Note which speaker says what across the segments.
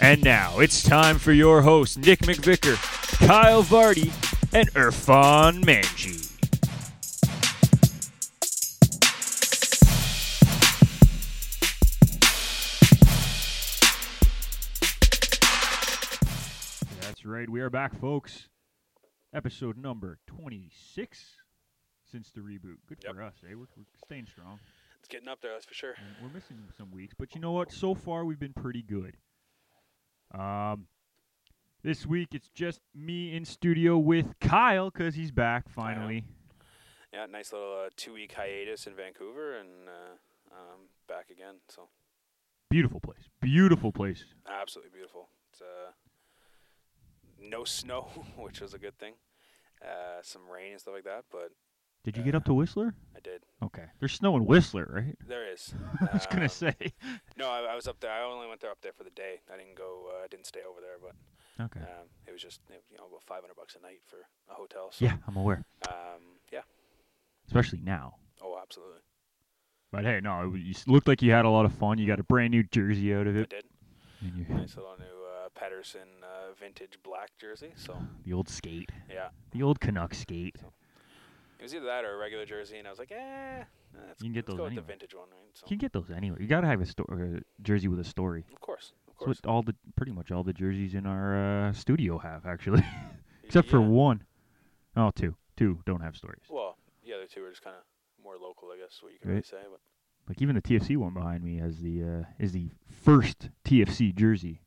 Speaker 1: And now it's time for your hosts, Nick McVicker, Kyle Vardy, and Irfan Manji. That's right, we are back, folks. Episode number 26 since the reboot. Good
Speaker 2: Yep.
Speaker 1: for us, eh? We're, we're staying strong.
Speaker 2: It's getting up there, that's for sure.
Speaker 1: And we're missing some weeks, but you know what? So far, we've been pretty good. Um, this week it's just me in studio with Kyle because he's back finally.
Speaker 2: Yeah, nice little uh, two-week hiatus in Vancouver, and uh, um, back again. So
Speaker 1: Beautiful place, beautiful place.
Speaker 2: absolutely beautiful. It's uh, no snow, which was a good thing. Uh, some rain and stuff like that, but
Speaker 1: Did you get
Speaker 2: Uh,
Speaker 1: up to Whistler?
Speaker 2: I did.
Speaker 1: Okay, there's snow in Whistler, right?
Speaker 2: There is.
Speaker 1: I was gonna
Speaker 2: Um,
Speaker 1: say.
Speaker 2: No, I, I was up there. I only went there up there for the day. I didn't go. uh, I didn't stay over there, but
Speaker 1: Okay.
Speaker 2: um, it was just you know about 500 bucks a night for a hotel. So,
Speaker 1: Yeah, I'm aware,
Speaker 2: Um, yeah.
Speaker 1: especially now.
Speaker 2: Oh, absolutely.
Speaker 1: But hey, no, it, was- you s- looked like you had a lot of fun. You got a brand new jersey out of
Speaker 2: I
Speaker 1: it.
Speaker 2: did.
Speaker 1: And you,
Speaker 2: Nice little new uh, Patterson uh, vintage black jersey. So
Speaker 1: the old skate,
Speaker 2: yeah.
Speaker 1: the old Canuck skate.
Speaker 2: It was either that or a regular jersey, and I was like, eh. Let's,
Speaker 1: You can get
Speaker 2: let's
Speaker 1: those
Speaker 2: go with
Speaker 1: anyway.
Speaker 2: the vintage one, right? So,
Speaker 1: You can get those anywhere. You gotta have a story, jersey with a story.
Speaker 2: of course, of
Speaker 1: That's
Speaker 2: course.
Speaker 1: what all the pretty much all the jerseys in our uh, studio have actually,
Speaker 2: Y-
Speaker 1: except for
Speaker 2: yeah.
Speaker 1: one. Oh, two, two don't have stories.
Speaker 2: Well, the other two are just kind of more local, I guess. What you can
Speaker 1: Right.
Speaker 2: really say, but
Speaker 1: Like even the TFC one behind me has the uh, is the first TFC jersey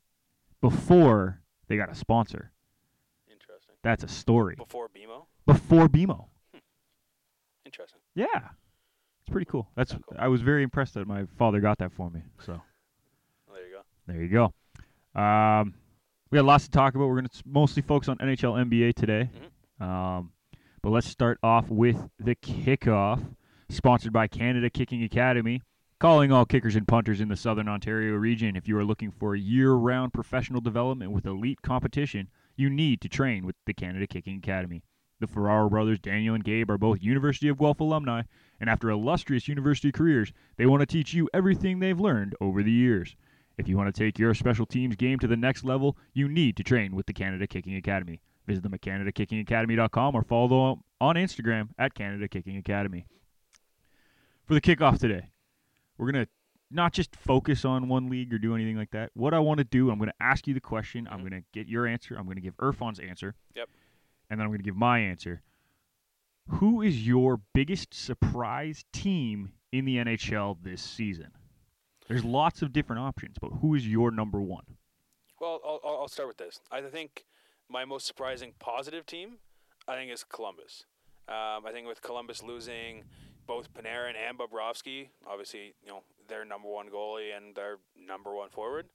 Speaker 1: before they got a sponsor.
Speaker 2: interesting.
Speaker 1: That's a story
Speaker 2: Before BMO,
Speaker 1: before BMO.
Speaker 2: interesting.
Speaker 1: Yeah, it's pretty cool. That's
Speaker 2: Yeah, cool.
Speaker 1: I was very impressed that my father got that for me. So
Speaker 2: Well, there you go.
Speaker 1: there you go. Um, we got lots to talk about. We're gonna s- mostly focus on NHL, NBA today. Um, but let's start off with the kickoff, sponsored by Canada Kicking Academy, calling all kickers and punters in the Southern Ontario region. If you are looking for year round professional development with elite competition, you need to train with the Canada Kicking Academy. The Ferraro brothers, Daniel and Gabe, are both University of Guelph alumni, and after illustrious university careers, they want to teach you everything they've learned over the years. If you want to take your special teams game to the next level, you need to train with the Canada Kicking Academy. Visit them at CanadaKickingAcademy.com or follow them on Instagram at Canada Kicking Academy. For the kickoff today, we're going to not just focus on one league or do anything like that. What I want to do, I'm going to ask you the question. I'm
Speaker 2: Mhm.
Speaker 1: going to get your answer. I'm going to give Irfan's answer.
Speaker 2: Yep.
Speaker 1: And then I'm going to give my answer. Who is your biggest surprise team in the NHL this season? There's lots of different options, but who is your number one?
Speaker 2: Well, I'll, I'll, I'll start with this. I think my most surprising positive team, I think, is Columbus. Um, I think with Columbus losing both Panarin and Bobrovsky, obviously, you know, their number one goalie and their number one forward,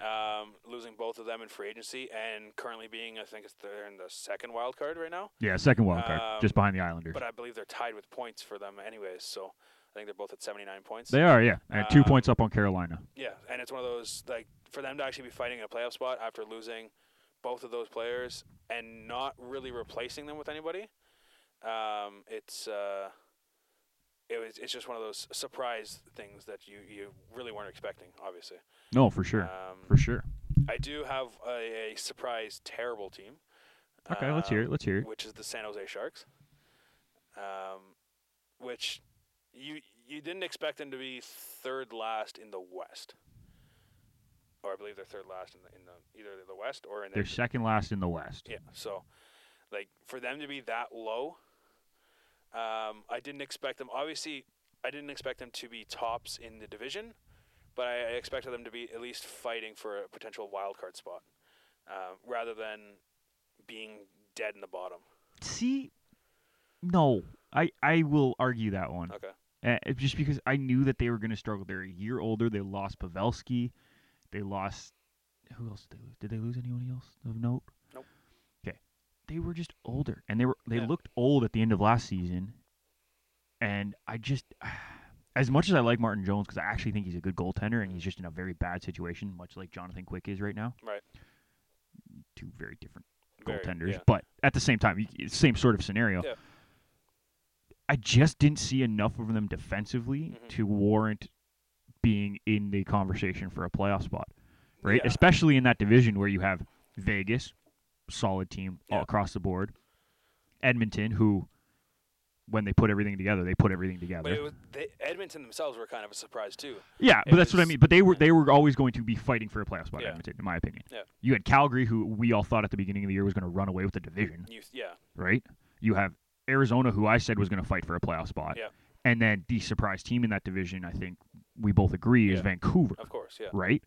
Speaker 2: um, losing both of them in free agency and currently being, I think, it's they're in the second wild card right now.
Speaker 1: Yeah, second wild card,
Speaker 2: Um,
Speaker 1: just behind the Islanders.
Speaker 2: But I believe they're tied with points for them, anyways. So I think they're both at 79 points.
Speaker 1: They are, yeah, and two
Speaker 2: um,
Speaker 1: points up on Carolina.
Speaker 2: Yeah, and it's one of those like for them to actually be fighting a playoff spot after losing both of those players and not really replacing them with anybody. Um, it's uh, it was it's just one of those surprise things that you you really weren't expecting, obviously.
Speaker 1: No, for sure,
Speaker 2: Um,
Speaker 1: for sure.
Speaker 2: I do have a, a surprise terrible team.
Speaker 1: Okay, let's hear it. Let's hear it.
Speaker 2: Which is the San Jose Sharks. Um, which you you didn't expect them to be third last in the West, or I believe they're third last in the, in the either the West or in
Speaker 1: They're
Speaker 2: their
Speaker 1: second last in the West.
Speaker 2: yeah. So, like for them to be that low, um, I didn't expect them. Obviously, I didn't expect them to be tops in the division, but I, I expected them to be at least fighting for a potential wild card spot, um, rather than being dead in the bottom.
Speaker 1: See, no, I I will argue that one.
Speaker 2: Okay.
Speaker 1: Uh, it's just because I knew that they were going to struggle. They're a year older. They lost Pavelski. They lost. Who else did they lose? Did they lose anyone else of note?
Speaker 2: Nope.
Speaker 1: they were just older, and they were they
Speaker 2: Yeah.
Speaker 1: looked old at the end of last season. And I just, as much as I like Martin Jones, because I actually think he's a good goaltender, and he's just in a very bad situation, much like Jonathan Quick is right now.
Speaker 2: Right.
Speaker 1: Two very different
Speaker 2: Very,
Speaker 1: goaltenders,
Speaker 2: yeah.
Speaker 1: but at the same time, you- it's same sort of scenario.
Speaker 2: Yeah.
Speaker 1: I just didn't see enough of them defensively
Speaker 2: Mhm.
Speaker 1: to warrant being in the conversation for a playoff spot, right?
Speaker 2: Yeah.
Speaker 1: Especially in that division where you have Vegas, solid team all
Speaker 2: Yeah.
Speaker 1: across the board, Edmonton, who when they put everything together, they put everything together.
Speaker 2: But it was, they, Edmonton themselves were kind of a surprise too.
Speaker 1: Yeah,
Speaker 2: It
Speaker 1: but that's what I
Speaker 2: was-
Speaker 1: mean. But they were
Speaker 2: yeah.
Speaker 1: they were always going to be fighting for a playoff spot,
Speaker 2: Yeah.
Speaker 1: Edmonton, in my opinion.
Speaker 2: Yeah.
Speaker 1: You had Calgary, who we all thought at the beginning of the year was going to run away with the division,
Speaker 2: You, yeah,
Speaker 1: right? You have Arizona, who I said was going to fight for a playoff spot.
Speaker 2: Yeah.
Speaker 1: And then the surprise team in that division, I think we both agree, is
Speaker 2: Yeah.
Speaker 1: Vancouver,
Speaker 2: of course, yeah.
Speaker 1: right?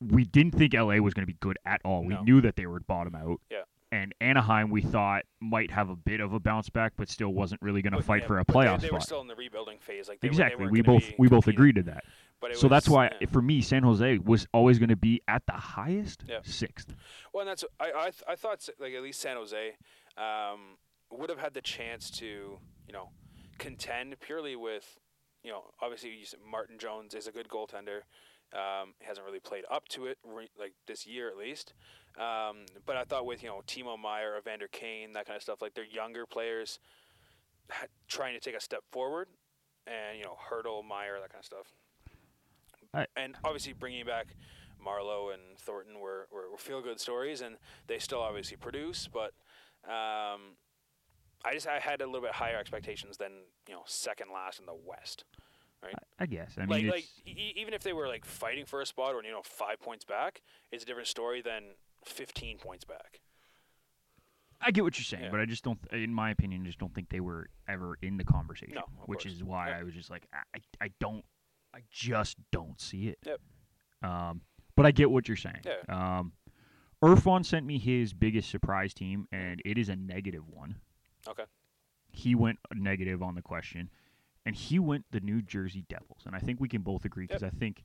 Speaker 1: We didn't think LA was going to be good at all. We
Speaker 2: No.
Speaker 1: knew that they were bottom out.
Speaker 2: Yeah.
Speaker 1: And Anaheim, we thought might have a bit of a bounce back, but still wasn't really going to
Speaker 2: But,
Speaker 1: fight
Speaker 2: yeah,
Speaker 1: for a
Speaker 2: but they-
Speaker 1: playoff
Speaker 2: They, were
Speaker 1: spot.
Speaker 2: still in the rebuilding phase. Like they were- they
Speaker 1: exactly.
Speaker 2: weren't
Speaker 1: We
Speaker 2: gonna
Speaker 1: both
Speaker 2: be
Speaker 1: we both
Speaker 2: competing.
Speaker 1: agreed to that.
Speaker 2: But it
Speaker 1: So that's
Speaker 2: was-
Speaker 1: why,
Speaker 2: yeah.
Speaker 1: it- for me, San Jose was always going to be at the highest
Speaker 2: Yeah.
Speaker 1: sixth.
Speaker 2: Well, and that's I I, th- I thought s- like at least San Jose um, would have had the chance to you know contend purely with you know obviously you said Martin Jones is a good goaltender. Um, he hasn't really played up to it re- like this year at least. Um, but I thought with you know Timo Meyer, Evander Kane, that kind of stuff, like they're younger players ha- trying to take a step forward, and you know Hurdle, Meyer, that kind of stuff.
Speaker 1: I-
Speaker 2: and obviously bringing back Marlowe and Thornton were, were, were feel good stories, and they still obviously produce. But um, I just I had a little bit higher expectations than you know second last in the West.
Speaker 1: I, I guess. I mean,
Speaker 2: like
Speaker 1: it's,
Speaker 2: like e- e- even if they were like fighting for a spot or you know five points back, it's a different story than fifteen points back.
Speaker 1: I get what you're saying,
Speaker 2: Yeah.
Speaker 1: but I just don't, in my opinion, just don't think they were ever in the conversation.
Speaker 2: No, of
Speaker 1: which
Speaker 2: course.
Speaker 1: is why
Speaker 2: Yeah.
Speaker 1: I was just like, I, I I don't, I just don't see it.
Speaker 2: Yep.
Speaker 1: Um, but I get what you're saying.
Speaker 2: Yeah.
Speaker 1: Um, Irfan sent me his biggest surprise team, and it is a negative one.
Speaker 2: Mm. Okay.
Speaker 1: He went negative on the question, and he went the New Jersey Devils, and I think we can both agree because I think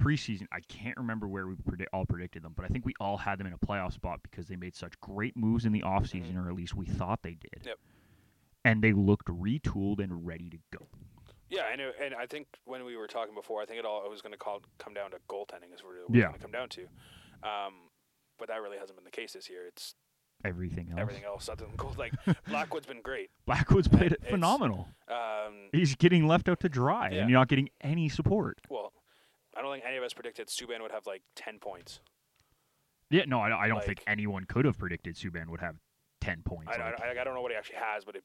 Speaker 1: preseason I can't remember where we predi- all predicted them, but I think we all had them in a playoff spot because they made such great moves in the offseason, or at least we thought they did.
Speaker 2: Mm-hmm. Yep.
Speaker 1: And they looked retooled and ready to go.
Speaker 2: Yeah, and it- and I think when we were talking before, I think it all it was going to call come down to goaltending is really what
Speaker 1: Yeah.
Speaker 2: it's going to come down to. Um, but that really hasn't been the case this year. It's
Speaker 1: Everything else.
Speaker 2: everything else other than gold. Like Blackwood's been great.
Speaker 1: Blackwood's played it
Speaker 2: it's-
Speaker 1: phenomenal.
Speaker 2: Um,
Speaker 1: He's getting left out to dry,
Speaker 2: Yeah.
Speaker 1: and you're not getting any support.
Speaker 2: well, I don't think any of us predicted Subban would have like ten points.
Speaker 1: Yeah, no, I, I don't think
Speaker 2: Like-
Speaker 1: anyone could have predicted Subban would have ten points.
Speaker 2: I, I,
Speaker 1: like-
Speaker 2: I- I don't know what he actually has, but it,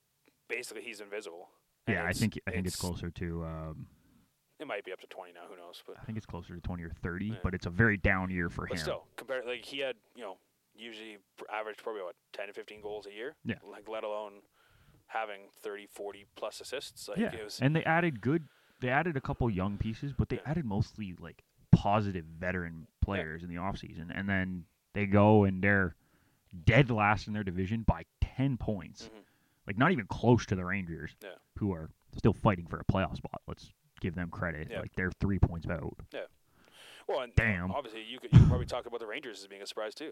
Speaker 2: basically he's invisible. And
Speaker 1: yeah, I
Speaker 2: it's-
Speaker 1: think I think it's, closer to um,
Speaker 2: It might be up to twenty now. Who knows? But
Speaker 1: I think it's closer to twenty or thirty,
Speaker 2: Yeah.
Speaker 1: but it's a very down year for
Speaker 2: but
Speaker 1: him.
Speaker 2: still, compared like he had you know usually pr- average probably what ten to fifteen goals a year.
Speaker 1: Yeah.
Speaker 2: Like let alone having 30, 40 plus assists. Like
Speaker 1: yeah,
Speaker 2: it was
Speaker 1: and they added good. They added a couple young pieces, but they
Speaker 2: Yeah.
Speaker 1: added mostly like positive veteran players in the offseason. and then they go and they're dead last in their division by ten points,
Speaker 2: Mhm.
Speaker 1: like not even close to the Rangers,
Speaker 2: Yeah.
Speaker 1: who are still fighting for a playoff spot. Let's give them credit;
Speaker 2: Yeah.
Speaker 1: like they're three points out.
Speaker 2: well. And
Speaker 1: Damn.
Speaker 2: Obviously, you could, you could probably talk about the Rangers as being a surprise too.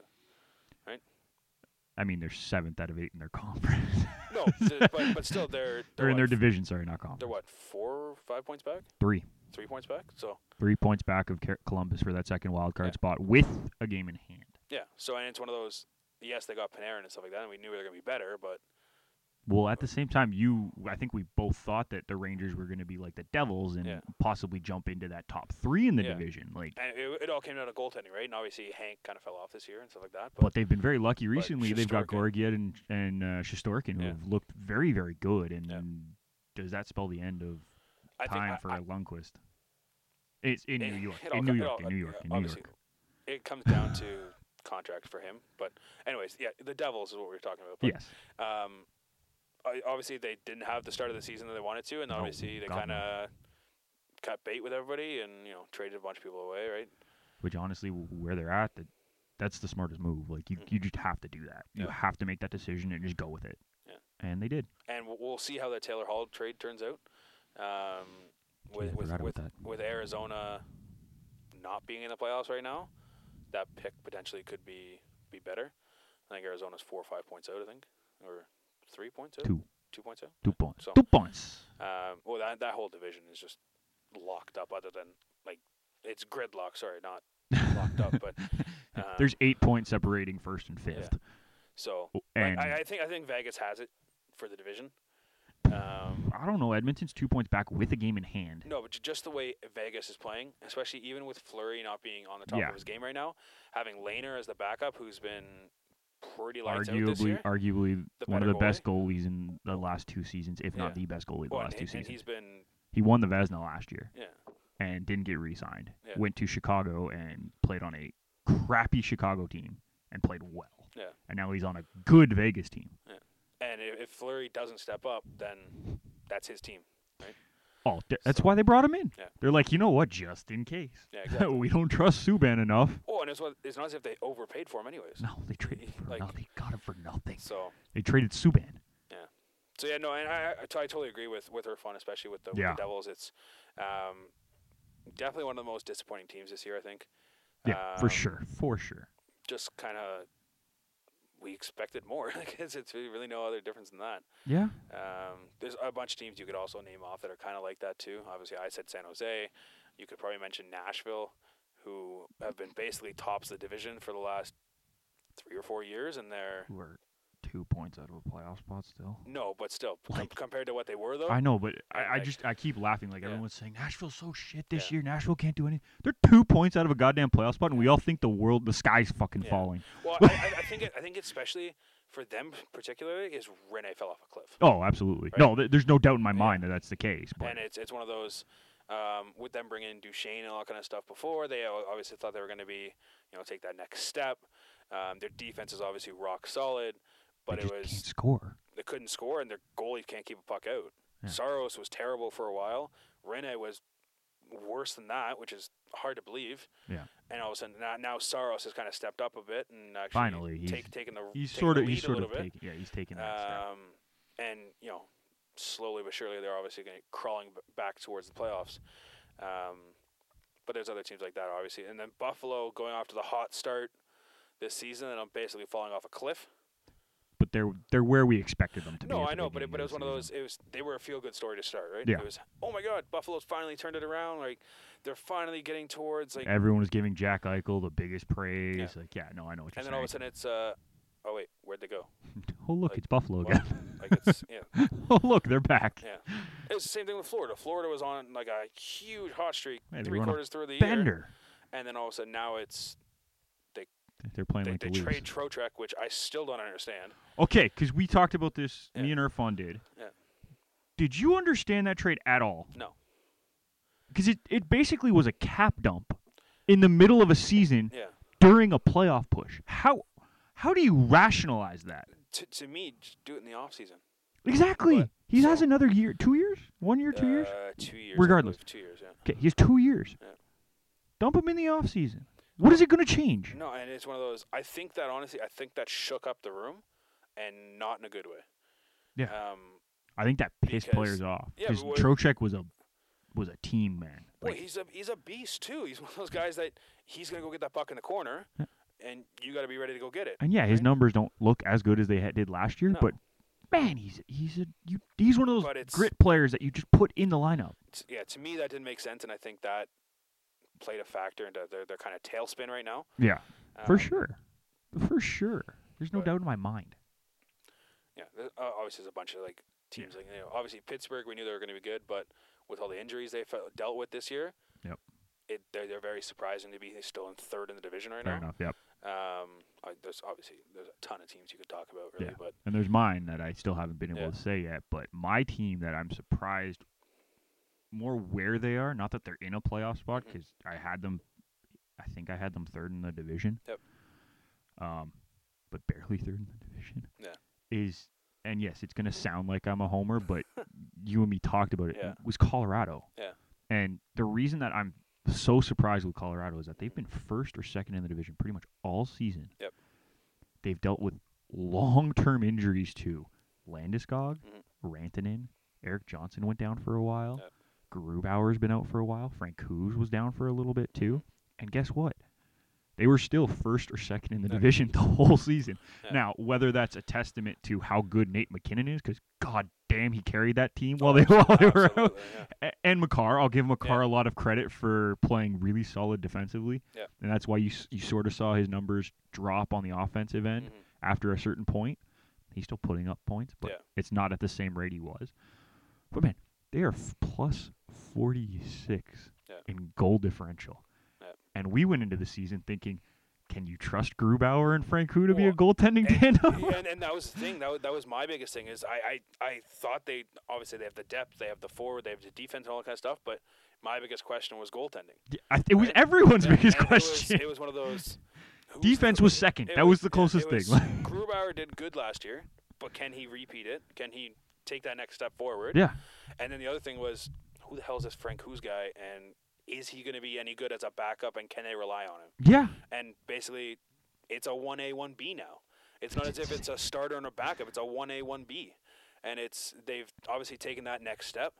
Speaker 1: I mean, they're seventh out of eight in their conference.
Speaker 2: No, th- but but still they're
Speaker 1: they're in
Speaker 2: what,
Speaker 1: their
Speaker 2: f-
Speaker 1: division, sorry, not
Speaker 2: They're
Speaker 1: conference.
Speaker 2: what four, or five points back,
Speaker 1: Three,
Speaker 2: three points back. So
Speaker 1: three points back of Car- Columbus for that second wild card
Speaker 2: Yeah.
Speaker 1: spot with a game in hand.
Speaker 2: yeah. So and it's one of those. Yes, they got Panarin and stuff like that, and we knew they were gonna be better, but
Speaker 1: Well, at the same time, you, I think we both thought that the Rangers were going to be like the Devils and
Speaker 2: Yeah.
Speaker 1: possibly jump into that top three in the
Speaker 2: Yeah.
Speaker 1: division. Like,
Speaker 2: and it, it all came down to goaltending, right? And obviously Hank kind of fell off this year and stuff like that. But,
Speaker 1: but they've been very lucky recently. They've got
Speaker 2: Shesterkin-
Speaker 1: Gorgiev and and uh, Shostorkin who
Speaker 2: Yeah.
Speaker 1: have looked very, very good. And
Speaker 2: Yeah.
Speaker 1: does that spell the end of
Speaker 2: I think
Speaker 1: time
Speaker 2: I-
Speaker 1: for
Speaker 2: I-
Speaker 1: Lundqvist? It's in
Speaker 2: it-
Speaker 1: New York.
Speaker 2: it all
Speaker 1: In
Speaker 2: co-
Speaker 1: New
Speaker 2: it
Speaker 1: York. In
Speaker 2: all-
Speaker 1: New York.
Speaker 2: uh,
Speaker 1: In New
Speaker 2: obviously,
Speaker 1: York.
Speaker 2: it comes down to contract for him. But anyways, yeah, the Devils is what we were talking about. But
Speaker 1: Yes.
Speaker 2: Um, I- obviously, they didn't have the start of the season that they wanted to, and
Speaker 1: No,
Speaker 2: obviously they
Speaker 1: God,
Speaker 2: kind
Speaker 1: no.
Speaker 2: of cut bait with everybody and you know traded a bunch of people away, right?
Speaker 1: which honestly w- where they're at that that's the smartest move like you, you just have to do that you
Speaker 2: Mm-hmm. Yeah.
Speaker 1: have to make that decision and just go with it
Speaker 2: Yeah.
Speaker 1: and they did
Speaker 2: And we'll, we'll see how that Taylor Hall trade turns out. Um,
Speaker 1: I
Speaker 2: with with
Speaker 1: forgot about
Speaker 2: with,
Speaker 1: that.
Speaker 2: with Arizona not being in the playoffs right now, that pick potentially could be be better. I think Arizona's four or five points out. I think or three points out.
Speaker 1: Two.
Speaker 2: Two points out.
Speaker 1: Two points.
Speaker 2: So-
Speaker 1: Two points.
Speaker 2: Um, well, that that whole division is just locked up. Other than like it's gridlock. Sorry, not locked up, but um,
Speaker 1: There's eight points separating first and fifth.
Speaker 2: so.
Speaker 1: Oh,
Speaker 2: Like,
Speaker 1: And
Speaker 2: I, I think I think Vegas has it for the division. Um,
Speaker 1: I don't know. Edmonton's two points back with a game in hand.
Speaker 2: no, but ju- just the way Vegas is playing, especially even with Flurry not being on the top
Speaker 1: Yeah.
Speaker 2: of his game right now, having Laner as the backup, who's been pretty lights out this
Speaker 1: Arguably,
Speaker 2: year.
Speaker 1: arguably
Speaker 2: The
Speaker 1: one of the
Speaker 2: better
Speaker 1: best goalies in the last two seasons, if
Speaker 2: Yeah.
Speaker 1: not the best goalie of the
Speaker 2: Well, and,
Speaker 1: last two
Speaker 2: and- and
Speaker 1: seasons.
Speaker 2: he's been
Speaker 1: He won the Vesna last year
Speaker 2: yeah.
Speaker 1: and didn't get re-signed.
Speaker 2: Yeah.
Speaker 1: Went to Chicago and played on a crappy Chicago team and played well.
Speaker 2: Yeah.
Speaker 1: And now he's on a good Vegas team.
Speaker 2: And if, if Flurry doesn't step up, then that's his team.
Speaker 1: Oh, th- that's
Speaker 2: So-
Speaker 1: why they brought him in.
Speaker 2: Yeah.
Speaker 1: They're like, you know what? Just in case,
Speaker 2: Yeah, exactly.
Speaker 1: we don't trust Subban enough.
Speaker 2: Oh, and it's, what- it's not as if they overpaid for him, anyways.
Speaker 1: No, they traded for
Speaker 2: Like-
Speaker 1: nothing. They got him for nothing.
Speaker 2: So.
Speaker 1: They traded Subban.
Speaker 2: So yeah, no, and I, I, I totally agree with with Irfan, especially with the, with
Speaker 1: Yeah.
Speaker 2: the Devils. It's um, definitely one of the most disappointing teams this year. I think.
Speaker 1: Yeah, for
Speaker 2: Um,
Speaker 1: sure, for sure.
Speaker 2: Just kind of we expected more. I guess it's really no other difference than that.
Speaker 1: Yeah,
Speaker 2: Um, there's a bunch of teams you could also name off that are kind of like that too. Obviously, I said San Jose. You could probably mention Nashville, who have been basically tops of the division for the last three or four years, and they're
Speaker 1: we're two points out of a playoff spot still.
Speaker 2: no, but still com-
Speaker 1: Like-
Speaker 2: compared to what they were though.
Speaker 1: I know, but I,
Speaker 2: Yeah,
Speaker 1: I
Speaker 2: like-
Speaker 1: just I keep laughing. Like
Speaker 2: Yeah.
Speaker 1: everyone's saying, Nashville's so shit this
Speaker 2: Yeah.
Speaker 1: year. Nashville can't do anything. They're two points out of a goddamn playoff spot, and we all think the world, the sky's fucking
Speaker 2: Yeah.
Speaker 1: falling.
Speaker 2: Well, I, I- I think it, I think especially for them particularly is Rene fell off a cliff,
Speaker 1: Oh, absolutely.
Speaker 2: Right.
Speaker 1: No, th- there's no doubt in my
Speaker 2: Yeah.
Speaker 1: mind that that's the case. But
Speaker 2: and it's it's one of those um, with them bringing in Duchesne and all that kind of stuff before they o- obviously thought they were going to be you know take that next step. Um, their defense is obviously rock solid, but
Speaker 1: they
Speaker 2: it
Speaker 1: just can't
Speaker 2: was
Speaker 1: score.
Speaker 2: they couldn't score and their goalie can't keep a puck out.
Speaker 1: Yeah.
Speaker 2: Saros was terrible for a while. Rene was worse than that, which is hard to believe.
Speaker 1: Yeah.
Speaker 2: And all of a sudden now, now Saros has kind of stepped up a bit and actually
Speaker 1: Finally, he's-
Speaker 2: take, taken the
Speaker 1: He's
Speaker 2: taken
Speaker 1: sort
Speaker 2: the
Speaker 1: of, he's
Speaker 2: lead a
Speaker 1: sort
Speaker 2: little
Speaker 1: of
Speaker 2: bit.
Speaker 1: taking, yeah, he's taking that step.
Speaker 2: Um, and you know, slowly but surely, they're obviously going crawling b- back towards the playoffs. Um, but there's other teams like that, obviously. And then Buffalo going off to the hot start this season, and I'm basically falling off a cliff.
Speaker 1: But they're they're where we expected them to be.
Speaker 2: No,
Speaker 1: at
Speaker 2: I
Speaker 1: the
Speaker 2: know, but
Speaker 1: beginning
Speaker 2: it, but it was
Speaker 1: the
Speaker 2: one of those.
Speaker 1: season.
Speaker 2: It was they were a feel good story to start, right?
Speaker 1: Yeah.
Speaker 2: It was oh my god, Buffalo's finally turned it around. Like they're finally getting towards like,
Speaker 1: Everyone was giving Jack Eichel the biggest praise.
Speaker 2: Yeah.
Speaker 1: Like, yeah, no, I know what you're
Speaker 2: and then all of a
Speaker 1: saying.
Speaker 2: sudden it's uh, oh wait, where'd they go?
Speaker 1: oh look,
Speaker 2: like,
Speaker 1: it's Buffalo
Speaker 2: Well,
Speaker 1: again.
Speaker 2: like it's yeah,
Speaker 1: oh look, they're back.
Speaker 2: Yeah. It was the same thing with Florida. Florida was on like a huge hot streak
Speaker 1: Yeah, they
Speaker 2: three
Speaker 1: were on a
Speaker 2: quarters through the year,
Speaker 1: Bender.
Speaker 2: and then all of a sudden now it's
Speaker 1: They're playing
Speaker 2: they,
Speaker 1: like
Speaker 2: they
Speaker 1: the
Speaker 2: trade Trotrek, which I still don't understand.
Speaker 1: Okay, because we talked about this.
Speaker 2: Yeah.
Speaker 1: Me and Irfan did.
Speaker 2: Yeah.
Speaker 1: Did you understand that trade at all?
Speaker 2: No.
Speaker 1: Because it, it basically was a cap dump in the middle of a season
Speaker 2: Yeah,
Speaker 1: during a playoff push. How how do you rationalize that?
Speaker 2: to, to me, just do it in the off season.
Speaker 1: Exactly.
Speaker 2: But-
Speaker 1: he has
Speaker 2: so-
Speaker 1: another year, two years, one year, two years.
Speaker 2: Uh, two years. I
Speaker 1: Regardless.
Speaker 2: believe, two years. Yeah.
Speaker 1: Okay, he has two years.
Speaker 2: Yeah.
Speaker 1: Dump him in the off season. What is it going to change?
Speaker 2: No, and it's one of those. I think that honestly, I think that shook up the room, and not in a good way.
Speaker 1: Yeah.
Speaker 2: Um.
Speaker 1: I think that pissed
Speaker 2: Because-
Speaker 1: players off
Speaker 2: yeah,
Speaker 1: because
Speaker 2: but what-
Speaker 1: Trocheck was a was a team man.
Speaker 2: Well,
Speaker 1: Like,
Speaker 2: he's a he's a beast too. He's one of those guys that he's gonna go get that puck in the corner,
Speaker 1: Yeah.
Speaker 2: and you got to be ready to go get it.
Speaker 1: and yeah, his
Speaker 2: right?
Speaker 1: numbers don't look as good as they had, did last year,
Speaker 2: No.
Speaker 1: but man, he's he's a you, he's one of
Speaker 2: But
Speaker 1: those
Speaker 2: it's-
Speaker 1: grit players that you just put in the lineup.
Speaker 2: t- yeah, to me that didn't make sense, and I think that played a factor into their their kind of tailspin right now.
Speaker 1: Yeah,
Speaker 2: Um,
Speaker 1: for sure, for sure. There's no
Speaker 2: but-
Speaker 1: doubt in my mind.
Speaker 2: Yeah, there, uh, obviously there's a bunch of like teams like you know obviously Pittsburgh we knew they were going to be good, but with all the injuries they fe- dealt with this year,
Speaker 1: Yep.
Speaker 2: it they're, they're very surprising to be still in third in the division right
Speaker 1: Fair
Speaker 2: now.
Speaker 1: enough. Yep.
Speaker 2: Um, I, there's obviously there's a ton of teams you could talk about really,
Speaker 1: Yeah.
Speaker 2: but
Speaker 1: And there's mine that I still haven't been able
Speaker 2: Yeah.
Speaker 1: to say yet, but my team that I'm surprised more where they are, not that they're in a playoff spot
Speaker 2: Mhm.
Speaker 1: because I had them, I think I had them third in the division.
Speaker 2: Yep.
Speaker 1: Um, but barely third in the division.
Speaker 2: Yeah.
Speaker 1: Is and yes, it's gonna sound like I'm a homer, but you and me talked about it.
Speaker 2: Yeah.
Speaker 1: Was Colorado.
Speaker 2: Yeah.
Speaker 1: And the reason that I'm so surprised with Colorado is that they've been first or second in the division pretty much all season.
Speaker 2: Yep.
Speaker 1: They've dealt with long-term injuries to Landeskog,
Speaker 2: Mhm.
Speaker 1: Rantanen, Eric Johnson went down for a while.
Speaker 2: Yep. Mm-hmm.
Speaker 1: Grubauer's been out for a while. Frank Coos was down for a little bit too. And guess what? They were still first or second in the
Speaker 2: Yeah.
Speaker 1: division the whole season.
Speaker 2: Yeah.
Speaker 1: Now, whether that's a testament to how good Nate McKinnon is, because god damn, he carried that team while they, while they were out.
Speaker 2: Oh, Absolutely, yeah.
Speaker 1: A- and McCarr. I'll give McCarr
Speaker 2: Yeah.
Speaker 1: a lot of credit for playing really solid defensively.
Speaker 2: Yeah.
Speaker 1: And that's why you s- you sort of saw his numbers drop on the offensive end
Speaker 2: Mhm.
Speaker 1: after a certain point. He's still putting up points, but
Speaker 2: Yeah.
Speaker 1: it's not at the same rate he was. But man, they are f- plus 46
Speaker 2: Yeah.
Speaker 1: in goal differential.
Speaker 2: Yeah.
Speaker 1: And we went into the season thinking, can you trust Grubauer and Franku to be a
Speaker 2: Well,
Speaker 1: goaltending
Speaker 2: and,
Speaker 1: tandem?
Speaker 2: yeah, and, and that was the thing. That was, that was my biggest thing is I, I, I thought they obviously they have the depth, they have the forward, they have the defense, and all that kind of stuff. But my biggest question was goaltending.
Speaker 1: Yeah, I- it was
Speaker 2: and-
Speaker 1: everyone's
Speaker 2: And-
Speaker 1: biggest
Speaker 2: and it was-
Speaker 1: question.
Speaker 2: It was, one of those. who's
Speaker 1: Defense
Speaker 2: the-
Speaker 1: was second.
Speaker 2: it
Speaker 1: That was the closest
Speaker 2: it was-
Speaker 1: thing.
Speaker 2: Grubauer did good last year, but can he repeat it? Can he take that next step forward?
Speaker 1: yeah.
Speaker 2: And then the other thing was, who the hell is this Frank Who's guy, and is he going to be any good as a backup, and can they rely on him?
Speaker 1: Yeah.
Speaker 2: and basically it's a 1A 1B now. It's not as if it's a starter and a backup, it's a 1A 1B. And it's they've obviously taken that next step.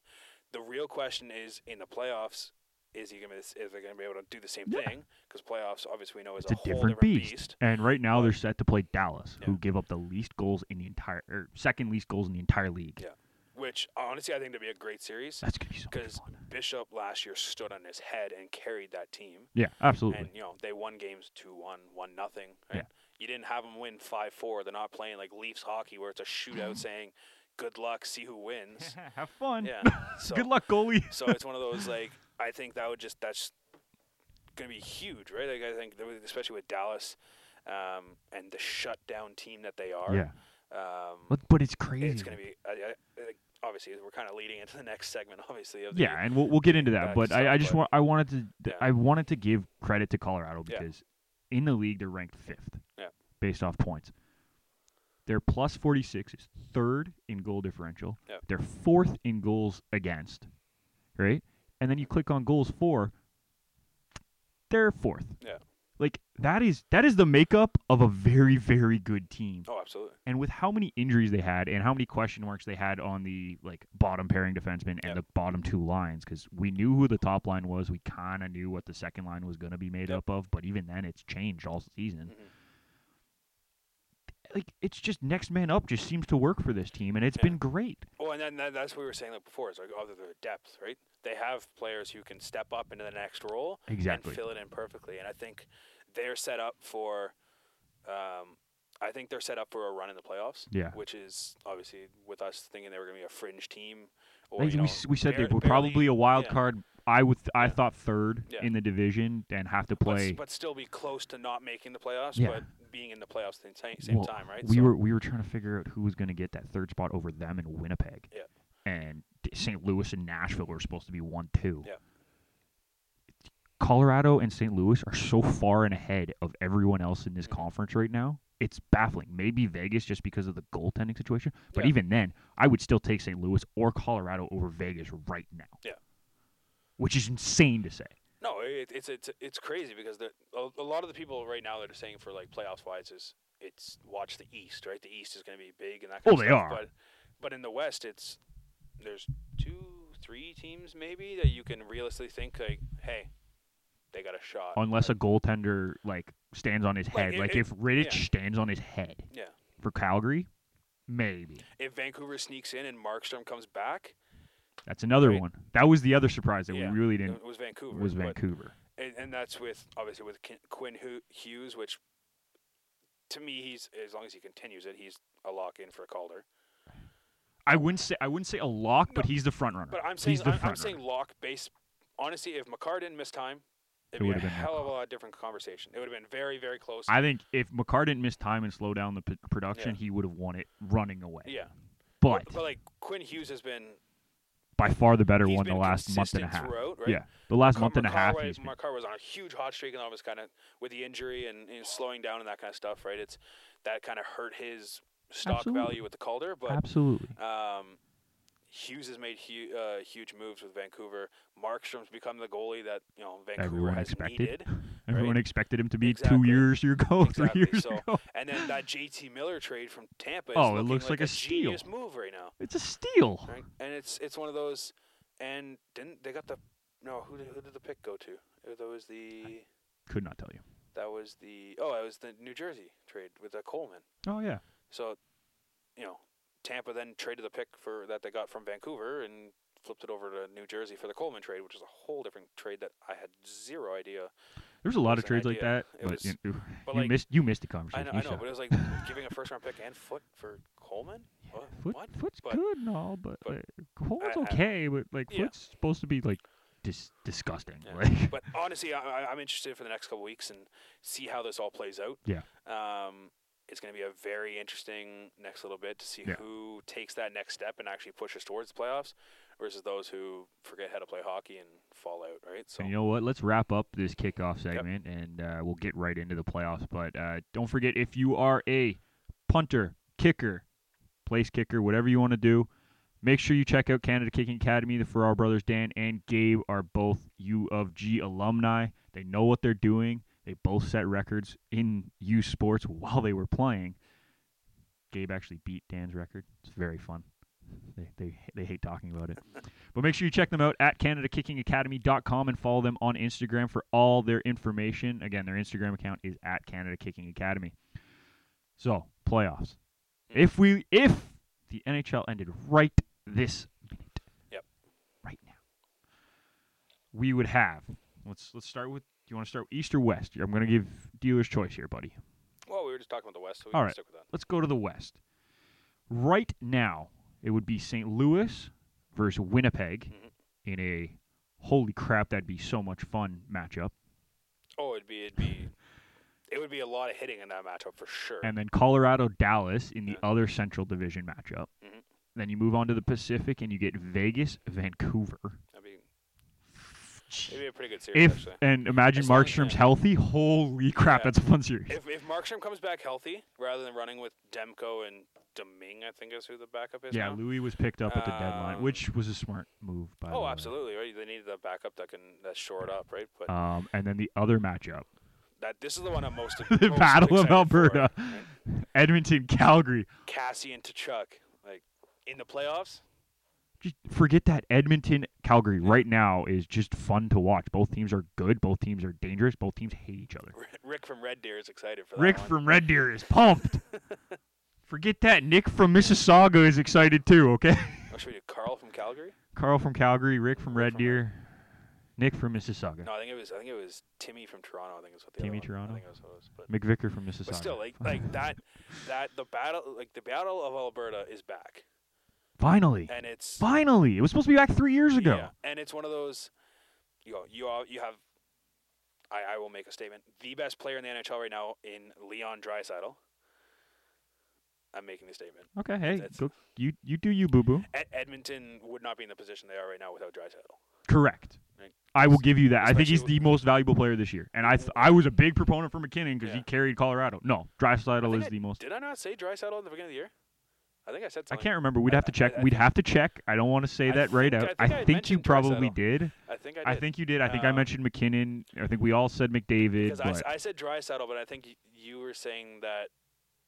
Speaker 2: The real question is in the playoffs is he going to is they going to be able to do the same
Speaker 1: Yeah.
Speaker 2: thing cuz playoffs obviously we know is
Speaker 1: It's a
Speaker 2: whole
Speaker 1: different beast. And right now they're set to play Dallas, who
Speaker 2: Yeah.
Speaker 1: give up the least goals in the entire, or second least goals in the entire league.
Speaker 2: Yeah. which honestly I think to be a great series
Speaker 1: That's gonna be so much
Speaker 2: cuz
Speaker 1: fun.
Speaker 2: Bishop last year stood on his head and carried that team.
Speaker 1: Yeah, absolutely.
Speaker 2: And you know they won games two one, one nothing.
Speaker 1: Yeah.
Speaker 2: You didn't have them win five four. They're not playing like Leafs hockey where it's a shootout saying, "Good luck, see who wins."
Speaker 1: Have fun.
Speaker 2: yeah. So,
Speaker 1: Good luck, goalie.
Speaker 2: so it's one of those like I think that would just that's gonna be huge, right? Like I think that would- especially with Dallas um, and the shutdown team that they are.
Speaker 1: Yeah,
Speaker 2: Um,
Speaker 1: but but it's crazy.
Speaker 2: it's gonna be I, I, I- obviously we're kind of leading into the next segment, obviously. Of the,
Speaker 1: yeah, and we'll we'll get into that.
Speaker 2: back
Speaker 1: But I, I just
Speaker 2: stuff,
Speaker 1: want I wanted to th-
Speaker 2: Yeah.
Speaker 1: I wanted to give credit to Colorado
Speaker 2: Yeah.
Speaker 1: because in the league they're ranked fifth.
Speaker 2: Yeah.
Speaker 1: Based off points. They're plus forty six is third in goal differential.
Speaker 2: Yeah.
Speaker 1: They're fourth in goals against. Right? And then you click on goals for they're fourth.
Speaker 2: Yeah.
Speaker 1: Like that is that is the makeup of a very, very good team.
Speaker 2: Oh, absolutely.
Speaker 1: and with how many injuries they had and how many question marks they had on the like bottom pairing defenseman and
Speaker 2: Yep.
Speaker 1: the bottom two lines because we knew who the top line was we kind of knew what the second line was going to be made
Speaker 2: Yep.
Speaker 1: up of but even then it's changed all season
Speaker 2: Mhm.
Speaker 1: like it's just next man up just seems to work for this team and it's
Speaker 2: Mm. Yeah.
Speaker 1: been great
Speaker 2: Well, and then that, that's what we were saying like before. Is like other their depth, right? They have players who can step up into the next role
Speaker 1: exactly
Speaker 2: and fill it in perfectly. And I think they're set up for, um, I think they're set up for a run in the playoffs.
Speaker 1: Yeah.
Speaker 2: Which is obviously with us thinking they were going to be a fringe team. Or,
Speaker 1: Like,
Speaker 2: you
Speaker 1: we,
Speaker 2: know,
Speaker 1: s- we said
Speaker 2: barely-
Speaker 1: they were probably
Speaker 2: barely-
Speaker 1: a wild
Speaker 2: yeah.
Speaker 1: card i would i
Speaker 2: Yeah.
Speaker 1: thought third
Speaker 2: Yeah.
Speaker 1: in the division and have to
Speaker 2: but s-
Speaker 1: play
Speaker 2: but, still be close to not making the playoffs,
Speaker 1: Yeah.
Speaker 2: but being in the playoffs at the same, same
Speaker 1: Well,
Speaker 2: time, right?
Speaker 1: we
Speaker 2: So,
Speaker 1: were we were trying to figure out who was going to get that third spot over them in Winnipeg.
Speaker 2: Yeah.
Speaker 1: And d- St. Louis and Nashville were supposed to be one two.
Speaker 2: Yeah.
Speaker 1: Colorado and St. Louis are so far and ahead of everyone else in this
Speaker 2: Mhm.
Speaker 1: conference right now. It's baffling. Maybe Vegas just because of the goaltending situation, but
Speaker 2: Yeah.
Speaker 1: even then, I would still take St. Louis or Colorado over Vegas right now.
Speaker 2: Yeah.
Speaker 1: Which is insane to say.
Speaker 2: No, it, it's it's it's crazy because the, a, a lot of the people right now that are saying for like playoffs wise is it's watch the East, right? The East is going to be big and that. Kind
Speaker 1: Oh,
Speaker 2: of
Speaker 1: they
Speaker 2: stuff,
Speaker 1: are.
Speaker 2: But but in the West, it's there's two, three teams maybe that you can realistically think like, hey, they got a shot.
Speaker 1: Unless a goaltender like stands on his
Speaker 2: Like,
Speaker 1: head,
Speaker 2: Uh, it-
Speaker 1: like
Speaker 2: it-
Speaker 1: if Riddich
Speaker 2: yeah.
Speaker 1: stands on his head.
Speaker 2: yeah.
Speaker 1: for Calgary, maybe.
Speaker 2: If Vancouver sneaks in and Markstrom comes back,
Speaker 1: That's another
Speaker 2: Right.
Speaker 1: one. That was the other surprise that
Speaker 2: yeah,
Speaker 1: we really didn't
Speaker 2: it was Vancouver.
Speaker 1: was
Speaker 2: but-
Speaker 1: Vancouver.
Speaker 2: and, and that's with obviously with Kin- Quinn Hu- Hughes, which to me he's as long as he continues it, he's a lock in for Calder.
Speaker 1: I wouldn't say I wouldn't say a lock, but
Speaker 2: No,
Speaker 1: he's the front runner.
Speaker 2: But I'm saying
Speaker 1: he's the
Speaker 2: I'm,
Speaker 1: front
Speaker 2: I'm
Speaker 1: runner.
Speaker 2: saying lock base. Honestly, if McCarr didn't miss time,
Speaker 1: It
Speaker 2: it'd be a
Speaker 1: would've been
Speaker 2: hell of a lot different conversation. It would have been very very close.
Speaker 1: I think if McCarr didn't miss time and slow down the p- production,
Speaker 2: Yeah.
Speaker 1: he would have won it running away.
Speaker 2: yeah,
Speaker 1: But
Speaker 2: but like Quinn Hughes has been
Speaker 1: by far the better
Speaker 2: he's
Speaker 1: one the
Speaker 2: been
Speaker 1: last month and a
Speaker 2: consistent
Speaker 1: half.
Speaker 2: throughout, right?
Speaker 1: Yeah, the last month
Speaker 2: Car-
Speaker 1: and a
Speaker 2: Makar
Speaker 1: half.
Speaker 2: was-
Speaker 1: he's been-
Speaker 2: Makar was on a huge hot streak, and all was kind of with the injury and, and slowing down and that kind of stuff, right? It's that kind of hurt his stock
Speaker 1: Absolutely.
Speaker 2: value with the Calder, but
Speaker 1: absolutely.
Speaker 2: Um, Hughes has made hu- uh, huge moves with Vancouver. Markstrom's become the goalie that you know Vancouver
Speaker 1: Everyone
Speaker 2: has
Speaker 1: expected.
Speaker 2: needed.
Speaker 1: Everyone
Speaker 2: right?
Speaker 1: expected him to be two
Speaker 2: Exactly.
Speaker 1: years ago,
Speaker 2: Exactly,
Speaker 1: three years
Speaker 2: so-
Speaker 1: ago.
Speaker 2: And then that JT Miller trade from Tampa. Is
Speaker 1: Oh, it
Speaker 2: looking
Speaker 1: looks
Speaker 2: like,
Speaker 1: like a steal.
Speaker 2: genius move right now.
Speaker 1: It's a steal.
Speaker 2: Right? And it's it's one of those. And didn't they got the no? Who did, who did the pick go to? It Uh, was the
Speaker 1: Could not tell you.
Speaker 2: That was the oh, that was the New Jersey trade with uh, Coleman.
Speaker 1: Oh yeah.
Speaker 2: So, you know, Tampa then traded the pick for that they got from Vancouver and flipped it over to New Jersey for the Coleman trade, which is a whole different trade that I had zero idea.
Speaker 1: There's a lot of
Speaker 2: was an
Speaker 1: trades like
Speaker 2: idea.
Speaker 1: that,
Speaker 2: It
Speaker 1: but
Speaker 2: was-
Speaker 1: you, you
Speaker 2: but, like,
Speaker 1: missed you missed the
Speaker 2: I
Speaker 1: conversation.
Speaker 2: know,
Speaker 1: You
Speaker 2: I know,
Speaker 1: shut
Speaker 2: but it
Speaker 1: up.
Speaker 2: was like giving a first round pick and foot for Coleman. What?
Speaker 1: Foot,
Speaker 2: what?
Speaker 1: Foot's
Speaker 2: But-
Speaker 1: good and all, but,
Speaker 2: but
Speaker 1: like, Coleman's
Speaker 2: I- I-
Speaker 1: okay, but like
Speaker 2: Yeah.
Speaker 1: Foot's supposed to be like dis- disgusting.
Speaker 2: Yeah.
Speaker 1: Like
Speaker 2: But honestly, I, I- I'm interested for the next couple weeks and see how this all plays out.
Speaker 1: Yeah.
Speaker 2: Um, it's going to be a very interesting next little bit to see
Speaker 1: Yeah.
Speaker 2: who takes that next step and actually pushes towards the playoffs versus those who forget how to play hockey and fall out, right? So,
Speaker 1: And you know what? Let's wrap up this kickoff segment and uh, we'll get right into the playoffs. But uh, don't forget if you are a punter, kicker, place kicker, whatever you want to do, make sure you check out Canada Kicking Academy. The Farrar brothers, Dan and Gabe, are both U of G alumni. They know what they're doing. They both set records in U sports while they were playing. Gabe actually beat Dan's record. It's very fun. They, they, they hate talking about it. But make sure you check them out at CanadaKickingAcademy.com and follow them on Instagram for all their information. Again, their Instagram account is at Canada Kicking Academy. So playoffs. If we if the NHL ended right this minute,
Speaker 2: Yep.
Speaker 1: right now, we would have. Let's let's start with. Do you want to start east or west? I'm going to give dealer's choice here, buddy.
Speaker 2: well, we were just talking about the West, so we
Speaker 1: All
Speaker 2: can
Speaker 1: right.
Speaker 2: stick with that.
Speaker 1: Let's go to the west. Right now, it would be St. Louis versus Winnipeg
Speaker 2: Mhm.
Speaker 1: in a holy crap, that'd be so much fun matchup.
Speaker 2: Oh, it'd be it'd be it would be a lot of hitting in that matchup for sure.
Speaker 1: And then Colorado Dallas in the
Speaker 2: Yeah.
Speaker 1: other Central Division matchup.
Speaker 2: Mhm.
Speaker 1: Then you move on to the Pacific and you get Vegas Vancouver.
Speaker 2: That'd be it'd be a pretty good series
Speaker 1: If
Speaker 2: actually.
Speaker 1: and imagine
Speaker 2: As long as-
Speaker 1: Markstrom's
Speaker 2: yeah.
Speaker 1: healthy, holy crap,
Speaker 2: Yeah.
Speaker 1: that's a fun series.
Speaker 2: If if Markstrom comes back healthy rather than running with Demko and Deming, I think is who the backup is.
Speaker 1: yeah,
Speaker 2: now.
Speaker 1: Louis was picked up at the deadline,
Speaker 2: Um,
Speaker 1: which was a smart move by the
Speaker 2: Oh,
Speaker 1: way.
Speaker 2: absolutely. Right, they needed that backup that can that shore it up, right? But
Speaker 1: Um, and then the other matchup,
Speaker 2: that this is the one I'm most
Speaker 1: the
Speaker 2: most
Speaker 1: Battle
Speaker 2: excited
Speaker 1: of
Speaker 2: for,
Speaker 1: Alberta,
Speaker 2: right?
Speaker 1: Edmonton, Calgary.
Speaker 2: Cassie and Tuchuk, like in the playoffs.
Speaker 1: just forget that Edmonton Calgary right now is just fun to watch. Both teams are good. Both teams are dangerous. Both teams hate each other.
Speaker 2: R- Rick from Red Deer is excited for that
Speaker 1: Rick
Speaker 2: one.
Speaker 1: from Red Deer is pumped. forget that Nick from Mississauga is excited too. Okay,
Speaker 2: What Oh, should we do? Carl from Calgary?
Speaker 1: Carl from Calgary, Rick from Red
Speaker 2: from Red-
Speaker 1: Deer, Nick from Mississauga,
Speaker 2: No, I think it was I think it was Timmy from Toronto. I think is what the
Speaker 1: Timmy
Speaker 2: other one-
Speaker 1: Toronto?
Speaker 2: I think that's what it was. But
Speaker 1: McVicker from Mississauga.
Speaker 2: But still, like like that, that the battle, like the battle of Alberta is back,
Speaker 1: finally,
Speaker 2: and it's
Speaker 1: finally, it was supposed to be back three years ago.
Speaker 2: yeah, and it's one of those, you know, you all, you have, I I will make a statement, the best player in the NHL right now in Leon Draisaitl. I'm making the statement.
Speaker 1: Okay, hey,
Speaker 2: That's-
Speaker 1: go, you you do you, boo boo.
Speaker 2: Ed- Edmonton would not be in the position they are right now without Draisaitl.
Speaker 1: Correct.
Speaker 2: Like,
Speaker 1: I will give you that. I think
Speaker 2: especially
Speaker 1: he's the most valuable player this year, and I th- I was a big proponent for McKinnon because he
Speaker 2: Yeah.
Speaker 1: carried Colorado. No, Drysdale
Speaker 2: think
Speaker 1: is the most.
Speaker 2: Did I not say Draisaitl at the beginning of the year? I think I said
Speaker 1: I
Speaker 2: something.
Speaker 1: can't remember. We'd have to
Speaker 2: I-
Speaker 1: check.
Speaker 2: I- I
Speaker 1: We'd
Speaker 2: think-
Speaker 1: have to check. I don't want to say
Speaker 2: I
Speaker 1: that right
Speaker 2: think-
Speaker 1: out.
Speaker 2: I think I
Speaker 1: I
Speaker 2: had
Speaker 1: think you
Speaker 2: mentioned
Speaker 1: probably
Speaker 2: Draisaitl.
Speaker 1: did.
Speaker 2: I think I did.
Speaker 1: I think you did. I think I
Speaker 2: Um,
Speaker 1: mentioned McKinnon. I think we all said McDavid.
Speaker 2: Because I, s-
Speaker 1: But
Speaker 2: I said Drysaddle, but I think y- you were saying that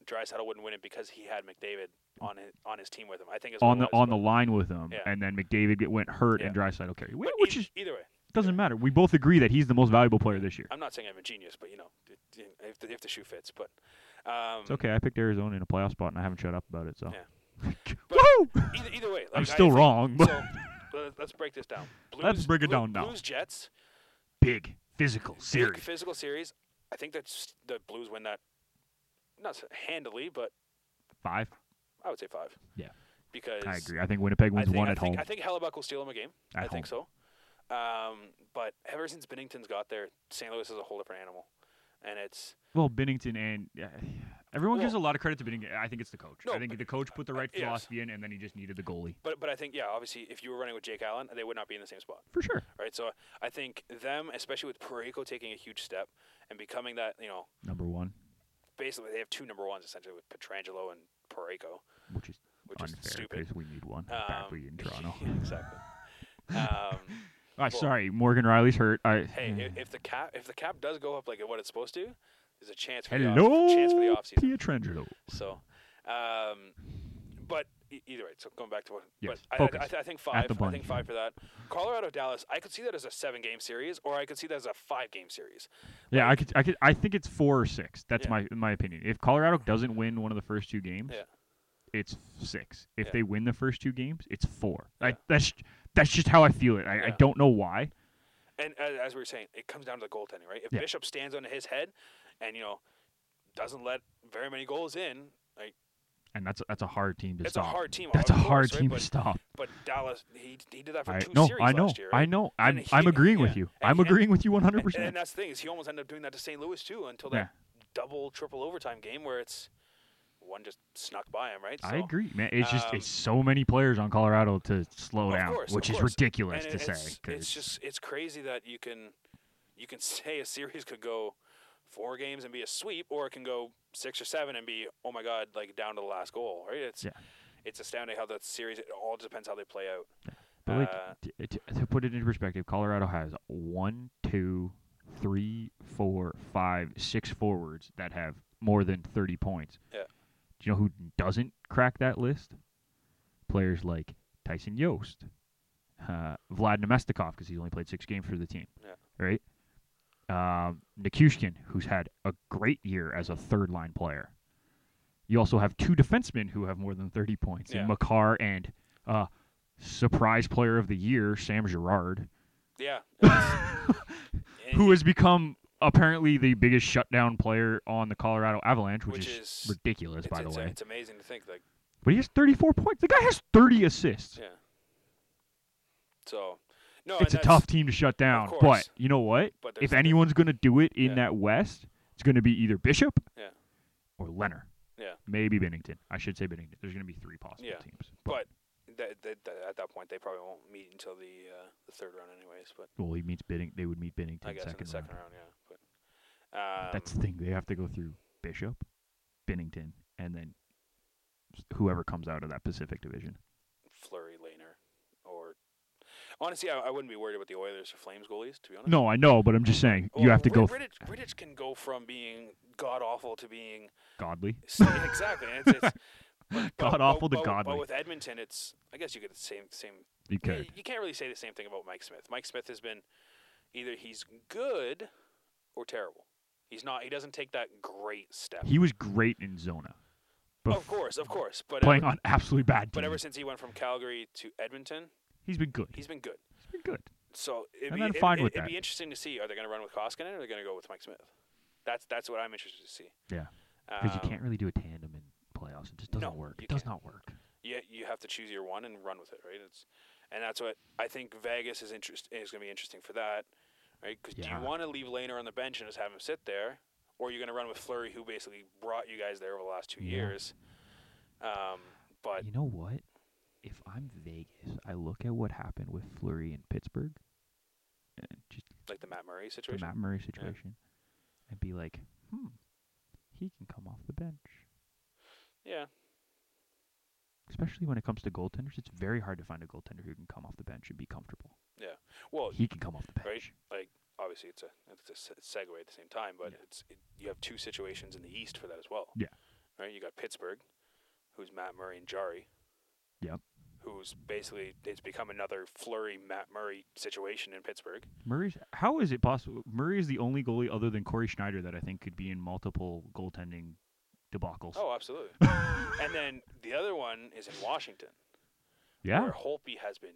Speaker 2: Drysaddle wouldn't win it because he had McDavid on his, on his team with him. I think is
Speaker 1: Mm. on the
Speaker 2: what it was,
Speaker 1: on the line with him,
Speaker 2: Yeah.
Speaker 1: and then McDavid get, went hurt, and Drysdale carried,
Speaker 2: but- but
Speaker 1: which
Speaker 2: eith-
Speaker 1: is
Speaker 2: either way.
Speaker 1: doesn't matter. We both agree that he's the most valuable player this year.
Speaker 2: I'm not saying I'm a genius, but you know, it- it- if the, if the shoe fits, but um,
Speaker 1: It's okay. I picked Arizona in a playoff spot, and I haven't shut up about it. So,
Speaker 2: Yeah.
Speaker 1: woo!
Speaker 2: Either, either way, like,
Speaker 1: I'm
Speaker 2: I
Speaker 1: still
Speaker 2: think-
Speaker 1: wrong, but
Speaker 2: So let- let's break this down. Blues,
Speaker 1: Let's break it
Speaker 2: Blue-
Speaker 1: down now.
Speaker 2: Blues Jets
Speaker 1: big physical
Speaker 2: big
Speaker 1: series.
Speaker 2: physical series. I think that's the Blues win that, not s- handily, but
Speaker 1: Five.
Speaker 2: I would say five.
Speaker 1: Yeah.
Speaker 2: because
Speaker 1: I agree. I think Winnipeg
Speaker 2: I
Speaker 1: wins
Speaker 2: think,
Speaker 1: one
Speaker 2: I
Speaker 1: at
Speaker 2: think,
Speaker 1: home.
Speaker 2: I think Hellebuck will steal him a game.
Speaker 1: At
Speaker 2: I think so. Um, but ever since Bennington's got there, St. Louis is a whole different animal, and it's
Speaker 1: Well, Bennington and yeah, everyone gives a
Speaker 2: Well-
Speaker 1: lot of credit to Bennington. I think it's the coach. I
Speaker 2: No,
Speaker 1: think
Speaker 2: but-
Speaker 1: the coach put the
Speaker 2: uh,
Speaker 1: right
Speaker 2: yes.
Speaker 1: philosophy in, and then he just needed the goalie
Speaker 2: but but I think yeah, obviously if you were running with Jake Allen, they would not be in the same spot,
Speaker 1: for sure.
Speaker 2: right? So I think them, especially with Pareko taking a huge step and becoming that you know
Speaker 1: Number one,
Speaker 2: basically they have two number ones essentially with Petrangelo and Pareko,
Speaker 1: which is
Speaker 2: which
Speaker 1: unfair
Speaker 2: is stupid.
Speaker 1: because we need one
Speaker 2: Um,
Speaker 1: badly in Toronto.
Speaker 2: yeah, exactly. Um,
Speaker 1: Ah,
Speaker 2: well-
Speaker 1: sorry, Morgan Riley's hurt. I
Speaker 2: hey, i- if the cap if the cap does go up like what it's supposed to, there's a chance for the off,
Speaker 1: hello,
Speaker 2: chance for the offseason.
Speaker 1: Pietrangelo.
Speaker 2: So, um, but y- either way. So going back to what,
Speaker 1: Yes,
Speaker 2: but
Speaker 1: focus.
Speaker 2: I, I, I think five.
Speaker 1: the
Speaker 2: I
Speaker 1: bunny.
Speaker 2: think five for that. Colorado Dallas. I could see that as a seven game series, or I could see that as a five game series.
Speaker 1: Yeah, I could, I could, I think it's four or six. That's
Speaker 2: Yeah.
Speaker 1: my my opinion. If Colorado doesn't win one of the first two games,
Speaker 2: Yeah.
Speaker 1: it's six. If
Speaker 2: Yeah.
Speaker 1: they win the first two games, it's four.
Speaker 2: Yeah.
Speaker 1: I, that's that's just how I feel it. I, I
Speaker 2: Yeah.
Speaker 1: don't know why.
Speaker 2: And as, as we were saying, it comes down to the goaltending, right? If
Speaker 1: Yeah.
Speaker 2: Bishop stands on his head, and you know, doesn't let very many goals in, like
Speaker 1: And that's that's a hard team to
Speaker 2: it's
Speaker 1: stop.
Speaker 2: a hard team.
Speaker 1: that's
Speaker 2: of
Speaker 1: a hard
Speaker 2: course,
Speaker 1: team
Speaker 2: right?
Speaker 1: to stop.
Speaker 2: But, but Dallas, he, he did that for
Speaker 1: I,
Speaker 2: two
Speaker 1: no,
Speaker 2: series
Speaker 1: I know,
Speaker 2: last year.
Speaker 1: I
Speaker 2: right?
Speaker 1: know. I'm
Speaker 2: he-
Speaker 1: I'm agreeing with
Speaker 2: yeah.
Speaker 1: you.
Speaker 2: And-
Speaker 1: I'm
Speaker 2: and-
Speaker 1: agreeing with you 100.
Speaker 2: And, and
Speaker 1: percent
Speaker 2: that's the thing is he almost ended up doing that to St. Louis too until that double triple overtime game where it's one just snuck by him, right?
Speaker 1: I agree, man. It's just
Speaker 2: um,
Speaker 1: it's so many players on Colorado to slow
Speaker 2: Of
Speaker 1: down,
Speaker 2: course,
Speaker 1: Oh,
Speaker 2: of
Speaker 1: which is
Speaker 2: course. And
Speaker 1: ridiculous
Speaker 2: it-
Speaker 1: to
Speaker 2: it's,
Speaker 1: say. 'cause
Speaker 2: it's just it's crazy that you can you can say a series could go four games and be a sweep, or it can go six or seven and be oh my god, like down to the last goal, right? It's
Speaker 1: Yeah.
Speaker 2: it's astounding how that series. It all depends how they play out.
Speaker 1: But like
Speaker 2: Uh,
Speaker 1: t- t- to put it into perspective, Colorado has one, two, three, four, five, six forwards that have more than thirty points.
Speaker 2: Yeah.
Speaker 1: Do you know who doesn't crack that list? Players like Tyson Yost, uh, Vlad Nemestikov, because he's only played six games for the team.
Speaker 2: Yeah.
Speaker 1: Right. Um, Nikushkin, who's had a great year as a third line player. You also have two defensemen who have more than thirty points in
Speaker 2: Yeah.
Speaker 1: Makar and uh, surprise player of the year, Sam Girard,
Speaker 2: Yeah. it's- and-
Speaker 1: who has become apparently the biggest shutdown player on the Colorado Avalanche, which,
Speaker 2: Which
Speaker 1: is,
Speaker 2: is-
Speaker 1: ridiculous,
Speaker 2: it's,
Speaker 1: by the
Speaker 2: it's,
Speaker 1: way.
Speaker 2: it's amazing to think like
Speaker 1: but he has 34 points. The guy has 30 assists.
Speaker 2: yeah. So
Speaker 1: it's
Speaker 2: no,
Speaker 1: a
Speaker 2: and that's-
Speaker 1: tough team to shut down, but
Speaker 2: course.
Speaker 1: you know what?
Speaker 2: But there's
Speaker 1: If
Speaker 2: the-
Speaker 1: anyone's going to do it in
Speaker 2: Yeah.
Speaker 1: that West, it's going to be either Bishop
Speaker 2: Yeah.
Speaker 1: or Leonard.
Speaker 2: Yeah.
Speaker 1: Maybe Bennington. I should say Bennington. There's going to be three possible
Speaker 2: Yeah.
Speaker 1: teams.
Speaker 2: But that, that, that, at that point, they probably won't meet until the uh, the third round, anyways. But
Speaker 1: Well, he meets Bidding. They would meet Bennington
Speaker 2: I guess in
Speaker 1: second,
Speaker 2: the second
Speaker 1: round.
Speaker 2: round, yeah. But um,
Speaker 1: That's the thing. They have to go through Bishop, Bennington, and then whoever comes out of that Pacific Division.
Speaker 2: Flurry, Laner, or honestly, I, I wouldn't be worried about the Oilers or Flames goalies, to be honest.
Speaker 1: No, I know, but I'm just saying you
Speaker 2: Well,
Speaker 1: have to
Speaker 2: Rid-
Speaker 1: go uh,
Speaker 2: Riddich, Riddich can go from being god awful to being
Speaker 1: godly.
Speaker 2: exactly. And it's, it's but- but-
Speaker 1: God-awful to
Speaker 2: but- but-
Speaker 1: godly.
Speaker 2: But with Edmonton, it's I guess you get the same same
Speaker 1: You
Speaker 2: Yeah,
Speaker 1: could.
Speaker 2: you can't really say the same thing about Mike Smith. Mike Smith has been either he's good or terrible. He's not. He doesn't take that great step.
Speaker 1: He was great in Zona, but
Speaker 2: of course, of course. But uh,
Speaker 1: playing
Speaker 2: ever,
Speaker 1: on absolutely bad
Speaker 2: but ever
Speaker 1: teams.
Speaker 2: since he went from Calgary to Edmonton,
Speaker 1: He's been good.
Speaker 2: he's been good.
Speaker 1: He's been good.
Speaker 2: So it'd
Speaker 1: And
Speaker 2: be,
Speaker 1: I'm
Speaker 2: it'd-
Speaker 1: fine
Speaker 2: it'd-
Speaker 1: with
Speaker 2: it'd
Speaker 1: that.
Speaker 2: be interesting to see. Are they going to run with Koskinen or are they going to go with Mike Smith? That's that's what I'm interested to see.
Speaker 1: Yeah. Because
Speaker 2: Um,
Speaker 1: you can't really do a tandem in playoffs. It just doesn't
Speaker 2: no,
Speaker 1: work.
Speaker 2: you
Speaker 1: It does
Speaker 2: can't.
Speaker 1: not work.
Speaker 2: you you have to choose your one and run with it, right? It's and that's what I think Vegas is interest is going to be interesting for that, right? Because do
Speaker 1: Yeah.
Speaker 2: you want to leave Laner on the bench and just have him sit there, or you're going to run with Flurry, who basically brought you guys there over the last two
Speaker 1: Yeah.
Speaker 2: years? Um, but
Speaker 1: You know what? If I'm Vegas, I look at what happened with Flurry in Pittsburgh. and Just
Speaker 2: like the Matt Murray
Speaker 1: the
Speaker 2: situation,
Speaker 1: Matt Murray situation, and be like, hmm, he can come off the bench.
Speaker 2: yeah,
Speaker 1: especially when it comes to goaltenders, it's very hard to find a goaltender who can come off the bench and be comfortable.
Speaker 2: well,
Speaker 1: He can come off the bench.
Speaker 2: Oh, Right. obviously it's a it's a se- segue at the same time, but
Speaker 1: Yeah.
Speaker 2: it's it, you have two situations in the East for that as well.
Speaker 1: Yeah.
Speaker 2: right. You got Pittsburgh, who's Matt Murray and Jari.
Speaker 1: Yep.
Speaker 2: Who's basically it's become another flurry Matt Murray situation in Pittsburgh.
Speaker 1: Murray's how is it possible? Murray is the only goalie other than Corey Schneider that I think could be in multiple goaltending debacles.
Speaker 2: Oh, absolutely. and then the other one is in Washington,
Speaker 1: yeah,
Speaker 2: where Holpe has been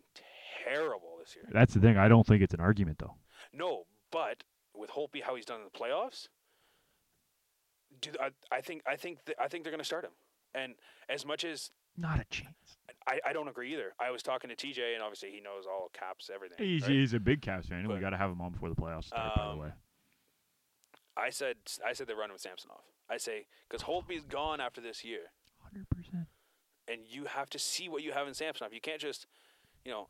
Speaker 2: terrible this year.
Speaker 1: that's the thing. I don't think it's an argument though.
Speaker 2: No, but with Holpe, how he's done in the playoffs, do I, I think I think th- I think they're going to start him. And as much as
Speaker 1: Not a chance.
Speaker 2: I, I don't agree either. I was talking to TJ, and obviously he knows all caps, everything.
Speaker 1: He's,
Speaker 2: right?
Speaker 1: he's a big Cavs fan, and we
Speaker 2: But-
Speaker 1: got to have him on before the playoffs start. by
Speaker 2: Um,
Speaker 1: the way,
Speaker 2: I said I said they're running with Samsonov. I say because Holtby's gone after this year,
Speaker 1: hundred percent.
Speaker 2: and you have to see what you have in Samsonov. You can't just, you know,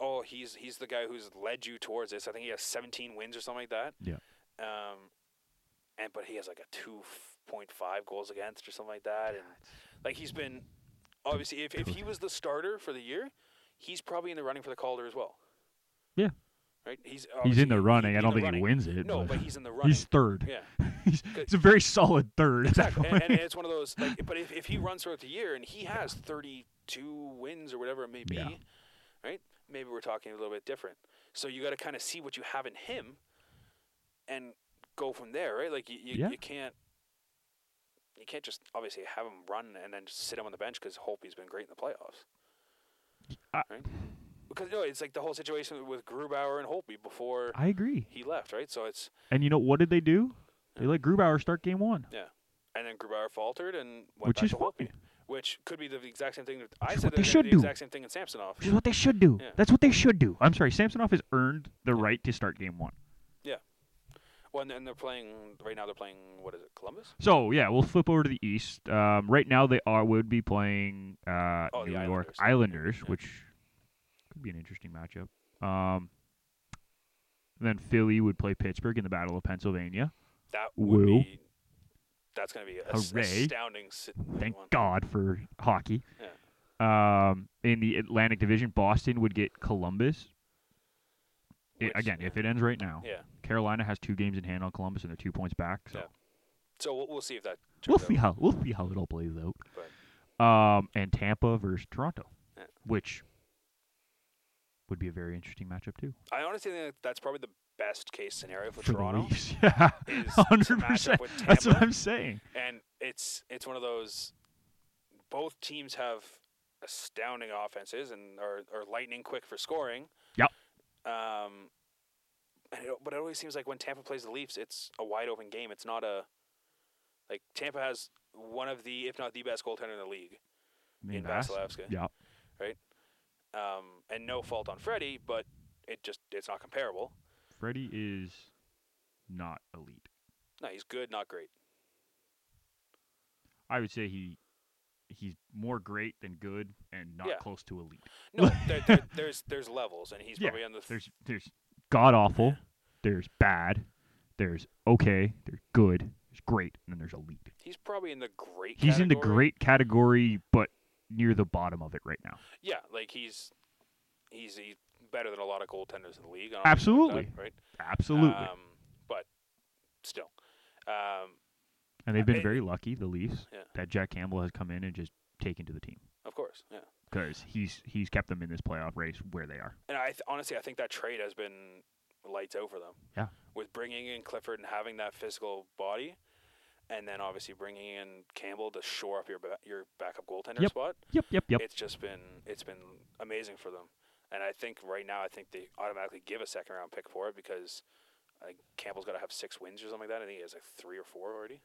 Speaker 2: oh he's he's the guy who's led you towards this. I think he has 17 wins or something like that.
Speaker 1: Yeah.
Speaker 2: Um, and but he has like a 2.5 goals against or something like that, and like he's been obviously if if he was the starter for the year, he's probably in the running for the Calder as well.
Speaker 1: Yeah.
Speaker 2: Right. He's
Speaker 1: He's
Speaker 2: obviously-
Speaker 1: in the
Speaker 2: he-
Speaker 1: running.
Speaker 2: he's
Speaker 1: I
Speaker 2: in
Speaker 1: don't
Speaker 2: the
Speaker 1: think
Speaker 2: running.
Speaker 1: he wins it.
Speaker 2: No,
Speaker 1: but
Speaker 2: but he's in the running.
Speaker 1: he's third.
Speaker 2: yeah.
Speaker 1: he's, it's a very solid third. at that
Speaker 2: Exactly, and,
Speaker 1: point.
Speaker 2: and it's one of those. Like, but if, if he runs throughout the year and he has 32 two wins or whatever it may be,
Speaker 1: Yeah.
Speaker 2: right? Maybe we're talking a little bit different. So you got to kind of see what you have in him, and go from there, right? Like you, you,
Speaker 1: Yeah.
Speaker 2: you can't. You can't just obviously have him run and then just sit him on the bench because Holpe's been great in the playoffs.
Speaker 1: I-
Speaker 2: right? Because no, it's like the whole situation with Grubauer and Holpe before
Speaker 1: I agree.
Speaker 2: he left, right? So it's
Speaker 1: And you know what did they do? They let Grubauer start game one,
Speaker 2: and then Grubauer faltered and went
Speaker 1: which
Speaker 2: back
Speaker 1: is
Speaker 2: to
Speaker 1: fine,
Speaker 2: Holtby, which could be the exact same thing. That I
Speaker 1: Which is
Speaker 2: said
Speaker 1: what
Speaker 2: that
Speaker 1: they
Speaker 2: it could
Speaker 1: should
Speaker 2: be
Speaker 1: do.
Speaker 2: the exact same thing in Samsonov.
Speaker 1: which is what they should do.
Speaker 2: Yeah.
Speaker 1: That's what they should do. I'm sorry, Samsonov has earned the right to start game one.
Speaker 2: Well, and, and they're playing right now. They're playing what is it, Columbus?
Speaker 1: So yeah, we'll flip over to the East. Um, right now, they are would be playing uh,
Speaker 2: Oh,
Speaker 1: New
Speaker 2: the
Speaker 1: York Islanders,
Speaker 2: Islanders. Yeah.
Speaker 1: which could be an interesting matchup. Um, then Philly would play Pittsburgh in the Battle of Pennsylvania.
Speaker 2: That would
Speaker 1: Woo.
Speaker 2: be. That's going to be a s-
Speaker 1: Hooray.
Speaker 2: astounding. Sit-
Speaker 1: Thank
Speaker 2: one.
Speaker 1: God for hockey.
Speaker 2: Yeah.
Speaker 1: Um, in the Atlantic Division, Boston would get Columbus. I-
Speaker 2: Which-
Speaker 1: again,
Speaker 2: yeah.
Speaker 1: if it ends right now,
Speaker 2: Yeah.
Speaker 1: Carolina has two games in hand on Columbus, and they're two points back. So
Speaker 2: Yeah. So we'll, we'll see if that.
Speaker 1: we'll
Speaker 2: turns
Speaker 1: see
Speaker 2: out.
Speaker 1: how we'll see how it all plays out. Um, and Tampa versus Toronto,
Speaker 2: Yeah.
Speaker 1: which would be a very interesting matchup too
Speaker 2: I honestly think that's probably the best case scenario for,
Speaker 1: for
Speaker 2: Toronto.
Speaker 1: the Leafs. Yeah,
Speaker 2: is to match up
Speaker 1: hundred percent.
Speaker 2: with
Speaker 1: That's what
Speaker 2: Tampa.
Speaker 1: I'm saying.
Speaker 2: and it's it's one of those both teams have astounding offenses and are, are lightning quick for scoring.
Speaker 1: Yep.
Speaker 2: Um and it, but it always seems like when Tampa plays the Leafs, it's a wide open game. It's not a like Tampa has one of the if not the best goaltender in the league in
Speaker 1: Vass-
Speaker 2: Vasilevsky.
Speaker 1: Yeah,
Speaker 2: Um and no fault on Freddie, but it just it's not comparable.
Speaker 1: Freddie is not elite.
Speaker 2: No, he's good, not great.
Speaker 1: I would say he he's more great than good and not
Speaker 2: Yeah.
Speaker 1: close to elite.
Speaker 2: No, there, there, there's there's levels and he's
Speaker 1: Yeah,
Speaker 2: probably on the
Speaker 1: There's there's god awful. There's bad. There's okay. There's good. There's great, and then there's elite.
Speaker 2: he's probably in the great
Speaker 1: He's in the
Speaker 2: category.
Speaker 1: great category, but near the bottom of it right now.
Speaker 2: Yeah, like he's he's, he's better than a lot of goaltenders in the league. and all that,
Speaker 1: Absolutely.
Speaker 2: right?
Speaker 1: Absolutely.
Speaker 2: Um, but still, um,
Speaker 1: and they've been
Speaker 2: it-
Speaker 1: very lucky, the Leafs,
Speaker 2: Yeah.
Speaker 1: that Jack Campbell has come in and just taken to the team
Speaker 2: of course, yeah.
Speaker 1: because he's he's kept them in this playoff race where they are.
Speaker 2: And I th- honestly, I think that trade has been lights out for them.
Speaker 1: Yeah.
Speaker 2: With bringing in Clifford and having that physical body, and then obviously bringing in Campbell to shore up your ba- your backup goaltender
Speaker 1: Yep.
Speaker 2: spot.
Speaker 1: Yep, yep, yep.
Speaker 2: It's just been it's been amazing for them. And I think right now, I think they automatically give a second round pick for it because like, Campbell's got to have six wins or something like that. I think he has like three or four already.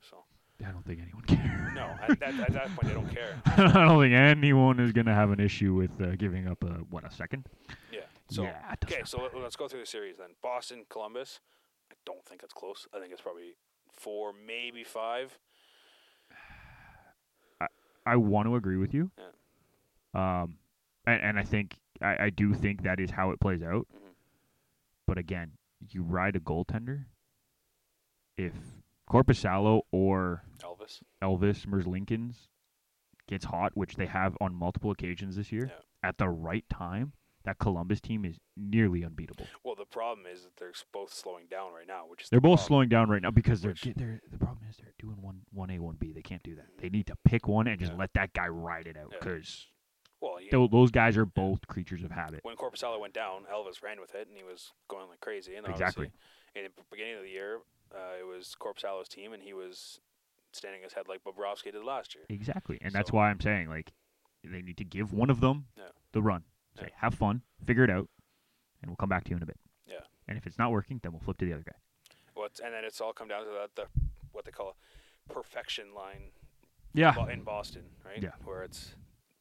Speaker 2: So
Speaker 1: I don't think anyone cares.
Speaker 2: no, at that, at that point, they don't care.
Speaker 1: I don't think anyone is going to have an issue with uh, giving up a what a second.
Speaker 2: Yeah. So
Speaker 1: yeah, it does
Speaker 2: okay,
Speaker 1: not
Speaker 2: so let, let's go through the series then. Boston, Columbus. I don't think it's close. I think it's probably four, maybe five.
Speaker 1: I want to agree with you.
Speaker 2: Yeah.
Speaker 1: Um, and, and I think I, I do think that is how it plays out.
Speaker 2: Mhm.
Speaker 1: But again, you ride a goaltender. If Corpusalo or
Speaker 2: Elvis.
Speaker 1: Elvis Merzlikins gets hot, which they have on multiple occasions this year,
Speaker 2: Yeah.
Speaker 1: at the right time, that Columbus team is nearly unbeatable.
Speaker 2: Well, the problem is that they're s- both slowing down right now, which is
Speaker 1: They're
Speaker 2: the
Speaker 1: both
Speaker 2: problem.
Speaker 1: slowing down right now because they're,
Speaker 2: Which-
Speaker 1: get- they're the problem is they're doing one one A one B. They can't do that. They need to pick one and just
Speaker 2: Yeah.
Speaker 1: let that guy ride it out
Speaker 2: Yeah.
Speaker 1: because
Speaker 2: Well, you,
Speaker 1: those guys are both creatures of habit.
Speaker 2: when Corpusala went down, Elvis ran with it, and he was going like crazy. And
Speaker 1: Exactly.
Speaker 2: obviously, in the beginning of the year, uh, it was Corpusala's team, and he was standing his head like Bobrovsky did last year.
Speaker 1: Exactly, and that's
Speaker 2: So-
Speaker 1: why I'm saying like they need to give one of them
Speaker 2: Yeah.
Speaker 1: the run. Say,
Speaker 2: Yeah.
Speaker 1: have fun, figure it out, and we'll come back to you in a bit.
Speaker 2: Yeah.
Speaker 1: And if it's not working, then we'll flip to the other guy.
Speaker 2: What's and then it's all come down to that the what they call a perfection line
Speaker 1: Yeah.
Speaker 2: Bo- in Boston, right?
Speaker 1: Ah. Yeah.
Speaker 2: Where it's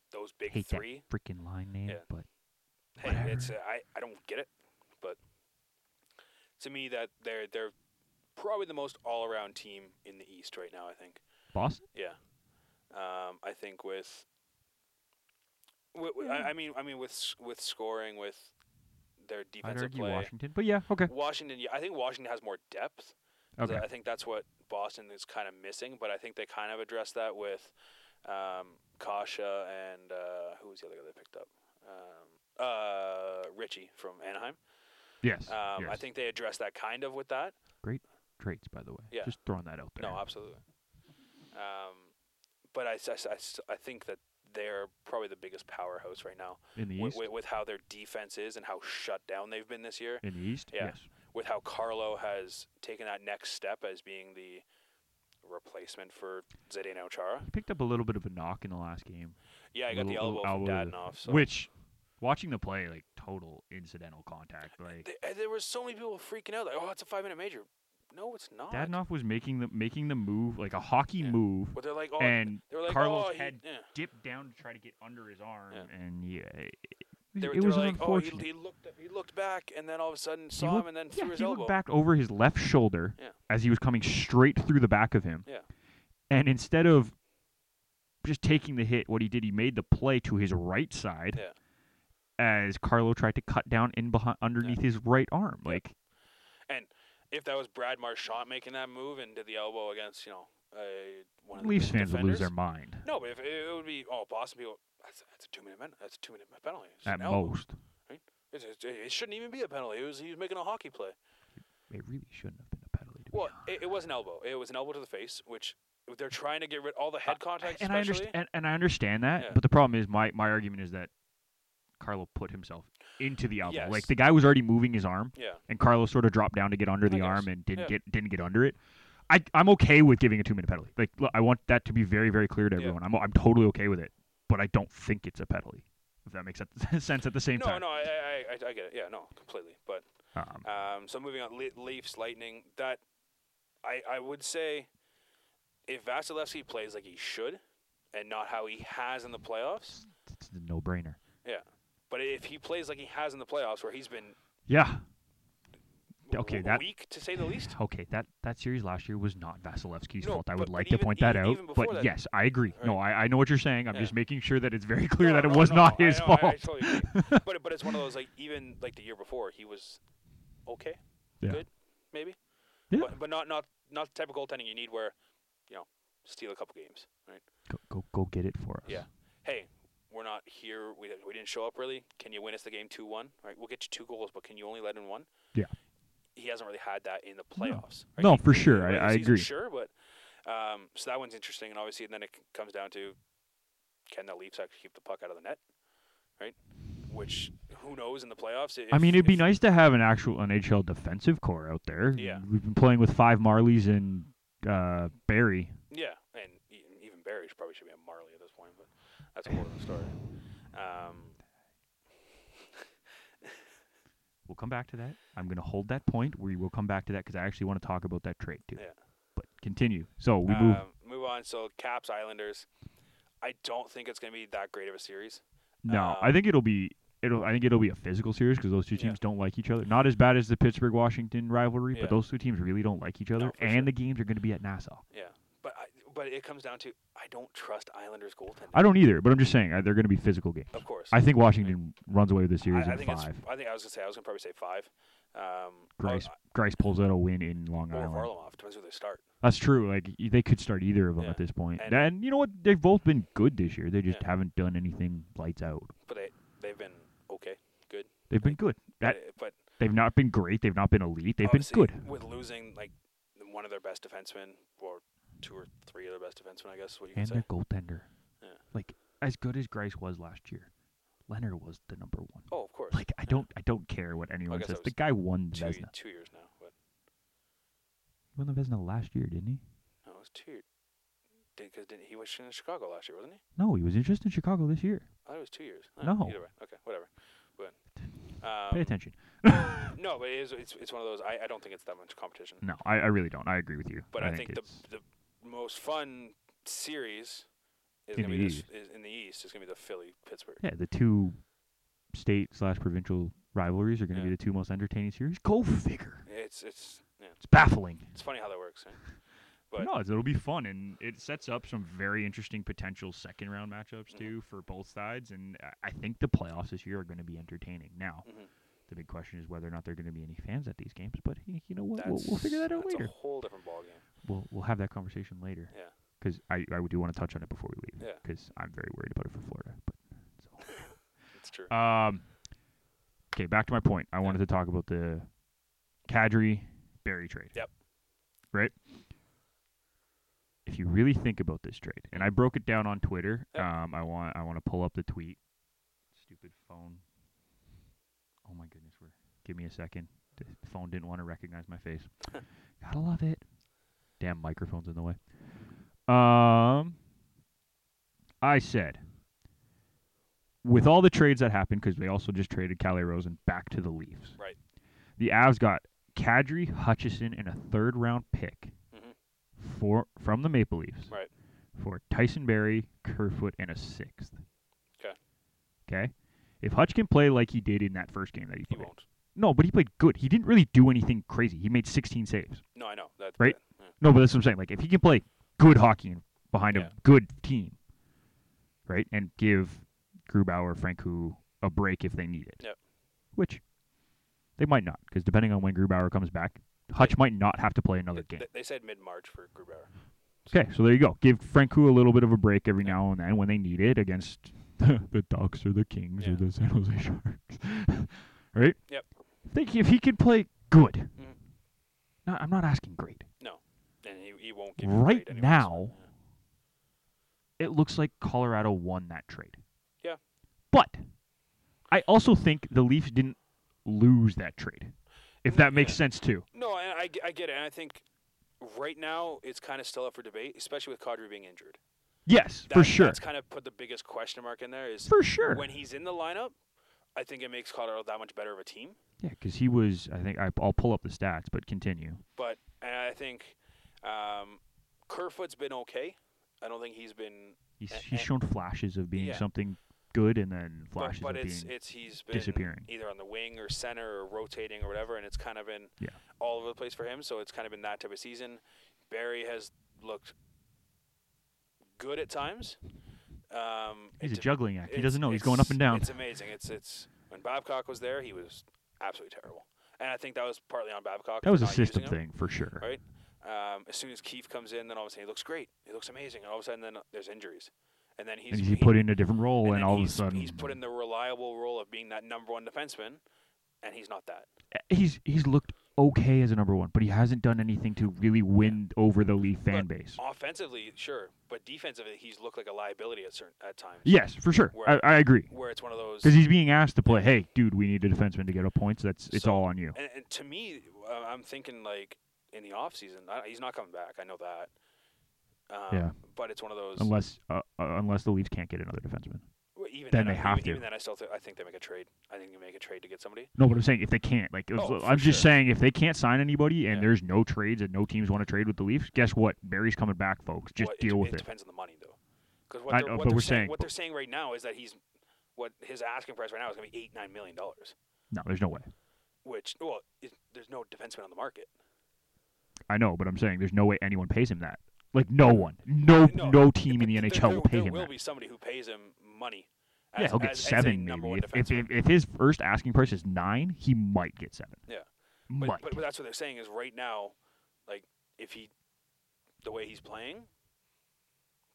Speaker 2: those big
Speaker 1: Hate that
Speaker 2: three.
Speaker 1: freaking line name,
Speaker 2: Yeah.
Speaker 1: but
Speaker 2: Hey, it's uh, I, I don't get it, but to me that they're they're probably the most all around team in the East right now. I think.
Speaker 1: Boston.
Speaker 2: Yeah, um, I think with. wi- wi- I I mean, I mean, with s- with scoring, with their
Speaker 1: Hmm. I'd
Speaker 2: defensive
Speaker 1: argue
Speaker 2: play,
Speaker 1: Washington, but yeah, okay,
Speaker 2: Washington. Yeah, I think Washington has more depth. 'Cause
Speaker 1: okay.
Speaker 2: I think that's what Boston is kind of missing, but I think they kind of addressed that with um, Kasha and uh, who was the other guy they picked up? Um, uh, Richie from Anaheim.
Speaker 1: Yes,
Speaker 2: Um, I
Speaker 1: yes.
Speaker 2: think they addressed that kind of with that.
Speaker 1: traits, by the way.
Speaker 2: Yeah.
Speaker 1: Just throwing that out there.
Speaker 2: No, absolutely. Um, but I, s- I s- I s- I think that they're probably the biggest powerhouse right now
Speaker 1: in the
Speaker 2: with,
Speaker 1: East.
Speaker 2: with, with how their defense is and how shut down they've been this year.
Speaker 1: In the East,
Speaker 2: Yeah.
Speaker 1: yes.
Speaker 2: With how Carlo has taken that next step as being the replacement for Zdeno Chara.
Speaker 1: He picked up a little bit of a knock in the last game,
Speaker 2: Yeah, I got the
Speaker 1: Little-
Speaker 2: elbow
Speaker 1: little
Speaker 2: from
Speaker 1: elbow.
Speaker 2: Dadanoff. So.
Speaker 1: which watching the play, like total incidental contact. Like
Speaker 2: Th- and eh, there were so many people freaking out like, oh, it's a five minute major. No, it's not.
Speaker 1: Dadnoff was making the making the move like a hockey
Speaker 2: Yeah.
Speaker 1: move,
Speaker 2: But they're like, oh,
Speaker 1: and
Speaker 2: they're like,
Speaker 1: Carlos
Speaker 2: oh, he-
Speaker 1: had-
Speaker 2: yeah.
Speaker 1: dipped down to try to get under his arm,
Speaker 2: Yeah.
Speaker 1: and yeah, it, it,
Speaker 2: They were,
Speaker 1: it
Speaker 2: they were
Speaker 1: was
Speaker 2: like, oh, he,
Speaker 1: unfortunate.
Speaker 2: he looked up- he looked back, and then all of a sudden saw
Speaker 1: looked-
Speaker 2: him, and then
Speaker 1: Yeah,
Speaker 2: threw his
Speaker 1: he
Speaker 2: elbow.
Speaker 1: looked back over his left shoulder
Speaker 2: Yeah.
Speaker 1: as he was coming straight through the back of him.
Speaker 2: Yeah.
Speaker 1: And instead of just taking the hit, what he did, he made the play to his right side
Speaker 2: Yeah.
Speaker 1: as Carlo tried to cut down in behind underneath his right arm. Like
Speaker 2: If that was Brad Marchand making that move and did the elbow against, you know, uh, one of the
Speaker 1: Leafs
Speaker 2: big
Speaker 1: fans would lose their
Speaker 2: defenders-
Speaker 1: mind
Speaker 2: No, but if it would be oh Boston people, that's, that's a two minute penalty. That's a two minute penalty. It's
Speaker 1: at
Speaker 2: an elbow.
Speaker 1: most.
Speaker 2: It's- it's- It, shouldn't even be a penalty. It was he was making a hockey play.
Speaker 1: It really shouldn't have been a penalty. To be
Speaker 2: Well,
Speaker 1: honest.
Speaker 2: it, it was an elbow. It was an elbow to the face, which they're trying to get rid all the head contact,
Speaker 1: and I
Speaker 2: especially.
Speaker 1: understand, and, and I understand that,
Speaker 2: Yeah.
Speaker 1: but the problem is my, my argument is that Carlo put himself into the elbow.
Speaker 2: Yes.
Speaker 1: Like the guy was already moving his arm,
Speaker 2: yeah,
Speaker 1: and Carlos sort of dropped down to get under the
Speaker 2: I
Speaker 1: arm
Speaker 2: guess.
Speaker 1: and didn't
Speaker 2: Yeah.
Speaker 1: get didn't get under it. I I'm okay with giving a two minute penalty. Like look, I want that to be very very clear to
Speaker 2: Yeah.
Speaker 1: everyone. I'm I'm totally okay with it, but I don't think it's a penalty. If that makes sen- sense at the same
Speaker 2: no,
Speaker 1: time.
Speaker 2: no, I, I, I, I get it. Yeah, no, completely. But
Speaker 1: Um,
Speaker 2: Um, so moving on, Le- Leafs, Lightning. That I I would say, if Vasilevsky plays like he should, and not how he has in the playoffs,
Speaker 1: it's a no brainer.
Speaker 2: but if he plays like he has in the playoffs, where he's been
Speaker 1: Yeah.
Speaker 2: w-
Speaker 1: Okay,
Speaker 2: w-
Speaker 1: that-
Speaker 2: weak to say the least.
Speaker 1: Okay. That that series last year was not Vasilevsky's
Speaker 2: No,
Speaker 1: fault. I
Speaker 2: but-
Speaker 1: would
Speaker 2: but
Speaker 1: like to
Speaker 2: even- e
Speaker 1: point that
Speaker 2: even-
Speaker 1: out.
Speaker 2: even before
Speaker 1: but
Speaker 2: that-
Speaker 1: yes, I agree. No, I, I know what you're saying. I'm
Speaker 2: Yeah.
Speaker 1: just making sure that it's very clear
Speaker 2: No,
Speaker 1: that it
Speaker 2: no,
Speaker 1: was
Speaker 2: no,
Speaker 1: not
Speaker 2: I
Speaker 1: his
Speaker 2: know, I- I
Speaker 1: fault.
Speaker 2: totally agree. but but it's one of those like even like the year before he was okay,
Speaker 1: Yeah.
Speaker 2: good, maybe.
Speaker 1: Yeah.
Speaker 2: But, but not not not the type of goaltending you need where, you know, steal a couple games, right?
Speaker 1: go, go go get it for us.
Speaker 2: Yeah. hey, we're not here. We, we didn't show up early. Can you win us the game 2 1? Right, we'll get you two goals, but can you only let in one?
Speaker 1: Yeah.
Speaker 2: He hasn't really had that in the playoffs. right?
Speaker 1: No,
Speaker 2: He-
Speaker 1: for
Speaker 2: he-
Speaker 1: sure.
Speaker 2: regular
Speaker 1: I, I
Speaker 2: season,
Speaker 1: agree.
Speaker 2: Sure, but um, so that one's interesting. And obviously, then it c- comes down to can the Leafs actually keep the puck out of the net? Right? Which, who knows in the playoffs? If,
Speaker 1: I mean, it'd be
Speaker 2: if-
Speaker 1: nice to have an actual NHL defensive core out there.
Speaker 2: Yeah.
Speaker 1: We've been playing with five Marleys and uh, Barry.
Speaker 2: Yeah, and e- even Barry should- probably should be a Marley at this point, but that's a whole other story. Um,
Speaker 1: We'll come back to that. I'm going to hold that point. We will come back to that because I actually want to talk about that trade too.
Speaker 2: Yeah.
Speaker 1: But continue. So we move.
Speaker 2: Um, move on. So Caps Islanders. I don't think it's going to be that great of a series.
Speaker 1: No, I
Speaker 2: um,
Speaker 1: think it'll be. It'll. I think it'll be a physical series because those two
Speaker 2: Yeah.
Speaker 1: teams don't like each other. Not as bad as the Pittsburgh Washington rivalry,
Speaker 2: Yeah.
Speaker 1: but those two teams really don't like each other.
Speaker 2: No, for
Speaker 1: and
Speaker 2: sure.
Speaker 1: the games are going to be at Nassau.
Speaker 2: Yeah, but I, but it comes down to I don't trust Islanders goaltending.
Speaker 1: I don't either, but I'm just saying uh, they're going to be physical games.
Speaker 2: of course.
Speaker 1: I think Washington runs away with the
Speaker 2: I,
Speaker 1: series
Speaker 2: I
Speaker 1: in
Speaker 2: think it's.
Speaker 1: five.
Speaker 2: I think I was going to say I was going to probably say five. Um, or-
Speaker 1: Grice Grice pulls out a win in Long
Speaker 2: or
Speaker 1: Island.
Speaker 2: Varlamov depends who they start.
Speaker 1: That's true. Like y- they could start either of them
Speaker 2: Yeah.
Speaker 1: at this point.
Speaker 2: And-
Speaker 1: And, you know what? They've both been good this year. They just
Speaker 2: Yeah.
Speaker 1: haven't done anything lights out.
Speaker 2: But they they've been okay.
Speaker 1: They've been good. That
Speaker 2: But- but
Speaker 1: they've not been great. They've not been elite. They've been
Speaker 2: obviously
Speaker 1: good.
Speaker 2: with losing like one of their best defensemen or two or three of their best defensemen. I guess is what you can
Speaker 1: And
Speaker 2: say.
Speaker 1: their goaltender,
Speaker 2: Yeah.
Speaker 1: like as good as Grice was last year, Leonard was the number one.
Speaker 2: Oh, of course.
Speaker 1: Like I don't, I don't care what anyone
Speaker 2: guess
Speaker 1: says.
Speaker 2: that
Speaker 1: The
Speaker 2: was
Speaker 1: guy won the
Speaker 2: two
Speaker 1: Vesna.
Speaker 2: two years now, but
Speaker 1: He won the Vesna last year, didn't he?
Speaker 2: no, Oh, it was two. Because didn't he was in Chicago last year, wasn't he?
Speaker 1: No, he was just in Chicago this year.
Speaker 2: I thought it was two years. Oh,
Speaker 1: No.
Speaker 2: Either way. Okay, whatever. But
Speaker 1: Pay
Speaker 2: um,
Speaker 1: attention.
Speaker 2: no, but it is, it's it's one of those. I, I don't think it's that much competition.
Speaker 1: No, I, I really don't. Mm, I agree with you.
Speaker 2: But I, think,
Speaker 1: it's-
Speaker 2: the the most fun series is
Speaker 1: In
Speaker 2: gonna
Speaker 1: the
Speaker 2: be this,
Speaker 1: East.
Speaker 2: is in the East is gonna be the Philly Pittsburgh.
Speaker 1: Yeah, the two state slash provincial rivalries are going to
Speaker 2: Yeah.
Speaker 1: be the two most entertaining series. Go figure.
Speaker 2: It's it's yeah,
Speaker 1: It's baffling.
Speaker 2: it's funny how that works. eh? Right? But-
Speaker 1: no, it's- it'll be fun, and it sets up some very interesting potential second round
Speaker 2: Mm-hmm.
Speaker 1: matchups too for both sides. And I- I think the playoffs this year are going to be entertaining. Now,
Speaker 2: Mhm.
Speaker 1: the big question is whether or not there are going to be any fans at these games. But hey, you know what? We'll, we'll figure that out
Speaker 2: that's
Speaker 1: later.
Speaker 2: a whole different ballgame.
Speaker 1: We'll we'll have that conversation later.
Speaker 2: Yeah.
Speaker 1: Because I I do want to touch on it before we leave.
Speaker 2: Yeah.
Speaker 1: Because I'm very worried about it for Florida. But so.
Speaker 2: It's true.
Speaker 1: Um, okay, back to my point. I wanted to talk about the Kadri Barry trade.
Speaker 2: Yep.
Speaker 1: Right. If if you really think about this trade, and I broke it down on Twitter.
Speaker 2: Yep.
Speaker 1: Um, I want I want to pull up the tweet. Stupid phone. Oh my goodness, we're give me a second. The phone didn't want to recognize my face. Gotta love it. Damn microphones in the way. Um, I said with all the trades that happened because they also just traded Calais Rosen back to the Leafs.
Speaker 2: Right.
Speaker 1: The Avs got Kadri Hutchison and a third round pick
Speaker 2: Mhm.
Speaker 1: for from the Maple Leafs.
Speaker 2: Right.
Speaker 1: For Tyson Berry, Kerfoot, and a sixth.
Speaker 2: 'Kay.
Speaker 1: Okay. If Hutch can play like he did in that first game that he
Speaker 2: He
Speaker 1: played,
Speaker 2: won't.
Speaker 1: no, but he played good. He didn't really do anything crazy. He made 16 saves.
Speaker 2: No, I know. That's
Speaker 1: Right?
Speaker 2: yeah.
Speaker 1: No, but that's what I'm saying. Like if he can play good hockey and behind
Speaker 2: Yeah.
Speaker 1: a good team, right, and give Grubauer, Franku a break if they need it.
Speaker 2: Yep.
Speaker 1: Which they might not, because depending on when Grubauer comes back, Hutch might not have to play another
Speaker 2: They,
Speaker 1: game.
Speaker 2: they- they said mid March for Grubauer.
Speaker 1: Okay, so there you go. Give Franku a little bit of a break every now and then when they need it against the Ducks or the Kings or
Speaker 2: Yeah.
Speaker 1: the San Jose Sharks, right?
Speaker 2: Yep.
Speaker 1: If, they, c- if he could play good,
Speaker 2: Mhm.
Speaker 1: no, I'm not asking great.
Speaker 2: And he, he won't give you
Speaker 1: Right
Speaker 2: trade anyways.
Speaker 1: now,
Speaker 2: Yeah.
Speaker 1: it looks like Colorado won that trade.
Speaker 2: Yeah.
Speaker 1: But I also think the Leafs didn't lose that trade, if that makes
Speaker 2: Yeah.
Speaker 1: sense too.
Speaker 2: No, and I, ge- I get it. And I think right now it's kind of still up for debate, especially with Kadri being injured.
Speaker 1: Yes,
Speaker 2: That,
Speaker 1: for sure.
Speaker 2: That's kind of put the biggest question mark in there is
Speaker 1: For sure.
Speaker 2: when he's in the lineup, I think it makes Colorado that much better of a team.
Speaker 1: yeah, because he was, I think, I, I'll pull up the stats, but continue.
Speaker 2: But and I think um, Kerfoot's been okay. I don't think he's been,
Speaker 1: He's,
Speaker 2: A-
Speaker 1: he's
Speaker 2: a-
Speaker 1: shown flashes of being
Speaker 2: Yeah.
Speaker 1: something good and then
Speaker 2: but,
Speaker 1: flashes
Speaker 2: but
Speaker 1: of
Speaker 2: it's
Speaker 1: being.
Speaker 2: it's he's been
Speaker 1: disappearing.
Speaker 2: either on the wing or center or rotating or whatever, and it's kind of been
Speaker 1: Yeah.
Speaker 2: all over the place for him. So it's kind of been that type of season. Barry has looked good at times. Um,
Speaker 1: he's a
Speaker 2: it-
Speaker 1: juggling act. He
Speaker 2: it's-
Speaker 1: doesn't know. He's
Speaker 2: it's-
Speaker 1: going up and down.
Speaker 2: It's amazing. It's it's when Babcock was there, he was absolutely terrible, and I think that was partly on Babcock.
Speaker 1: That was a
Speaker 2: not using
Speaker 1: system
Speaker 2: him.
Speaker 1: thing for sure.
Speaker 2: right? Um, as soon as Keefe comes in, then all of a sudden he looks great. He looks amazing, and all of a sudden then there's injuries, and then he's
Speaker 1: and he put in a different role, and,
Speaker 2: then
Speaker 1: all of a
Speaker 2: he's-
Speaker 1: sudden
Speaker 2: he's put in the reliable role of being that number one defenseman, and he's not that.
Speaker 1: he's he's looked okay as a number one, but he hasn't done anything to really win over the Leaf fan base.
Speaker 2: Offensively, sure, but defensively, he's looked like a liability at certain at times.
Speaker 1: Yes, for sure. I,
Speaker 2: Where-
Speaker 1: I agree
Speaker 2: where it's one of those.
Speaker 1: because he's being asked to play. Hey, dude, we need a defenseman to get up points. That's it's
Speaker 2: So-
Speaker 1: all on you.
Speaker 2: And, and to me, uh, I'm thinking like in the off season, I, he's not coming back. I know that. Um,
Speaker 1: Yeah.
Speaker 2: But it's one of those.
Speaker 1: Unless uh, uh, unless the Leafs can't get another defenseman.
Speaker 2: well, even
Speaker 1: then
Speaker 2: I-
Speaker 1: they have
Speaker 2: even,
Speaker 1: to.
Speaker 2: Even then, I still th- I think they make a trade. I think they make a trade to get somebody.
Speaker 1: No, but I'm saying if they can't, like it was-
Speaker 2: Oh, for
Speaker 1: I'm just
Speaker 2: sure.
Speaker 1: saying if they can't sign anybody and
Speaker 2: Yeah.
Speaker 1: there's no trades and no teams want to trade with the Leafs, guess what? Barry's coming back, folks. Just
Speaker 2: Well, it-
Speaker 1: deal with
Speaker 2: it.
Speaker 1: it.
Speaker 2: depends on the money though, because what
Speaker 1: I
Speaker 2: they're,
Speaker 1: know,
Speaker 2: what
Speaker 1: but
Speaker 2: they're
Speaker 1: we're
Speaker 2: saying,
Speaker 1: saying-
Speaker 2: what they're saying right now is that he's what his asking price right now is going to be eight nine million dollars.
Speaker 1: No, there's no way.
Speaker 2: Which well, it, there's no defenseman on the market.
Speaker 1: I know, but I'm saying there's no way anyone pays him that. Like no one, no
Speaker 2: No,
Speaker 1: no, team in
Speaker 2: But
Speaker 1: the
Speaker 2: th- there-
Speaker 1: NHL
Speaker 2: there,
Speaker 1: will pay
Speaker 2: there
Speaker 1: him
Speaker 2: will
Speaker 1: that.
Speaker 2: be somebody who pays him money.
Speaker 1: yeah,
Speaker 2: as-
Speaker 1: he'll get
Speaker 2: as- as a
Speaker 1: seven
Speaker 2: number
Speaker 1: maybe.
Speaker 2: one
Speaker 1: If, if,
Speaker 2: defenseman.
Speaker 1: if if his first asking price is nine, he might get seven.
Speaker 2: Yeah.
Speaker 1: might.
Speaker 2: But, but, but that's what they're saying is right now, like if he, the way he's playing,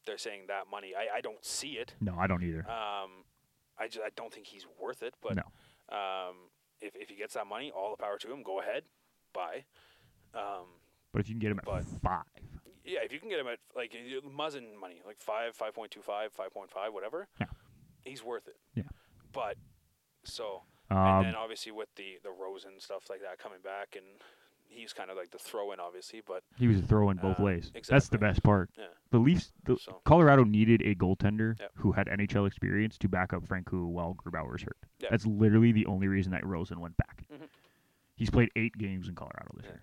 Speaker 2: they're saying that money. I, I don't see it.
Speaker 1: no, I don't either.
Speaker 2: Um, I just I don't think he's worth it. But um, if if he gets that money, all the power to him. Go ahead, buy. Um,
Speaker 1: But if you can get him at
Speaker 2: But-
Speaker 1: five,
Speaker 2: yeah, if you can get him at like y- y- Muzzin money, like five, five point two five, five point five, whatever,
Speaker 1: Yeah.
Speaker 2: he's worth it.
Speaker 1: Yeah.
Speaker 2: But so and
Speaker 1: um,
Speaker 2: then obviously with the the Rosen stuff like that coming back, and he's kind of like the throw in, obviously. But
Speaker 1: he was throwing both
Speaker 2: uh,
Speaker 1: ways. That's the
Speaker 2: exactly.
Speaker 1: best part.
Speaker 2: yeah,
Speaker 1: The Leafs, the,
Speaker 2: so
Speaker 1: Colorado needed a goaltender
Speaker 2: Yep.
Speaker 1: who had NHL experience to back up Franco while Grubauer's hurt.
Speaker 2: Yeah.
Speaker 1: That's literally the only reason that Rosen went back.
Speaker 2: Mhm.
Speaker 1: He's played eight games in Colorado this
Speaker 2: Yeah.
Speaker 1: year.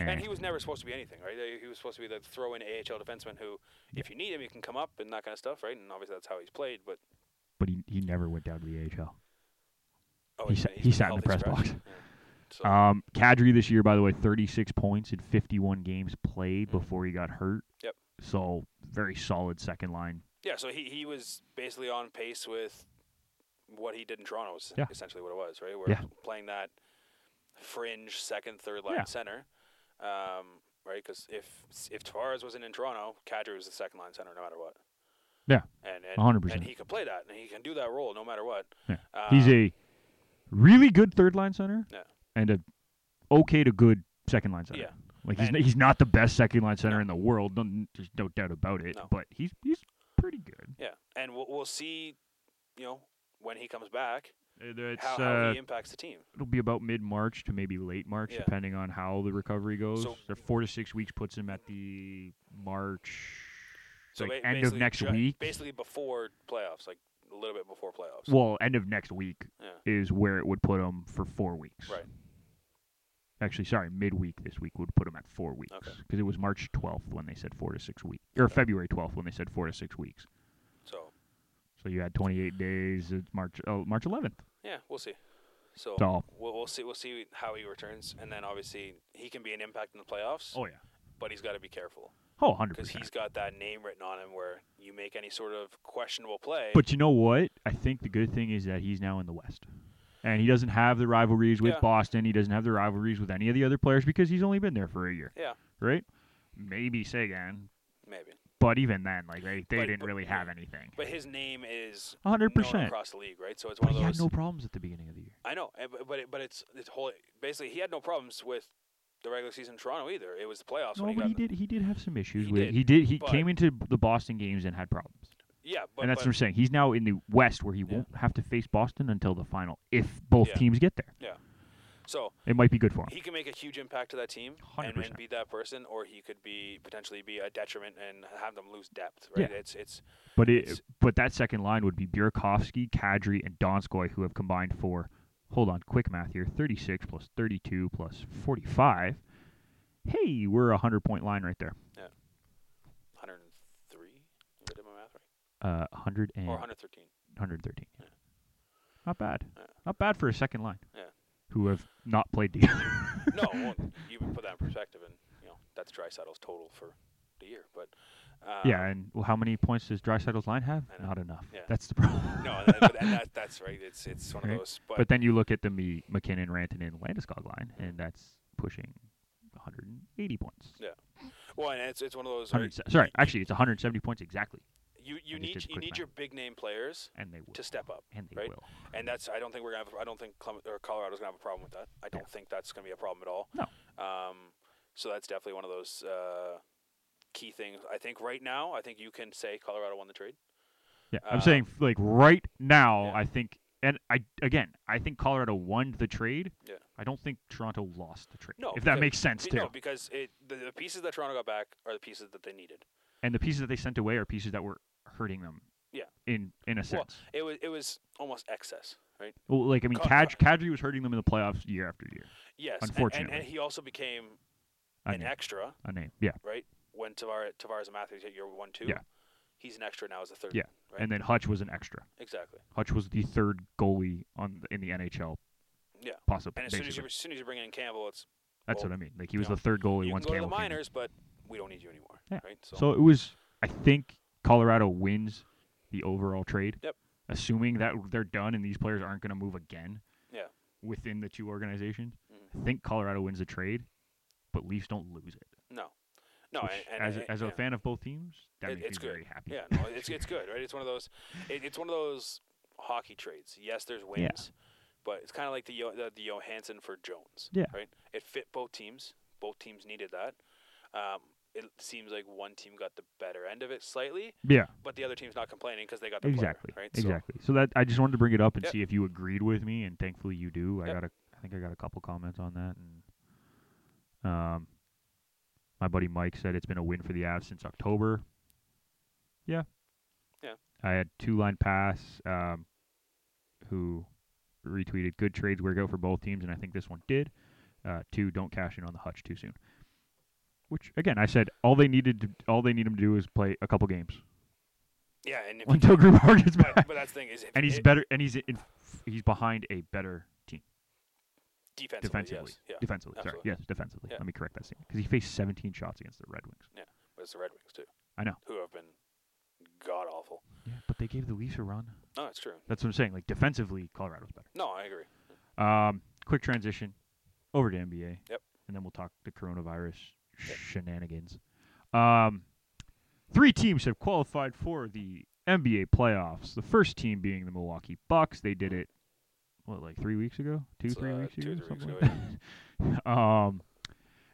Speaker 2: and he was never supposed to be anything, right? He- He was supposed to be the throw in AHL defenseman who, if you need him, you can come up and that kind of stuff, right? And obviously that's how he's played. But
Speaker 1: but he, he never went down to the AHL.
Speaker 2: oh,
Speaker 1: He
Speaker 2: he's
Speaker 1: sa-
Speaker 2: been- he's
Speaker 1: he
Speaker 2: been
Speaker 1: sat in the
Speaker 2: healthy
Speaker 1: press
Speaker 2: scratch.
Speaker 1: box.
Speaker 2: Yeah. So
Speaker 1: Um, Kadri this year, by the way, 36 points in 51 games played before he got hurt.
Speaker 2: Mm-hmm. Yep.
Speaker 1: So very solid second line.
Speaker 2: yeah, so he, he was basically on pace with what he did in Toronto. Is
Speaker 1: Yeah.
Speaker 2: essentially what it was, right? Where
Speaker 1: Yeah.
Speaker 2: playing that fringe second, third line
Speaker 1: Yeah.
Speaker 2: center, um, right? Because if if Tavares wasn't in Toronto, Kadri was the second line center no matter what.
Speaker 1: Yeah.
Speaker 2: and and,
Speaker 1: 100%.
Speaker 2: and he can play that, and he can do that role no matter what.
Speaker 1: Yeah.
Speaker 2: Um,
Speaker 1: He's a really good third line center
Speaker 2: Yeah.
Speaker 1: and a okay to good second line center.
Speaker 2: Yeah.
Speaker 1: Like he's,
Speaker 2: And-
Speaker 1: n- he's not the best second line center in the world. No, there's no doubt about it.
Speaker 2: No.
Speaker 1: But he's he's pretty good.
Speaker 2: Yeah, and we'll, we'll see, you know, when he comes back,
Speaker 1: It's uh,
Speaker 2: how, how he impacts the team.
Speaker 1: it'll be about mid March to maybe late March,
Speaker 2: Yeah.
Speaker 1: depending on how the recovery goes.
Speaker 2: So-
Speaker 1: Their four to six weeks puts him at the March,
Speaker 2: So
Speaker 1: like
Speaker 2: ba-
Speaker 1: end of
Speaker 2: basically
Speaker 1: next
Speaker 2: ju-
Speaker 1: week.
Speaker 2: basically before playoffs, like a little bit before playoffs.
Speaker 1: Well, end of next week
Speaker 2: Yeah.
Speaker 1: is where it would put him for four weeks.
Speaker 2: Right.
Speaker 1: Actually, sorry, midweek this week would put him at four weeks because it was March 12th when they said four to six weeks, or
Speaker 2: Okay.
Speaker 1: February 12th when they said four to six weeks.
Speaker 2: So
Speaker 1: So you had 28 days. It's March oh, March 11th.
Speaker 2: yeah, we'll see. So
Speaker 1: So
Speaker 2: we'll, we'll see we'll see how he returns, and then obviously he can be an impact in the playoffs,
Speaker 1: oh yeah,
Speaker 2: but he's got to be careful
Speaker 1: oh 100
Speaker 2: because
Speaker 1: percent.
Speaker 2: he's got that name written on him where you make any sort of questionable play.
Speaker 1: But you know what? I think the good thing is that he's now in the West. And he doesn't have the rivalries with
Speaker 2: Yeah.
Speaker 1: Boston. He doesn't have the rivalries with any of the other players because he's only been there for a year.
Speaker 2: Yeah.
Speaker 1: Right? Maybe Sagan.
Speaker 2: maybe,
Speaker 1: But even then, like they, they
Speaker 2: But-
Speaker 1: didn't
Speaker 2: but-
Speaker 1: really have anything.
Speaker 2: but his name is
Speaker 1: A hundred
Speaker 2: known
Speaker 1: percent.
Speaker 2: across the league, right? So it's
Speaker 1: But
Speaker 2: one
Speaker 1: he
Speaker 2: of
Speaker 1: had
Speaker 2: those.
Speaker 1: no problems at the beginning of the year.
Speaker 2: I know, and- but but, it, but it's it's whole. Basically, he had no problems with the regular season in Toronto either. It was the playoffs
Speaker 1: No,
Speaker 2: when he
Speaker 1: but
Speaker 2: got.
Speaker 1: he
Speaker 2: in the-
Speaker 1: did he did have some issues
Speaker 2: He
Speaker 1: with
Speaker 2: did,
Speaker 1: he did he
Speaker 2: but-
Speaker 1: came into the Boston games and had problems.
Speaker 2: Yeah, but,
Speaker 1: and that's what
Speaker 2: but
Speaker 1: I'm saying. He's now in the West where he won't have to face Boston until the final if both
Speaker 2: Yeah.
Speaker 1: teams get there.
Speaker 2: so
Speaker 1: It might be good for him.
Speaker 2: he can make a huge impact to that team and,
Speaker 1: 100%.
Speaker 2: and be that person, or he could be potentially be a detriment and have them lose depth. Right?
Speaker 1: Yeah.
Speaker 2: It's it's
Speaker 1: But
Speaker 2: It's-
Speaker 1: it, but that second line would be Burakovsky, Kadri, and Donskoy, who have combined for, hold on, quick math here, 36 plus 32 plus 45. Hey, we're a 100 point line right there.
Speaker 2: 103. If I did my math right,
Speaker 1: Uh, 100 and
Speaker 2: or 113.
Speaker 1: 113. yeah.
Speaker 2: Yeah.
Speaker 1: Not bad.
Speaker 2: Yeah.
Speaker 1: Not bad for a second line.
Speaker 2: Yeah.
Speaker 1: Who have not played together.
Speaker 2: no, well, you would put that in perspective, and you know that's dry saddles total for the year. But um,
Speaker 1: yeah, and well, how many points does Drysaddle's line have?
Speaker 2: I know.
Speaker 1: Not enough.
Speaker 2: Yeah.
Speaker 1: That's the problem.
Speaker 2: no, and, that, and that, that's right. It's it's one
Speaker 1: Right.
Speaker 2: of those.
Speaker 1: But then you look at the Me- McKinnon, Rantanen, Landeskog line, and that's pushing 180 points.
Speaker 2: Well, and it's, it's one of those. Right,
Speaker 1: 100, sorry, actually, it's 170 points exactly,
Speaker 2: you
Speaker 1: I
Speaker 2: you
Speaker 1: just
Speaker 2: need
Speaker 1: did the
Speaker 2: you
Speaker 1: quick
Speaker 2: need
Speaker 1: math.
Speaker 2: your big name players
Speaker 1: and they will.
Speaker 2: to step up,
Speaker 1: and they
Speaker 2: right?
Speaker 1: will.
Speaker 2: and that's I don't think we're gonna. Have, I don't think Clem, or Colorado's gonna have a problem with that. I don't think that's gonna be a problem at all.
Speaker 1: No.
Speaker 2: Um, so that's definitely one of those uh, key things. I think right now, I think you can say Colorado won the trade.
Speaker 1: Yeah, I'm
Speaker 2: Uh,
Speaker 1: saying f- like right now,
Speaker 2: yeah.
Speaker 1: I think, and I again, I think Colorado won the trade.
Speaker 2: Yeah.
Speaker 1: I don't think Toronto lost the trade.
Speaker 2: No,
Speaker 1: if that
Speaker 2: because-
Speaker 1: makes sense
Speaker 2: Be-
Speaker 1: too.
Speaker 2: No, because it the, the pieces that Toronto got back are the pieces that they needed.
Speaker 1: and the pieces that they sent away are pieces that were hurting them.
Speaker 2: Yeah.
Speaker 1: In in a sense,
Speaker 2: It was it was almost excess, right?
Speaker 1: well, like I mean,
Speaker 2: Con-
Speaker 1: Kadri, Kadri was hurting them in the playoffs year after year.
Speaker 2: Yes, and- and, and,
Speaker 1: Unfortunately.
Speaker 2: he also became
Speaker 1: A
Speaker 2: an
Speaker 1: name,
Speaker 2: extra
Speaker 1: a name, yeah.
Speaker 2: when Tavares Tavares and Matthews hit your one two.
Speaker 1: Yeah.
Speaker 2: he's an extra now as a third.
Speaker 1: Yeah,
Speaker 2: right?
Speaker 1: And then Hutch was an extra.
Speaker 2: exactly.
Speaker 1: Hutch was the third goalie on in the NHL.
Speaker 2: Yeah.
Speaker 1: possibly.
Speaker 2: And as soon as,
Speaker 1: basically.
Speaker 2: you, as soon as you bring in Campbell, it's
Speaker 1: That's
Speaker 2: well,
Speaker 1: what I mean. Like he was
Speaker 2: know,
Speaker 1: the third goalie
Speaker 2: you can
Speaker 1: once
Speaker 2: go to
Speaker 1: Campbell
Speaker 2: the
Speaker 1: came in.
Speaker 2: minors, but we don't need you anymore.
Speaker 1: Yeah.
Speaker 2: Right. So,
Speaker 1: So it was. I think Colorado wins the overall trade.
Speaker 2: Yep.
Speaker 1: Assuming that they're done and these players aren't going to move again.
Speaker 2: Yeah. Mm.
Speaker 1: Within the two organizations, I think Colorado wins the trade, but Leafs don't lose it.
Speaker 2: no, no.
Speaker 1: which,
Speaker 2: and, and,
Speaker 1: as
Speaker 2: and-
Speaker 1: as a
Speaker 2: yeah.
Speaker 1: fan of both teams, that
Speaker 2: It-
Speaker 1: makes
Speaker 2: it's
Speaker 1: me
Speaker 2: good.
Speaker 1: very happy.
Speaker 2: Yeah, no, it's it's good, right? It's one of those, it, it's one of those hockey trades. Yes, there's wins, but it's kind of like the, Yo- the the Johansson for Jones.
Speaker 1: Yeah.
Speaker 2: right. It fit both teams. Both teams needed that. Um, it seems like one team got the better end of it slightly,
Speaker 1: Yeah.
Speaker 2: but the other team's not complaining because they got the player,
Speaker 1: Exactly.
Speaker 2: right? So-
Speaker 1: Exactly. So, that I just wanted to bring it up and
Speaker 2: Yep.
Speaker 1: see if you agreed with me, and thankfully you do. I
Speaker 2: Yep.
Speaker 1: got a, I think I got a couple comments on that, and um, my buddy Mike said it's been a win for the Avs since October. Yeah.
Speaker 2: Yeah.
Speaker 1: I had two line pass, um, who retweeted good trades work out for both teams, and I think this one did. Uh, two, don't cash in on the hutch too soon. Which again, I said all they needed, to, all they need him to do is play a couple games
Speaker 2: yeah, and if you-
Speaker 1: until Grubauer gets back
Speaker 2: but, but that's the thing is, if
Speaker 1: and he's
Speaker 2: it,
Speaker 1: better and he's in, he's behind a better team
Speaker 2: defensively,
Speaker 1: defensively
Speaker 2: yes, yeah,
Speaker 1: defensively
Speaker 2: absolutely.
Speaker 1: sorry yes defensively
Speaker 2: Yeah.
Speaker 1: let me correct that statement because he faced 17 shots against the red wings
Speaker 2: but it's the Red Wings too.
Speaker 1: I know.
Speaker 2: who have been god awful.
Speaker 1: yeah but they gave the leafs a run
Speaker 2: No, it's true.
Speaker 1: that's what i'm saying like defensively colorado's better
Speaker 2: No, I agree.
Speaker 1: um quick transition over to nba
Speaker 2: Yep.
Speaker 1: and then we'll talk the coronavirus
Speaker 2: Yep.
Speaker 1: shenanigans um three teams have qualified for the nba playoffs the first team being the milwaukee bucks they did it what like three weeks ago two
Speaker 2: Mm-hmm. It's,
Speaker 1: three
Speaker 2: uh,
Speaker 1: weeks
Speaker 2: two,
Speaker 1: ago
Speaker 2: three weeks
Speaker 1: something
Speaker 2: ago,
Speaker 1: like that. um,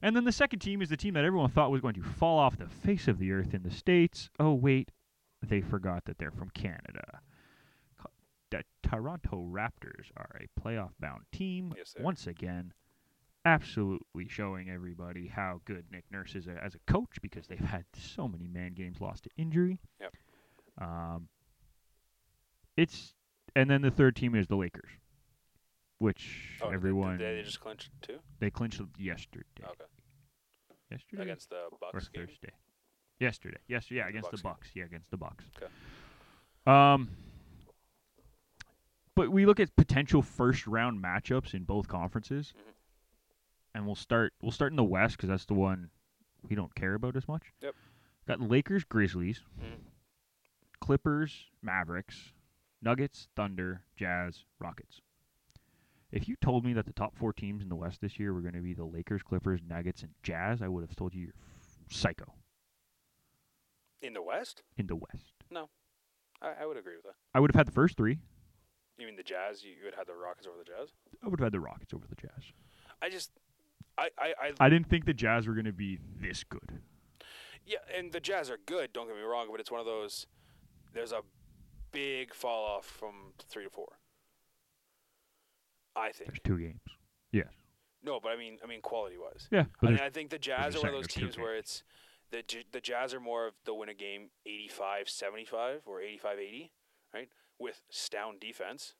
Speaker 1: And then the second team is the team that everyone thought was going to fall off the face of the earth in the States. Oh, wait, they forgot that they're from Canada. Co- The Toronto Raptors are a playoff bound team.
Speaker 2: Yes, they are.
Speaker 1: Once again, absolutely showing everybody how good Nick Nurse is a, as a coach because they've had so many man games lost to injury.
Speaker 2: Yep.
Speaker 1: Um, it's and then the third team is the Lakers, which
Speaker 2: Oh, did- did
Speaker 1: everyone
Speaker 2: They, they just clinched two.
Speaker 1: they clinched yesterday.
Speaker 2: Okay.
Speaker 1: Yesterday
Speaker 2: Against the
Speaker 1: or
Speaker 2: Bucks game.
Speaker 1: Thursday. Yesterday. Yes, yeah,
Speaker 2: The
Speaker 1: against the
Speaker 2: Bucks game.
Speaker 1: Bucks. Yeah, against the Bucks.
Speaker 2: 'Kay.
Speaker 1: Um but we look at potential first round matchups in both conferences.
Speaker 2: Mhm.
Speaker 1: And we'll start we'll start in the West cuz that's the one we don't care about as much.
Speaker 2: Yep.
Speaker 1: Got Lakers, Grizzlies,
Speaker 2: Mhm.
Speaker 1: Clippers, Mavericks, Nuggets, Thunder, Jazz, Rockets. If you told me that the top 4 teams in the West this year were going to be the Lakers, Clippers, Nuggets and Jazz, I would have told you you're f- psycho
Speaker 2: In the West,
Speaker 1: in the West.
Speaker 2: I, I would agree with that.
Speaker 1: I would have had the first three.
Speaker 2: You mean the Jazz? You, you would have the Rockets over the Jazz?
Speaker 1: I would have had the Rockets over the Jazz.
Speaker 2: I just, I, I, I
Speaker 1: I didn't think the Jazz were going to be this good.
Speaker 2: Yeah, and the Jazz are good. Don't get me wrong, but it's one of those. There's a big fall off from three to four. I think
Speaker 1: There's two games. Yes.
Speaker 2: no, but I mean, I mean quality wise.
Speaker 1: Yeah.
Speaker 2: I
Speaker 1: But
Speaker 2: mean,
Speaker 1: there's-
Speaker 2: I think the Jazz
Speaker 1: a
Speaker 2: are one
Speaker 1: second
Speaker 2: of those
Speaker 1: or two
Speaker 2: teams where it's the J- the Jazz are more of the win a game 85-75 or 85-80, right? With sound defense,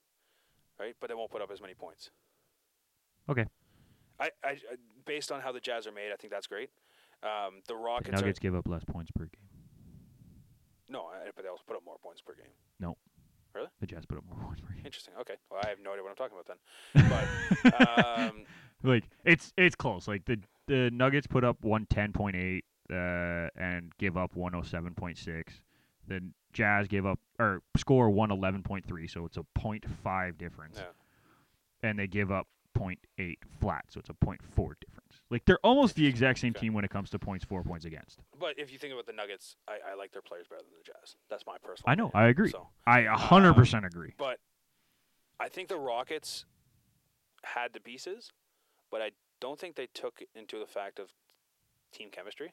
Speaker 2: right? But they won't put up as many points.
Speaker 1: Okay.
Speaker 2: I, I, I based on how the Jazz are made, I think that's great. Um, the
Speaker 1: the
Speaker 2: Rockets are
Speaker 1: Nuggets give up less points per game.
Speaker 2: no, I- but they also put up more points per game.
Speaker 1: The Jazz put up more points per game.
Speaker 2: Interesting. Okay. Well, I have no idea what I'm talking about then. But um,
Speaker 1: like it's it's close. Like the the Nuggets put up 110.8 uh, and give up 107.6. The Jazz give up or score 111.3, so it's a 0.5 difference.
Speaker 2: Yeah.
Speaker 1: And they give up 0.8 flat, so it's a 0.4 difference. Like they're almost the exact same
Speaker 2: Okay.
Speaker 1: team when it comes to points for, points against.
Speaker 2: but if you think about the Nuggets, I, I like their players better than the Jazz. That's my personal.
Speaker 1: I know,
Speaker 2: opinion.
Speaker 1: I agree.
Speaker 2: So,
Speaker 1: I a hundred
Speaker 2: Um,
Speaker 1: percent agree.
Speaker 2: but I think the Rockets had the pieces, but I don't think they took into the fact of team chemistry.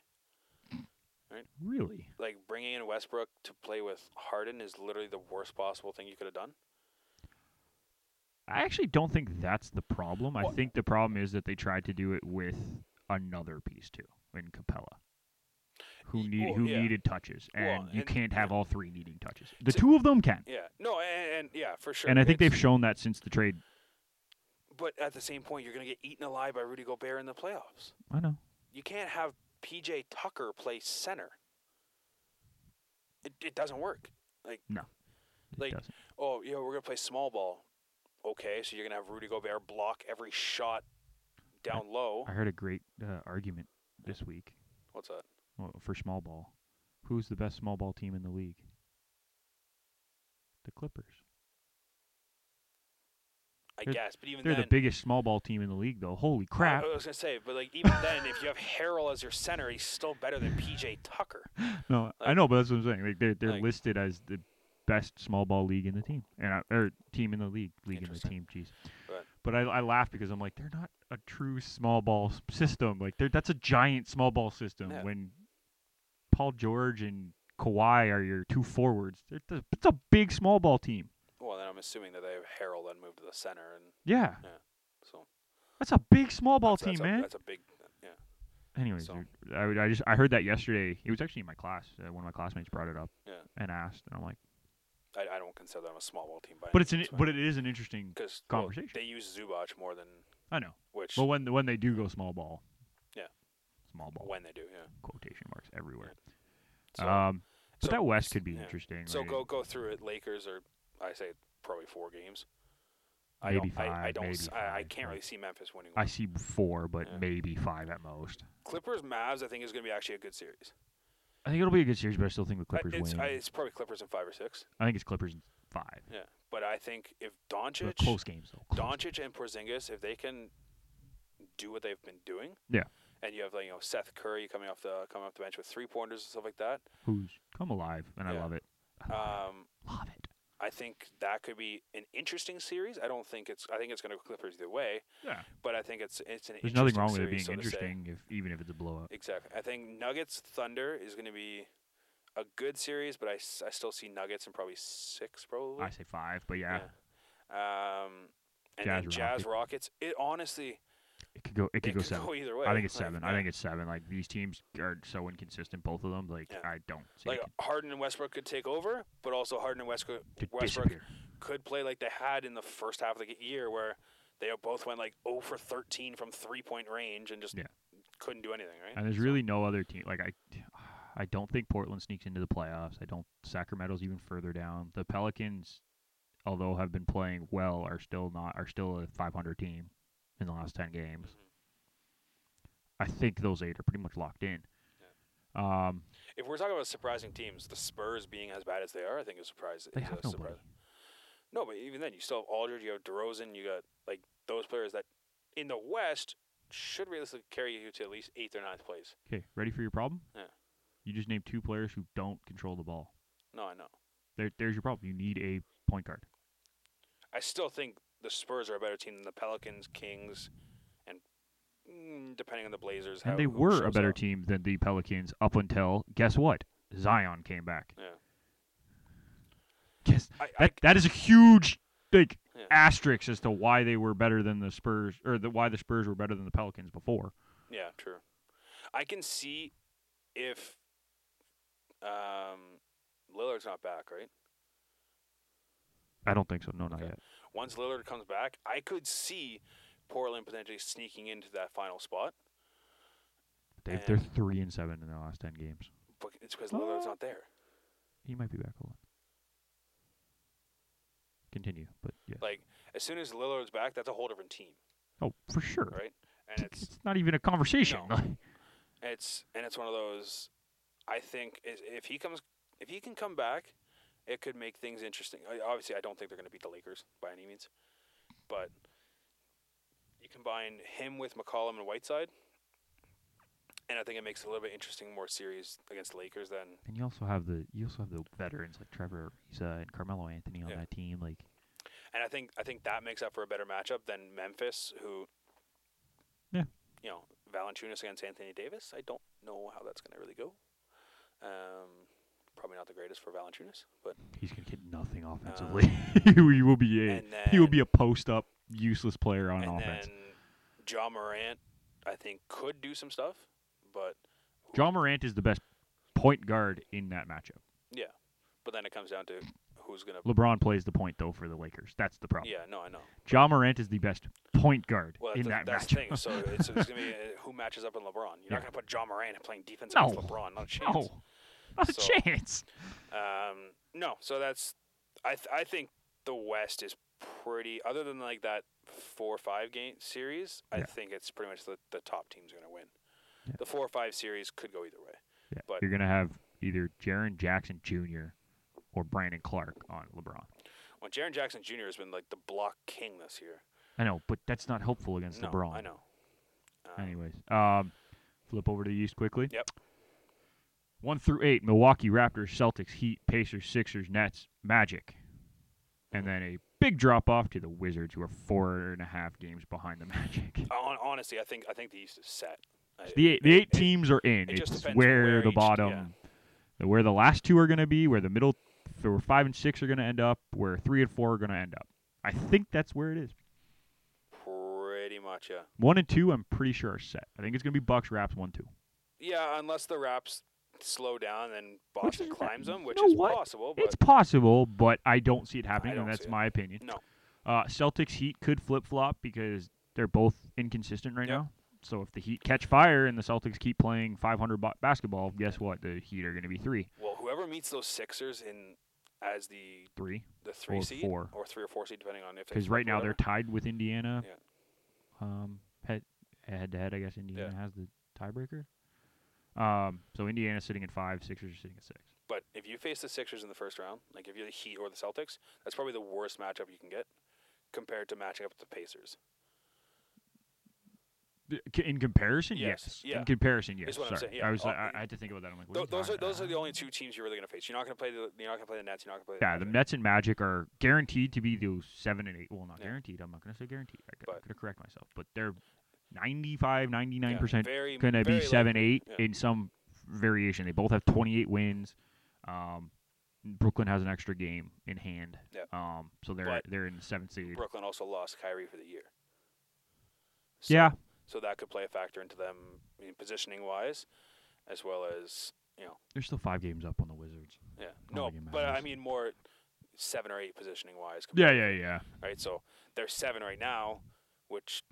Speaker 1: Really?
Speaker 2: Like bringing in Westbrook to play with Harden is literally the worst possible thing you could have done.
Speaker 1: I actually don't think that's the problem. I
Speaker 2: Well-
Speaker 1: think the problem is that they tried to do it with another piece too, in Capella, who
Speaker 2: Y-
Speaker 1: need
Speaker 2: well,
Speaker 1: who
Speaker 2: yeah.
Speaker 1: needed touches, and
Speaker 2: Well,
Speaker 1: you
Speaker 2: and-
Speaker 1: can't have
Speaker 2: yeah.
Speaker 1: all three needing touches. The
Speaker 2: So-
Speaker 1: two of them can,
Speaker 2: Yeah. No. And, and yeah, for sure.
Speaker 1: and I think
Speaker 2: It's-
Speaker 1: they've shown that since the trade.
Speaker 2: But at the same point, you're going to get eaten alive by Rudy Gobert in the playoffs.
Speaker 1: I know.
Speaker 2: you can't have PJ Tucker play center. It, it doesn't work.
Speaker 1: It
Speaker 2: Like,
Speaker 1: doesn't.
Speaker 2: Oh, yeah, we're gonna play small ball. Okay, so you're gonna have Rudy Gobert block every shot down low.
Speaker 1: I heard a great uh, argument this week
Speaker 2: What's that?
Speaker 1: well, for small ball. Who's the best small ball team in the league? The Clippers.
Speaker 2: I
Speaker 1: They're-
Speaker 2: guess, but even
Speaker 1: They're
Speaker 2: then,
Speaker 1: the biggest small ball team in the league, though. Holy crap!
Speaker 2: I, uh, I was gonna say, but like even then, if you have Harrell as your center, he's still better than PJ Tucker.
Speaker 1: No, I
Speaker 2: Like-
Speaker 1: know, but that's what I'm saying. Like they're they're
Speaker 2: like-
Speaker 1: listed as the best small ball league in the team, and I, or team in the league, league in the
Speaker 2: Interesting.
Speaker 1: team. Jeez,
Speaker 2: Right.
Speaker 1: but I I laugh because I'm like they're not a true small ball s- system. Like they're that's a giant small ball system
Speaker 2: Yeah.
Speaker 1: when Paul George and Kawhi are your two forwards. They're, th- it's a big small ball team.
Speaker 2: Well, then I'm assuming that they have Harrell then moved to the center, and
Speaker 1: Yeah,
Speaker 2: so
Speaker 1: that's a big small ball
Speaker 2: that's,
Speaker 1: team,
Speaker 2: that's
Speaker 1: man.
Speaker 2: A, that's a big, yeah.
Speaker 1: Anyways,
Speaker 2: So-
Speaker 1: dude, I, would- I just I heard that yesterday. It was actually in my class. Uh, one of my classmates brought it up
Speaker 2: Yeah.
Speaker 1: and asked, and I'm like,
Speaker 2: I, I don't consider them a small ball team by
Speaker 1: but it's an but it is an interesting.
Speaker 2: because
Speaker 1: conversation.
Speaker 2: they use Zubac more than
Speaker 1: I know.
Speaker 2: which
Speaker 1: Well, when when they do go small ball,
Speaker 2: Yeah.
Speaker 1: small ball
Speaker 2: when they do, yeah.
Speaker 1: quotation marks everywhere.
Speaker 2: So,
Speaker 1: um, but
Speaker 2: so-
Speaker 1: that West could be
Speaker 2: yeah.
Speaker 1: interesting.
Speaker 2: So
Speaker 1: right?
Speaker 2: go go through it. Lakers are, I say, probably four games. I
Speaker 1: Maybe
Speaker 2: don't, I, I
Speaker 1: five,
Speaker 2: don't.
Speaker 1: maybe
Speaker 2: s- I, I
Speaker 1: five,
Speaker 2: can't
Speaker 1: like-
Speaker 2: really see Memphis winning.
Speaker 1: I
Speaker 2: one.
Speaker 1: see four, but
Speaker 2: Yeah.
Speaker 1: maybe five at most.
Speaker 2: Clippers Mavs. I think is going to be actually a good series.
Speaker 1: I think it'll be a good series, but I still think the
Speaker 2: I-
Speaker 1: Clippers
Speaker 2: it's,
Speaker 1: win. I,
Speaker 2: I, it's probably Clippers in five or six.
Speaker 1: think it's Clippers in five.
Speaker 2: Yeah, but I think if
Speaker 1: But
Speaker 2: Doncic,
Speaker 1: close games though. Close.
Speaker 2: Doncic and Porzingis, if they can do what they've been doing,
Speaker 1: Yeah.
Speaker 2: And you have like you know Seth Curry coming off the coming off the bench with three pointers and stuff like that.
Speaker 1: Who's come alive, and I
Speaker 2: Yeah.
Speaker 1: love it. I love
Speaker 2: Um,
Speaker 1: it. Love it.
Speaker 2: I think that could be an interesting series. I don't think it's. I think it's going to go Clippers either way,
Speaker 1: Yeah.
Speaker 2: but I think it's it's an.
Speaker 1: There's
Speaker 2: interesting
Speaker 1: nothing wrong with it being
Speaker 2: series, so to say.
Speaker 1: interesting, if even if it's a blowout.
Speaker 2: Exactly. I think Nuggets Thunder is going to be a good series, but I, s- I still see Nuggets in probably six, probably.
Speaker 1: I say five, but yeah,
Speaker 2: Yeah. Um, and
Speaker 1: Jazz
Speaker 2: then
Speaker 1: Rockets.
Speaker 2: Jazz Rockets. It honestly
Speaker 1: it could go. It
Speaker 2: it
Speaker 1: could go
Speaker 2: could
Speaker 1: seven.
Speaker 2: go either way.
Speaker 1: I think it's
Speaker 2: Like,
Speaker 1: seven.
Speaker 2: yeah.
Speaker 1: I think it's seven. Like these teams are so inconsistent, both of them. Like
Speaker 2: Yeah.
Speaker 1: I don't see
Speaker 2: like
Speaker 1: it
Speaker 2: Harden and Westbrook could take over, but also Harden and Westbrook
Speaker 1: could
Speaker 2: Westbrook
Speaker 1: disappear.
Speaker 2: could play like they had in the first half of the year, where they both went like 0 for 13 from three point range and just
Speaker 1: Yeah.
Speaker 2: couldn't do anything. Right.
Speaker 1: And there's
Speaker 2: So,
Speaker 1: really no other team. Like I, I don't think Portland sneaks into the playoffs. I don't. Sacramento's even further down. The Pelicans, although have been playing well, are still not are still a 500 team in the last 10 games.
Speaker 2: Mhm.
Speaker 1: I think those eight are pretty much locked in. Um,
Speaker 2: if we're talking about surprising teams, the Spurs being as bad as they are, I think is a surprise.
Speaker 1: they
Speaker 2: is
Speaker 1: have
Speaker 2: a
Speaker 1: nobody.
Speaker 2: surprise. No, but even then, you still have Aldridge, you have DeRozan, you got like those players that in the West should realistically carry you to at least eighth or ninth place.
Speaker 1: Okay, ready for your problem?
Speaker 2: Yeah.
Speaker 1: You just named two players who don't control the ball.
Speaker 2: No, I know.
Speaker 1: There, there's your problem. You need a point guard.
Speaker 2: I still think the Spurs are a better team than the Pelicans, Kings, and mm, depending on the Blazers. how,
Speaker 1: And they
Speaker 2: who
Speaker 1: were a
Speaker 2: shows
Speaker 1: better
Speaker 2: up.
Speaker 1: team than the Pelicans up until guess what? Zion came back.
Speaker 2: Yeah.
Speaker 1: Guess
Speaker 2: I, I,
Speaker 1: that that is a huge like
Speaker 2: Yeah.
Speaker 1: asterisk as to why they were better than the Spurs or the why the Spurs were better than the Pelicans before.
Speaker 2: yeah, true. I can see if um, Lillard's not back, right?
Speaker 1: I don't think so. No, not
Speaker 2: Okay.
Speaker 1: yet.
Speaker 2: once Lillard comes back, I could see Portland potentially sneaking into that final spot.
Speaker 1: They, they're
Speaker 2: And-
Speaker 1: three and seven in their last ten games.
Speaker 2: But it's because Lillard's not there.
Speaker 1: He might be back. Hold on. Continue, but yeah.
Speaker 2: Like as soon as Lillard's back, that's a whole different team,
Speaker 1: oh, for sure.
Speaker 2: right? And
Speaker 1: It's,
Speaker 2: it's
Speaker 1: it's not even a conversation.
Speaker 2: No.
Speaker 1: Like,
Speaker 2: it's and it's one of those. I think is- if he comes, if he can come back, it could make things interesting. I- Obviously, I don't think they're going to beat the Lakers by any means, but you combine him with McCollum and Whiteside, and I think it makes it a little bit interesting, more series against the Lakers than
Speaker 1: and you also have the you also have the veterans like Trevor Ariza and Carmelo Anthony on
Speaker 2: Yeah.
Speaker 1: that team. Like
Speaker 2: And I think I think that makes up for a better matchup than Memphis, who,
Speaker 1: Yeah.
Speaker 2: you know, Valanciunas against Anthony Davis. I don't know how that's going to really go. Um, probably not the greatest for Valanciunas, but
Speaker 1: he's gonna get nothing offensively. he will be a
Speaker 2: Um, and then,
Speaker 1: he will be a post up useless player on
Speaker 2: and
Speaker 1: offense.
Speaker 2: then John Morant, I think could do some stuff, but
Speaker 1: John Morant is the best point guard in that matchup.
Speaker 2: yeah, but then it comes down to who's going to.
Speaker 1: LeBron plays the point though for the Lakers. That's the problem.
Speaker 2: Yeah, no, I know.
Speaker 1: John Morant is the best point guard
Speaker 2: Well,
Speaker 1: in
Speaker 2: th-
Speaker 1: that
Speaker 2: that's
Speaker 1: matchup.
Speaker 2: the thing. So it's, it's going to be uh, who matches up with LeBron.
Speaker 1: Yeah.
Speaker 2: You're not going to put John Morant playing defense
Speaker 1: No.
Speaker 2: against LeBron. Not a chance.
Speaker 1: no, not a
Speaker 2: So-
Speaker 1: chance.
Speaker 2: Um, no, so that's I th- I think the West is pretty other than like that four or five game series. I
Speaker 1: Yeah.
Speaker 2: think it's pretty much the, the top team's going to win.
Speaker 1: Yeah.
Speaker 2: The four or five series could go either way.
Speaker 1: Yeah,
Speaker 2: but-
Speaker 1: you're gonna have either Jaron Jackson Jr. or Brandon Clark on LeBron.
Speaker 2: Well, Jaron Jackson Jr. has been like the block king this year.
Speaker 1: I know, but that's not helpful against
Speaker 2: no,
Speaker 1: LeBron.
Speaker 2: I know. Um,
Speaker 1: Anyways, um, flip over to the East quickly.
Speaker 2: Yep.
Speaker 1: One through eight: Milwaukee Raptors, Celtics, Heat, Pacers, Sixers, Nets, Magic, and then a big drop off to the Wizards, who are four and a half games behind the Magic.
Speaker 2: hon- honestly, I think I think the East is set. I-
Speaker 1: The eight, the
Speaker 2: it-
Speaker 1: eight teams are in.
Speaker 2: it just
Speaker 1: it's
Speaker 2: depends
Speaker 1: where,
Speaker 2: where
Speaker 1: the
Speaker 2: each-
Speaker 1: bottom,
Speaker 2: yeah.
Speaker 1: the- where the last two are going to be, where the middle, where five and six are going to end up, where three and four are going to end up. I think that's where it is.
Speaker 2: it- pretty much yeah.
Speaker 1: One and two, I'm pretty sure are set. I think it's going to be Bucks, Raps, one, two.
Speaker 2: Yeah, unless the Raps slow down and Boston
Speaker 1: is-
Speaker 2: climbs them, which
Speaker 1: know
Speaker 2: is
Speaker 1: what?
Speaker 2: possible. But
Speaker 1: It's possible, but I don't see it happening,
Speaker 2: don't
Speaker 1: and that's
Speaker 2: see it.
Speaker 1: my opinion.
Speaker 2: No.
Speaker 1: Uh, Celtics Heat could flip flop because they're both inconsistent right
Speaker 2: Yep.
Speaker 1: now. So if the Heat catch fire and the Celtics keep playing 500 bo- basketball, guess what? The Heat are going to be three,
Speaker 2: Well, whoever meets those Sixers in as the
Speaker 1: three.
Speaker 2: the three
Speaker 1: Or
Speaker 2: seed
Speaker 1: four.
Speaker 2: or three or four seed, depending on if they
Speaker 1: Because
Speaker 2: flip
Speaker 1: right
Speaker 2: or
Speaker 1: now they're
Speaker 2: whatever.
Speaker 1: tied with Indiana.
Speaker 2: Yeah.
Speaker 1: Um, head head to head, I guess Indiana has the tiebreaker. Um, so Indiana's sitting at five, Sixers are sitting at six.
Speaker 2: But if you face the Sixers in the first round, like if you're the Heat or the Celtics, that's probably the worst matchup you can get compared to matching up with the Pacers.
Speaker 1: C- In comparison, yes.
Speaker 2: Yes, yeah.
Speaker 1: In comparison, yes.
Speaker 2: what I'm
Speaker 1: Sorry.
Speaker 2: saying, yeah.
Speaker 1: I was
Speaker 2: Oh,
Speaker 1: like, I,
Speaker 2: and-
Speaker 1: I had to think about that. I'm like, what
Speaker 2: Tho-
Speaker 1: are you
Speaker 2: those are
Speaker 1: talking
Speaker 2: those are
Speaker 1: about?
Speaker 2: the only two teams you're really going to face. You're not going to play the you're not going to play the Nets. You're not going to play.
Speaker 1: Yeah, the
Speaker 2: Thunder.
Speaker 1: Nets and Magic are guaranteed to be those seven and eight. Well, not
Speaker 2: Yeah.
Speaker 1: guaranteed. I'm not going to say guaranteed. I could,
Speaker 2: But-
Speaker 1: could correct myself, but they're 95, 99
Speaker 2: Yeah,
Speaker 1: percent
Speaker 2: very-
Speaker 1: going to be
Speaker 2: very
Speaker 1: seven, eight
Speaker 2: yeah.
Speaker 1: in some variation. They both have 28 wins. Um, Brooklyn has an extra game in hand.
Speaker 2: Yeah.
Speaker 1: Um, so they're
Speaker 2: But-
Speaker 1: they're in the seventh seed.
Speaker 2: Brooklyn also lost Kyrie for the year. So,
Speaker 1: Yeah,
Speaker 2: So that could play a factor into them I mean, positioning wise, as well as you know
Speaker 1: they're still five games up on the Wizards.
Speaker 2: yeah
Speaker 1: I
Speaker 2: no,
Speaker 1: don't think it
Speaker 2: but I
Speaker 1: matters.
Speaker 2: mean more seven or eight positioning wise.
Speaker 1: Yeah, yeah, yeah.
Speaker 2: Right. So they're seven right now, which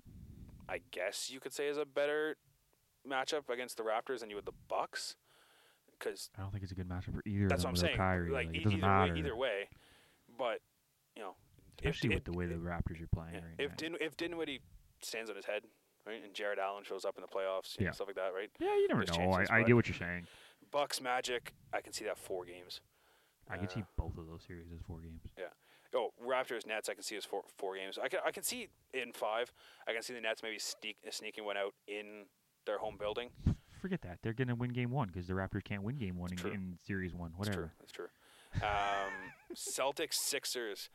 Speaker 2: I guess you could say is a better matchup against the Raptors than you would the Bucks, because
Speaker 1: I don't think it's a good matchup for either.
Speaker 2: That's
Speaker 1: of
Speaker 2: what
Speaker 1: them without
Speaker 2: I'm saying.
Speaker 1: Kyrie,
Speaker 2: like, e-
Speaker 1: it doesn't
Speaker 2: either
Speaker 1: matter,
Speaker 2: way, either way, but you know, if-
Speaker 1: especially with
Speaker 2: if-
Speaker 1: the way the
Speaker 2: if-
Speaker 1: Raptors are playing
Speaker 2: yeah,
Speaker 1: right
Speaker 2: if
Speaker 1: now.
Speaker 2: Din if Dinwiddie stands on his head, right, and Jared Allen shows up in the playoffs, you know,
Speaker 1: Yeah.
Speaker 2: stuff like that, right?
Speaker 1: yeah, you never
Speaker 2: there's
Speaker 1: know. I,
Speaker 2: chances,
Speaker 1: I
Speaker 2: but-
Speaker 1: get what you're saying.
Speaker 2: Bucks Magic, I can see that four games.
Speaker 1: I can see
Speaker 2: Uh,
Speaker 1: both of those series as four games.
Speaker 2: Oh, Raptors Nets, I can see as four four games. I can I can see in five. I can see the Nets maybe sneak sneaking one out in their home building.
Speaker 1: Forget that. They're going to win game one because the Raptors can't win game one
Speaker 2: It's
Speaker 1: in,
Speaker 2: true.
Speaker 1: in series one.
Speaker 2: That's true.
Speaker 1: Whatever.
Speaker 2: That's true. Um, Celtics Sixers.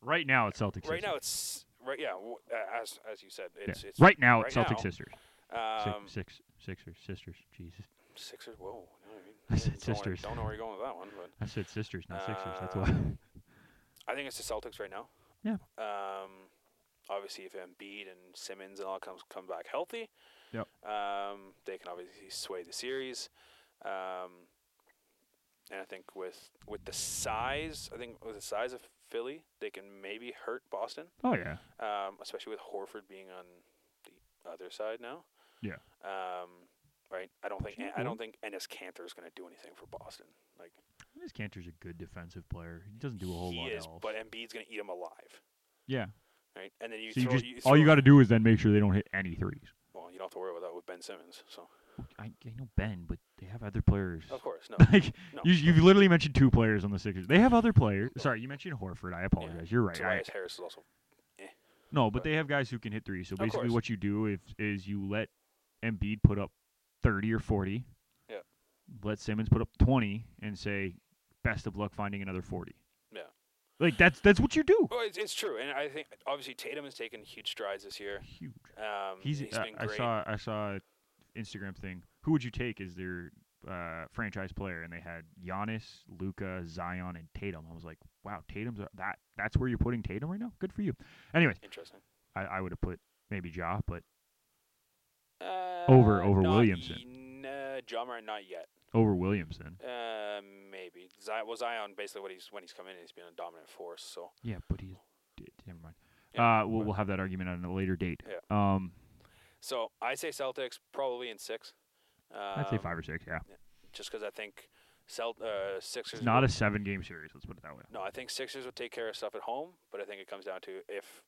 Speaker 1: Right now, it's Celtics.
Speaker 2: Right
Speaker 1: Sixers.
Speaker 2: now, it's right. Yeah, w- uh, as as you said,
Speaker 1: Yeah.
Speaker 2: it's it's
Speaker 1: right now, it's
Speaker 2: right
Speaker 1: Celtics
Speaker 2: now,
Speaker 1: sisters.
Speaker 2: Um,
Speaker 1: six, six, Sixers, sisters. Jesus,
Speaker 2: Sixers. Whoa. you know what I mean?
Speaker 1: I said
Speaker 2: Don't know-
Speaker 1: sisters.
Speaker 2: Don't know where you're going with that one, but
Speaker 1: I said sisters, not Sixers. That's
Speaker 2: Uh,
Speaker 1: why.
Speaker 2: I think it's the Celtics right now.
Speaker 1: Yeah.
Speaker 2: Um, obviously, if Embiid and Simmons and all comes come back healthy,
Speaker 1: Yep.
Speaker 2: Um, they can obviously sway the series. Um, and I think with with the size, I think with the size of Philly, they can maybe hurt Boston.
Speaker 1: oh yeah,
Speaker 2: um, especially with Horford being on the other side now.
Speaker 1: Yeah.
Speaker 2: Um, right. I don't think
Speaker 1: Which is
Speaker 2: I
Speaker 1: cool.
Speaker 2: don't think Ennis Cantor is going to do anything for Boston. Like
Speaker 1: this Cantor's a good defensive player. He doesn't do a whole
Speaker 2: he
Speaker 1: lot
Speaker 2: is,
Speaker 1: else.
Speaker 2: but Embiid's going to eat him alive.
Speaker 1: yeah.
Speaker 2: Right. And then you
Speaker 1: So you
Speaker 2: throw
Speaker 1: just
Speaker 2: you
Speaker 1: all you
Speaker 2: throw-
Speaker 1: got to do is then make sure they don't hit any threes.
Speaker 2: Well, you don't have to worry about that with Ben Simmons. So
Speaker 1: I, I know Ben, but they have other players.
Speaker 2: of course, no.
Speaker 1: Like
Speaker 2: no.
Speaker 1: you, you've literally mentioned two players on the Sixers. They have other players. Sorry, you mentioned Horford. I apologize. You're right. I,
Speaker 2: Tobias Harris is also
Speaker 1: No, but
Speaker 2: But-
Speaker 1: they have guys who can hit threes. So
Speaker 2: Of
Speaker 1: basically,
Speaker 2: course.
Speaker 1: what you do is is you let Embiid put up thirty or forty.
Speaker 2: Yeah.
Speaker 1: Let Simmons put up twenty and say, "Best of luck finding another 40.
Speaker 2: Yeah.
Speaker 1: Like that's that's what you do.
Speaker 2: well, it's, it's true, and I think obviously Tatum has taken huge strides this year.
Speaker 1: Huge.
Speaker 2: Um,
Speaker 1: He's.
Speaker 2: he's
Speaker 1: uh,
Speaker 2: been
Speaker 1: I
Speaker 2: great.
Speaker 1: saw. I saw. a Instagram thing. Who would you take as their uh, franchise player? And they had Giannis, Luca, Zion, and Tatum. I was like, wow, Tatum's a, that. That's where you're putting Tatum right now. Good for you. Anyways,
Speaker 2: Interesting.
Speaker 1: I, I would have put maybe Ja, but
Speaker 2: Uh,
Speaker 1: Over- over
Speaker 2: not
Speaker 1: Williamson.
Speaker 2: y- Nah, John Moran, not yet.
Speaker 1: over Williamson.
Speaker 2: Uh, maybe. Zion, well, Zion basically what he's when he's come in, he's been a dominant force. So
Speaker 1: Yeah, but he's d- never mind.
Speaker 2: Yeah,
Speaker 1: uh, we'll,
Speaker 2: but-
Speaker 1: we'll have that argument on a later date.
Speaker 2: Yeah.
Speaker 1: Um,
Speaker 2: so I say Celtics probably in six. Um,
Speaker 1: I'd say five or six. Yeah,
Speaker 2: Just because I think Celt uh, Sixers.
Speaker 1: it's not
Speaker 2: would-
Speaker 1: a seven-game series. Let's put it that way.
Speaker 2: No, I think Sixers would take care of stuff at home, but I think it comes down to if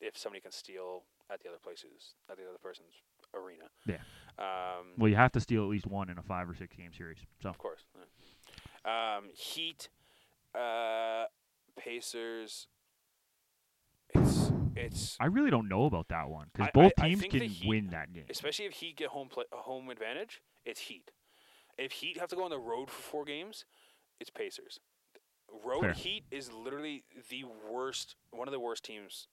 Speaker 2: if somebody can steal at the other places at the other person's arena.
Speaker 1: Yeah.
Speaker 2: Um,
Speaker 1: Well, you have to steal at least one in a five or six-game series. So
Speaker 2: Of course. yeah. Um, Heat, uh, Pacers. It's it's
Speaker 1: I really don't know about that one because
Speaker 2: I-
Speaker 1: both
Speaker 2: I- I
Speaker 1: teams
Speaker 2: think the
Speaker 1: can
Speaker 2: Heat-
Speaker 1: win that game.
Speaker 2: especially if Heat get home play, a home advantage. It's Heat. If Heat have to go on the road for four games, it's Pacers. Road
Speaker 1: Fair.
Speaker 2: Heat is literally the worst, one of the worst teams.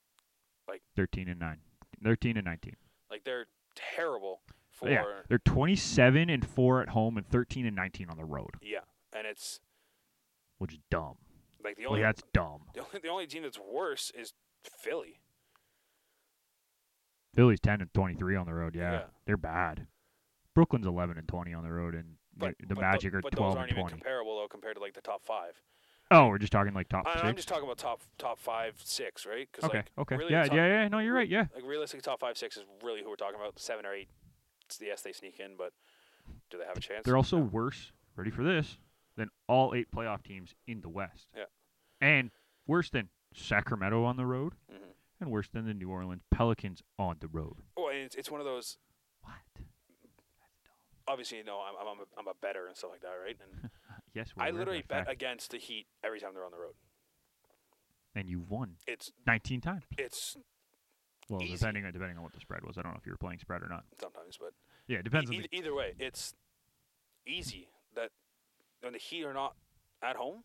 Speaker 1: Thirteen and nine. Thirteen and nineteen.
Speaker 2: Like they're terrible for
Speaker 1: Yeah, they're twenty-seven and four at home and thirteen and nineteen on the road,
Speaker 2: yeah. and it's
Speaker 1: which is dumb.
Speaker 2: like the
Speaker 1: Like
Speaker 2: only
Speaker 1: that's dumb.
Speaker 2: the only the only team that's worse is Philly.
Speaker 1: Philly's ten and twenty-three on the road. Yeah,
Speaker 2: Yeah.
Speaker 1: they're bad. Brooklyn's eleven and twenty on the road, and
Speaker 2: But
Speaker 1: the- the
Speaker 2: but
Speaker 1: Magic
Speaker 2: tho-
Speaker 1: are
Speaker 2: but
Speaker 1: twelve
Speaker 2: those aren't
Speaker 1: and
Speaker 2: even
Speaker 1: twenty.
Speaker 2: comparable though compared to like the top five.
Speaker 1: oh, we're just talking like top
Speaker 2: I,
Speaker 1: six.
Speaker 2: I'm just talking about top top five six, right? 'Cause,
Speaker 1: Okay.
Speaker 2: Like,
Speaker 1: okay.
Speaker 2: really
Speaker 1: yeah.
Speaker 2: top-
Speaker 1: yeah. Yeah. No, you're right. Yeah.
Speaker 2: like realistically, top five six is really who we're talking about. Seven or eight, it's- yes, they sneak in, but do they have a chance?
Speaker 1: They're also
Speaker 2: No.
Speaker 1: worse. Ready for this? Than all eight playoff teams in the West.
Speaker 2: Yeah.
Speaker 1: And worse than Sacramento on the road,
Speaker 2: Mhm.
Speaker 1: and worse than the New Orleans Pelicans on the road.
Speaker 2: Well, and it's, it's one of those.
Speaker 1: What?
Speaker 2: Obviously, you know, I'm I'm I'm a, I'm a better and stuff like that, right? And
Speaker 1: Yes. We're
Speaker 2: I
Speaker 1: aware of
Speaker 2: literally
Speaker 1: that
Speaker 2: bet
Speaker 1: fact.
Speaker 2: against the Heat every time they're on the road.
Speaker 1: and you won
Speaker 2: It's
Speaker 1: 19 times.
Speaker 2: it's
Speaker 1: Well,
Speaker 2: Easy.
Speaker 1: depending on depending on what the spread was, I don't know if you were playing spread or not.
Speaker 2: sometimes, but
Speaker 1: Yeah, it depends
Speaker 2: e-
Speaker 1: on
Speaker 2: eith- either way, it's easy that when the Heat are not at home,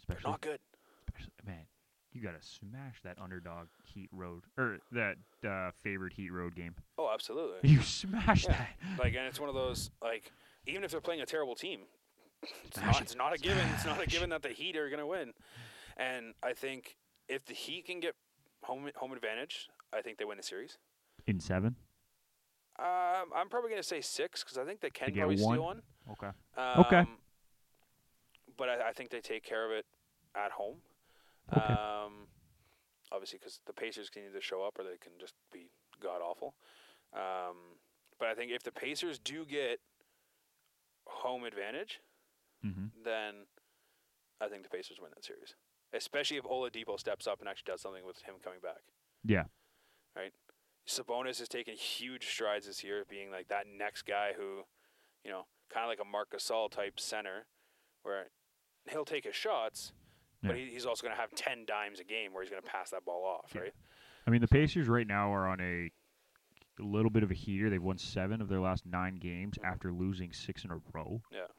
Speaker 1: the
Speaker 2: they're
Speaker 1: especially,
Speaker 2: not good.
Speaker 1: especially- man. You gotta smash that underdog Heat Road or that uh, favored Heat Road game.
Speaker 2: Oh, absolutely.
Speaker 1: You smash
Speaker 2: Yeah,
Speaker 1: that.
Speaker 2: Like, and it's one of those like, even if they're playing a terrible team, it's
Speaker 1: Smash
Speaker 2: not,
Speaker 1: it.
Speaker 2: it's not a given. It's not a
Speaker 1: Smash
Speaker 2: given that the Heat are gonna win. And I think if the Heat can get home home advantage, I think they win the series.
Speaker 1: in seven.
Speaker 2: Um, I'm probably gonna say six because I think they can
Speaker 1: get
Speaker 2: probably
Speaker 1: one?
Speaker 2: steal one.
Speaker 1: Okay.
Speaker 2: Um,
Speaker 1: Okay.
Speaker 2: But I, I think they take care of it at home.
Speaker 1: Okay.
Speaker 2: Um, obviously, because the Pacers can either show up or they can just be god awful. Um, but I think if the Pacers do get home advantage,
Speaker 1: Mm-hmm.
Speaker 2: then I think the Pacers win that series. Especially if Oladipo steps up and actually does something with him coming back.
Speaker 1: Yeah.
Speaker 2: Sabonis has taken huge strides this year, being like that next guy who, you know, kind of like a Marc Gasol type center, where he'll take his shots, but he, he's also going to have ten dimes a game where he's going to pass that ball off,
Speaker 1: Yeah.
Speaker 2: right?
Speaker 1: I mean, the Pacers right now are on a, a little bit of a heater. They've won seven of their last nine games
Speaker 2: Mm-hmm.
Speaker 1: after losing six in a row.
Speaker 2: Yeah.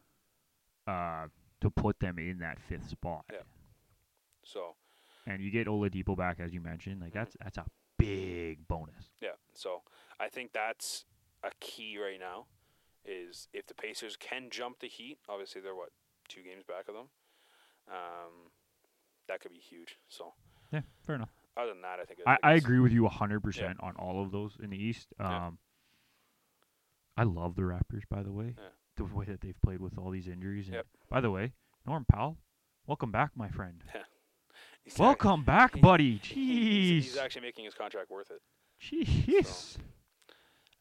Speaker 1: Uh, to put them in that fifth spot,
Speaker 2: Yeah. So
Speaker 1: and you get Oladipo back as you mentioned. Like
Speaker 2: Mhm.
Speaker 1: that's that's a big bonus.
Speaker 2: yeah, so I think that's a key right now, is if the Pacers can jump the Heat, obviously they're what two games back of them, um, that could be huge. So
Speaker 1: Yeah, fair enough.
Speaker 2: other than that, I think
Speaker 1: I, I
Speaker 2: it's-
Speaker 1: agree with you 100% on all of those in the East. Um,
Speaker 2: Yeah.
Speaker 1: I love the Raptors, by the way,
Speaker 2: Yeah.
Speaker 1: the way that they've played with all these injuries. And
Speaker 2: Yep.
Speaker 1: By the way, Norm Powell, welcome back, my friend.
Speaker 2: he's act-
Speaker 1: Welcome back, buddy. Jeez.
Speaker 2: He's, he's actually making his contract worth it.
Speaker 1: Jeez.
Speaker 2: So,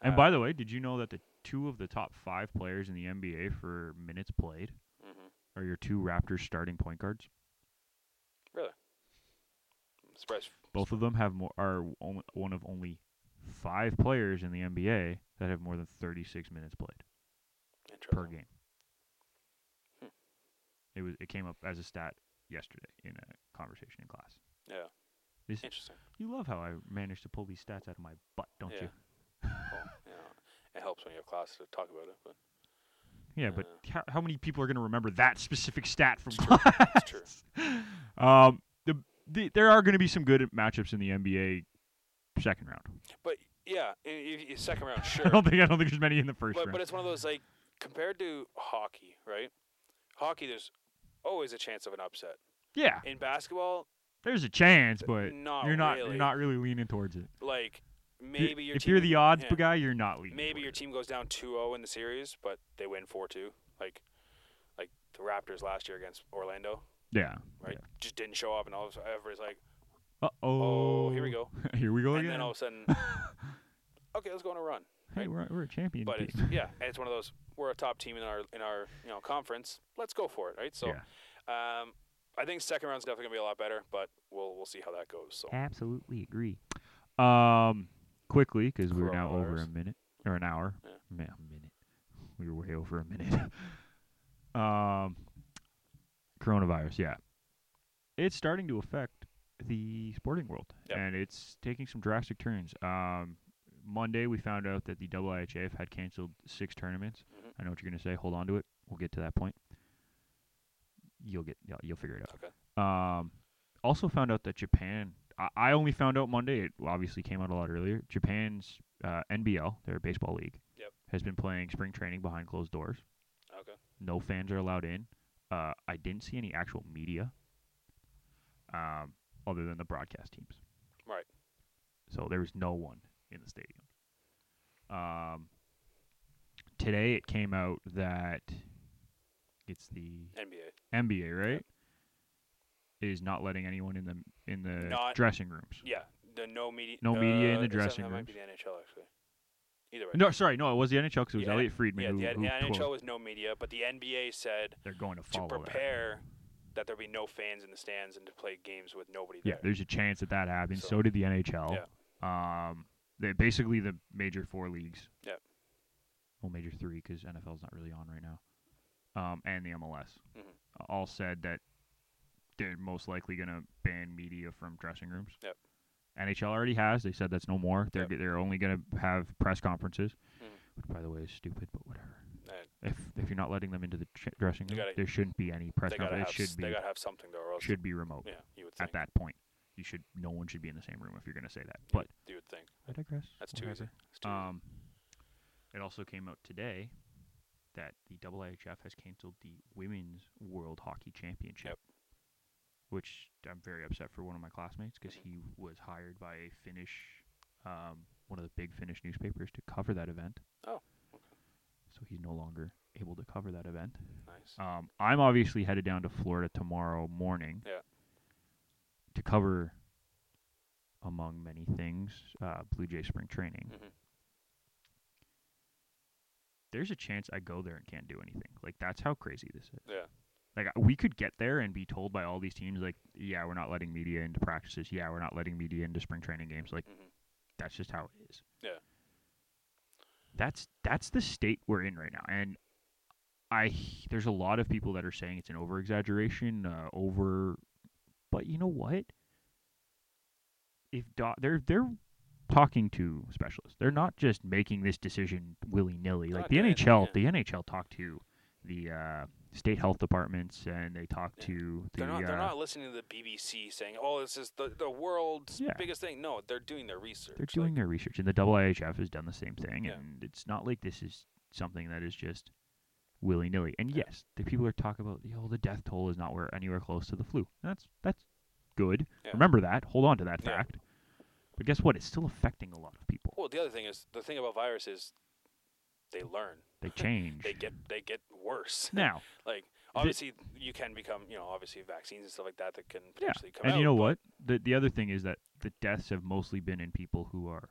Speaker 1: and
Speaker 2: uh,
Speaker 1: by the way, did you know that the two of the top five players in the NBA for minutes played
Speaker 2: hmm
Speaker 1: are your two Raptors starting point guards?
Speaker 2: Surprise.
Speaker 1: Both of them have more are only, one of only five players in the NBA that have more than 36 minutes played. per
Speaker 2: Interesting.
Speaker 1: game.
Speaker 2: Hmm.
Speaker 1: It was it came up as a stat yesterday in a conversation in class.
Speaker 2: Yeah.
Speaker 1: This-
Speaker 2: Interesting.
Speaker 1: You love how I managed to pull these stats out of my butt, don't
Speaker 2: Yeah.
Speaker 1: you?
Speaker 2: Well, yeah, it helps when you have class to talk about it, but
Speaker 1: Yeah, but
Speaker 2: Uh.
Speaker 1: how, how many people are going to remember that specific stat from
Speaker 2: It's true.
Speaker 1: class?
Speaker 2: it's true.
Speaker 1: Um, the, the, there are going to be some good matchups in the NBA second round.
Speaker 2: But yeah, i- i- i- second round,
Speaker 1: I
Speaker 2: sure.
Speaker 1: don't think I don't think there's many in the first
Speaker 2: but
Speaker 1: round.
Speaker 2: but it's one of those like compared to hockey, right? Hockey, there's always a chance of an upset.
Speaker 1: yeah,
Speaker 2: In basketball,
Speaker 1: there's a chance, but
Speaker 2: not
Speaker 1: you're not
Speaker 2: really.
Speaker 1: you're not really leaning towards it.
Speaker 2: like
Speaker 1: You're-
Speaker 2: maybe your
Speaker 1: if
Speaker 2: team,
Speaker 1: you're the odds
Speaker 2: yeah,
Speaker 1: guy, you're not leaning.
Speaker 2: maybe
Speaker 1: towards
Speaker 2: your
Speaker 1: it.
Speaker 2: team goes down 2-0 in the series, but they win four two, like like the Raptors last year against Orlando,
Speaker 1: yeah.
Speaker 2: right? Just didn't show up, and all of a sudden everybody's like,
Speaker 1: Uh oh.
Speaker 2: oh, here we go.
Speaker 1: here we go
Speaker 2: and
Speaker 1: again.
Speaker 2: then all of a sudden, okay, let's go on a run.
Speaker 1: Hey,
Speaker 2: Right.
Speaker 1: we're, we're a champion.
Speaker 2: But
Speaker 1: team.
Speaker 2: it's, yeah, it's one of those. We're a top team in our in our you know conference. Let's go for it, right? So,
Speaker 1: Yeah.
Speaker 2: um, I think second round's definitely gonna be a lot better, but we'll we'll see how that goes. So
Speaker 1: absolutely agree. Um, quickly because we're now over a
Speaker 2: Coronavirus.
Speaker 1: minute or an hour.
Speaker 2: Yeah.
Speaker 1: Ma- a minute. We were way over a minute. um, coronavirus. Yeah, it's starting to affect the sporting world,
Speaker 2: Yep.
Speaker 1: and it's taking some drastic turns. Um, Monday we found out that the IIHF had canceled six tournaments.
Speaker 2: Mhm.
Speaker 1: I know what you're gonna say. Hold on to it. We'll get to that point. You'll get. yeah, You'll figure it out.
Speaker 2: Okay.
Speaker 1: Um, also found out that Japan. I, I only found out Monday. It obviously came out a lot earlier. Japan's uh, NBL, their baseball league,
Speaker 2: Yep.
Speaker 1: has been playing spring training behind closed doors.
Speaker 2: okay,
Speaker 1: No fans are allowed in. Uh, I didn't see any actual media, um, other than the broadcast teams.
Speaker 2: Right.
Speaker 1: So there was no one in the stadium. Um, today it came out that it's the
Speaker 2: NBA.
Speaker 1: NBA, right? Is not letting anyone in the in the
Speaker 2: Not-
Speaker 1: dressing rooms.
Speaker 2: Yeah, the no media.
Speaker 1: No media in
Speaker 2: uh,
Speaker 1: the
Speaker 2: except
Speaker 1: dressing
Speaker 2: That might
Speaker 1: rooms.
Speaker 2: be the NHL actually. Either way.
Speaker 1: No, sorry, no, it was the NHL because it was
Speaker 2: Yeah,
Speaker 1: Elliot Friedman
Speaker 2: Yeah,
Speaker 1: who,
Speaker 2: the, N-
Speaker 1: who
Speaker 2: yeah,
Speaker 1: told-
Speaker 2: NHL was no media, but the NBA said
Speaker 1: they're going to
Speaker 2: to
Speaker 1: follow that.
Speaker 2: prepare that there be no fans in the stands and to play games with nobody
Speaker 1: Yeah,
Speaker 2: there.
Speaker 1: there's a chance that that happens. So,
Speaker 2: So-
Speaker 1: did the NHL. Um, they basically the major four leagues.
Speaker 2: Yeah.
Speaker 1: Well, major three because NFL's not really on right now. Um, and the MLS
Speaker 2: Mhm.
Speaker 1: all said that they're most likely going to ban media from dressing rooms.
Speaker 2: Yep.
Speaker 1: NHL already has. They said that's no more. They're
Speaker 2: Yep.
Speaker 1: g they're only going to have press conferences,
Speaker 2: Mhm.
Speaker 1: which by the way is stupid, but whatever.
Speaker 2: Eh,
Speaker 1: If if you're not letting them into the ch- dressing
Speaker 2: You
Speaker 1: room,
Speaker 2: gotta-
Speaker 1: there shouldn't be any press
Speaker 2: they gotta
Speaker 1: conference. It
Speaker 2: have
Speaker 1: should
Speaker 2: s-
Speaker 1: be
Speaker 2: they gotta have something though, or else
Speaker 1: should be remote
Speaker 2: yeah, you would think.
Speaker 1: at that point. You should no one should be in the same room if you're going to say that. But
Speaker 2: You would think.
Speaker 1: I digress.
Speaker 2: That's too
Speaker 1: Whatever.
Speaker 2: easy. It's too easy.
Speaker 1: Um, it also came out today that the IIHF has canceled the Women's World Hockey Championship,
Speaker 2: Yep.
Speaker 1: which I'm very upset for one of my classmates because
Speaker 2: Mhm.
Speaker 1: he was hired by a Finnish, um, one of the big Finnish newspapers to cover that event.
Speaker 2: Oh, okay.
Speaker 1: So he's no longer able to cover that event.
Speaker 2: Nice.
Speaker 1: Um, I'm obviously headed down to Florida tomorrow morning.
Speaker 2: Yeah.
Speaker 1: To cover, among many things, uh, Blue Jay spring training.
Speaker 2: Mhm.
Speaker 1: There's a chance I go there and can't do anything. Like that's how crazy this is.
Speaker 2: Yeah.
Speaker 1: Like I- we could get there and be told by all these teams, like, yeah, we're not letting media into practices. Yeah, we're not letting media into spring training games. Like
Speaker 2: Mhm.
Speaker 1: that's just how it is.
Speaker 2: Yeah.
Speaker 1: That's that's the state we're in right now, and I h- there's a lot of people that are saying it's an over exaggeration, uh, over, but you know what? If do- they're they're talking to specialists, they're not just making this decision willy nilly.
Speaker 2: They're
Speaker 1: Like
Speaker 2: not
Speaker 1: the
Speaker 2: doing it,
Speaker 1: NHL,
Speaker 2: yeah.
Speaker 1: the NHL talked to the uh, state health departments, and they talked
Speaker 2: Yeah.
Speaker 1: to the
Speaker 2: They're not.
Speaker 1: uh,
Speaker 2: They're not listening to the BBC saying, "Oh, this is the the world's
Speaker 1: Yeah.
Speaker 2: biggest thing." No, they're doing their research.
Speaker 1: They're
Speaker 2: like-
Speaker 1: doing their research, and the IIHF has done the same thing.
Speaker 2: Yeah.
Speaker 1: And it's not like this is something that is just willy nilly. And yes, the people are talking about, you know, the death toll is not where anywhere close to the flu. And that's that's good.
Speaker 2: Yeah.
Speaker 1: Remember that. Hold on to that
Speaker 2: Yeah.
Speaker 1: fact. But guess what? It's still affecting a lot of people.
Speaker 2: Well, the other thing is the thing about viruses, they learn.
Speaker 1: They change
Speaker 2: They get they get worse.
Speaker 1: now,
Speaker 2: like obviously, you can become you know obviously vaccines and stuff like that that can potentially come
Speaker 1: and
Speaker 2: out.
Speaker 1: you know
Speaker 2: but-
Speaker 1: what? The the other thing is that the deaths have mostly been in people who are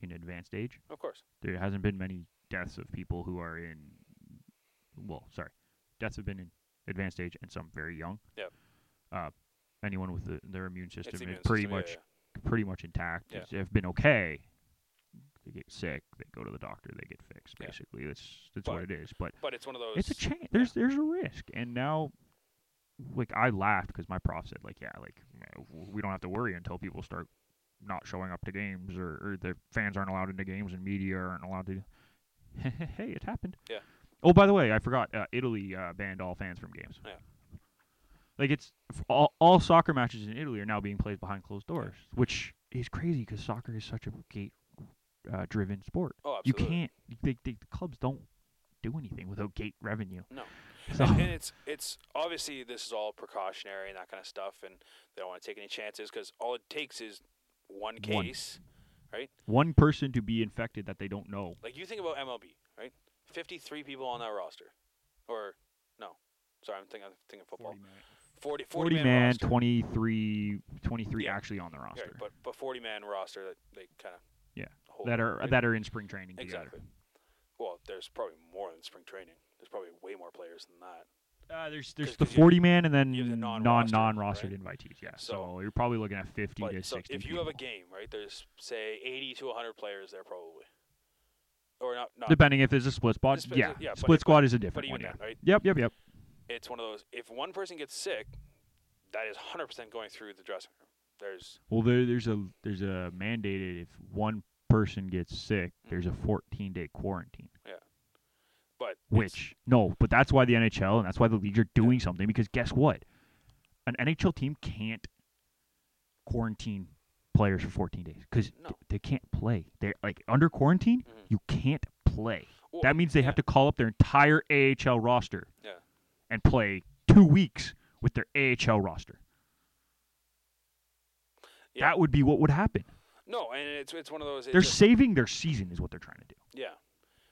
Speaker 1: in advanced age.
Speaker 2: Of course.
Speaker 1: there hasn't been many deaths of people who are in well sorry deaths have been in advanced age and some very young
Speaker 2: Yep.
Speaker 1: uh, anyone with the, their immune
Speaker 2: It's
Speaker 1: system
Speaker 2: the
Speaker 1: is
Speaker 2: immune
Speaker 1: pretty
Speaker 2: system, yeah,
Speaker 1: much
Speaker 2: yeah,
Speaker 1: pretty much intact
Speaker 2: Yeah.
Speaker 1: It's- have been okay they get sick they go to the doctor they get fixed
Speaker 2: Yeah.
Speaker 1: basically that's that's what
Speaker 2: But
Speaker 1: it is but
Speaker 2: yeah. But it's one of those.
Speaker 1: it's a chance there's there's a risk and now like i laughed because my prof said like yeah like w- we don't have to worry until people start not showing up to games or, or the fans aren't allowed into games and media aren't allowed to hey it happened
Speaker 2: Yeah.
Speaker 1: oh by the way i forgot uh, italy uh, banned all fans from games
Speaker 2: Yeah.
Speaker 1: like it's f- all, all soccer matches in italy are now being played behind closed doors which is crazy because soccer is such a gate uh, driven sport
Speaker 2: oh,
Speaker 1: you
Speaker 2: absolutely.
Speaker 1: can't they, they, the clubs don't do anything without gate revenue
Speaker 2: No.
Speaker 1: so
Speaker 2: and, and it's it's obviously this is all precautionary and that kind of stuff, and they don't want to take any chances because all it takes is one
Speaker 1: One.
Speaker 2: case, right?
Speaker 1: one person to be infected that they don't know
Speaker 2: Like you think about MLB, right? Fifty-three people on that roster, or no? Sorry, I'm thinking I'm thinking football. 40, 40 man,
Speaker 1: man,
Speaker 2: roster.
Speaker 1: twenty three, twenty three 23
Speaker 2: Yeah.
Speaker 1: actually on the roster
Speaker 2: Right, but but forty man roster that they kind of
Speaker 1: Yeah, that are that are in spring training
Speaker 2: exactly. Well, there's probably more than spring training. There's probably way more players than that.
Speaker 1: together. Uh, there's there's
Speaker 2: 'Cause-
Speaker 1: the
Speaker 2: 'cause you-
Speaker 1: 40 man and then
Speaker 2: you have the
Speaker 1: non
Speaker 2: non-rostered,
Speaker 1: non rostered
Speaker 2: right?
Speaker 1: invitees. Yeah, so,
Speaker 2: So-
Speaker 1: you're probably looking at 50 to
Speaker 2: But, so
Speaker 1: 60.
Speaker 2: if you have a
Speaker 1: people,
Speaker 2: game, right? There's say eighty to hundred players there probably, or not. not
Speaker 1: depending if there's a split squad,
Speaker 2: Just-
Speaker 1: yeah,
Speaker 2: yeah, but-
Speaker 1: split
Speaker 2: but-
Speaker 1: squad is a
Speaker 2: but
Speaker 1: different
Speaker 2: even
Speaker 1: one. Yeah.
Speaker 2: then, right?
Speaker 1: Yep, yep, yep.
Speaker 2: It's one of those. If one person gets sick, that is hundred percent going through the dressing room. There's
Speaker 1: Well, there, there's a there's a mandated if one person gets sick, there's a
Speaker 2: Mm-hmm.
Speaker 1: 14 day quarantine.
Speaker 2: but it's-
Speaker 1: Which no, but that's why the NHL and that's why the leagues are doing something because guess what? An NHL team can't quarantine players for 14 days because
Speaker 2: No.
Speaker 1: they can't play. They're like under quarantine,
Speaker 2: Mhm.
Speaker 1: you can't play.
Speaker 2: well,
Speaker 1: That means they have
Speaker 2: yeah,
Speaker 1: to call up their entire AHL roster
Speaker 2: Yeah.
Speaker 1: and play two weeks with their AHL roster.
Speaker 2: Yeah.
Speaker 1: That would be what would happen.
Speaker 2: No, and it's it's one of those. it
Speaker 1: They're
Speaker 2: just-
Speaker 1: saving their season, is what they're trying to do.
Speaker 2: Yeah,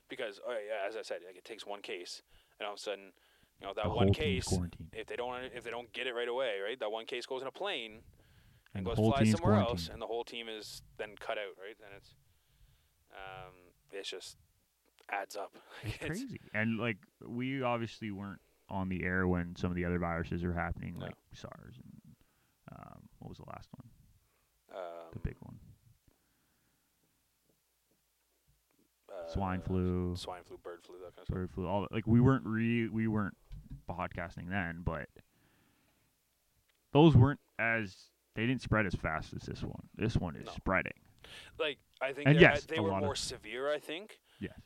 Speaker 2: because uh, yeah, as I said, like it takes one case, and all of a sudden, you know that
Speaker 1: the
Speaker 2: one
Speaker 1: whole team's
Speaker 2: case.
Speaker 1: quarantined,
Speaker 2: If they don't if they don't get it right away, right? That one case goes in a plane and,
Speaker 1: the
Speaker 2: goes
Speaker 1: whole
Speaker 2: flies
Speaker 1: team's
Speaker 2: somewhere
Speaker 1: quarantined.
Speaker 2: else, and the whole team is then cut out, right? And it's um, it's just adds up.
Speaker 1: It's
Speaker 2: It's-
Speaker 1: crazy. And like we obviously weren't on the air when some of the other viruses are happening,
Speaker 2: No.
Speaker 1: like SARS and um, what was the last one? The
Speaker 2: um,
Speaker 1: big one.
Speaker 2: uh,
Speaker 1: Swine flu,
Speaker 2: swine flu, bird flu, that kind of stuff.
Speaker 1: bird flu, all that. like we weren't re we weren't podcasting then, but those weren't as They didn't spread as fast as this one. This one is
Speaker 2: No.
Speaker 1: spreading.
Speaker 2: Like I think
Speaker 1: And
Speaker 2: they're-
Speaker 1: yes,
Speaker 2: they
Speaker 1: a
Speaker 2: were
Speaker 1: lot of-
Speaker 2: more severe. I think,
Speaker 1: Yes.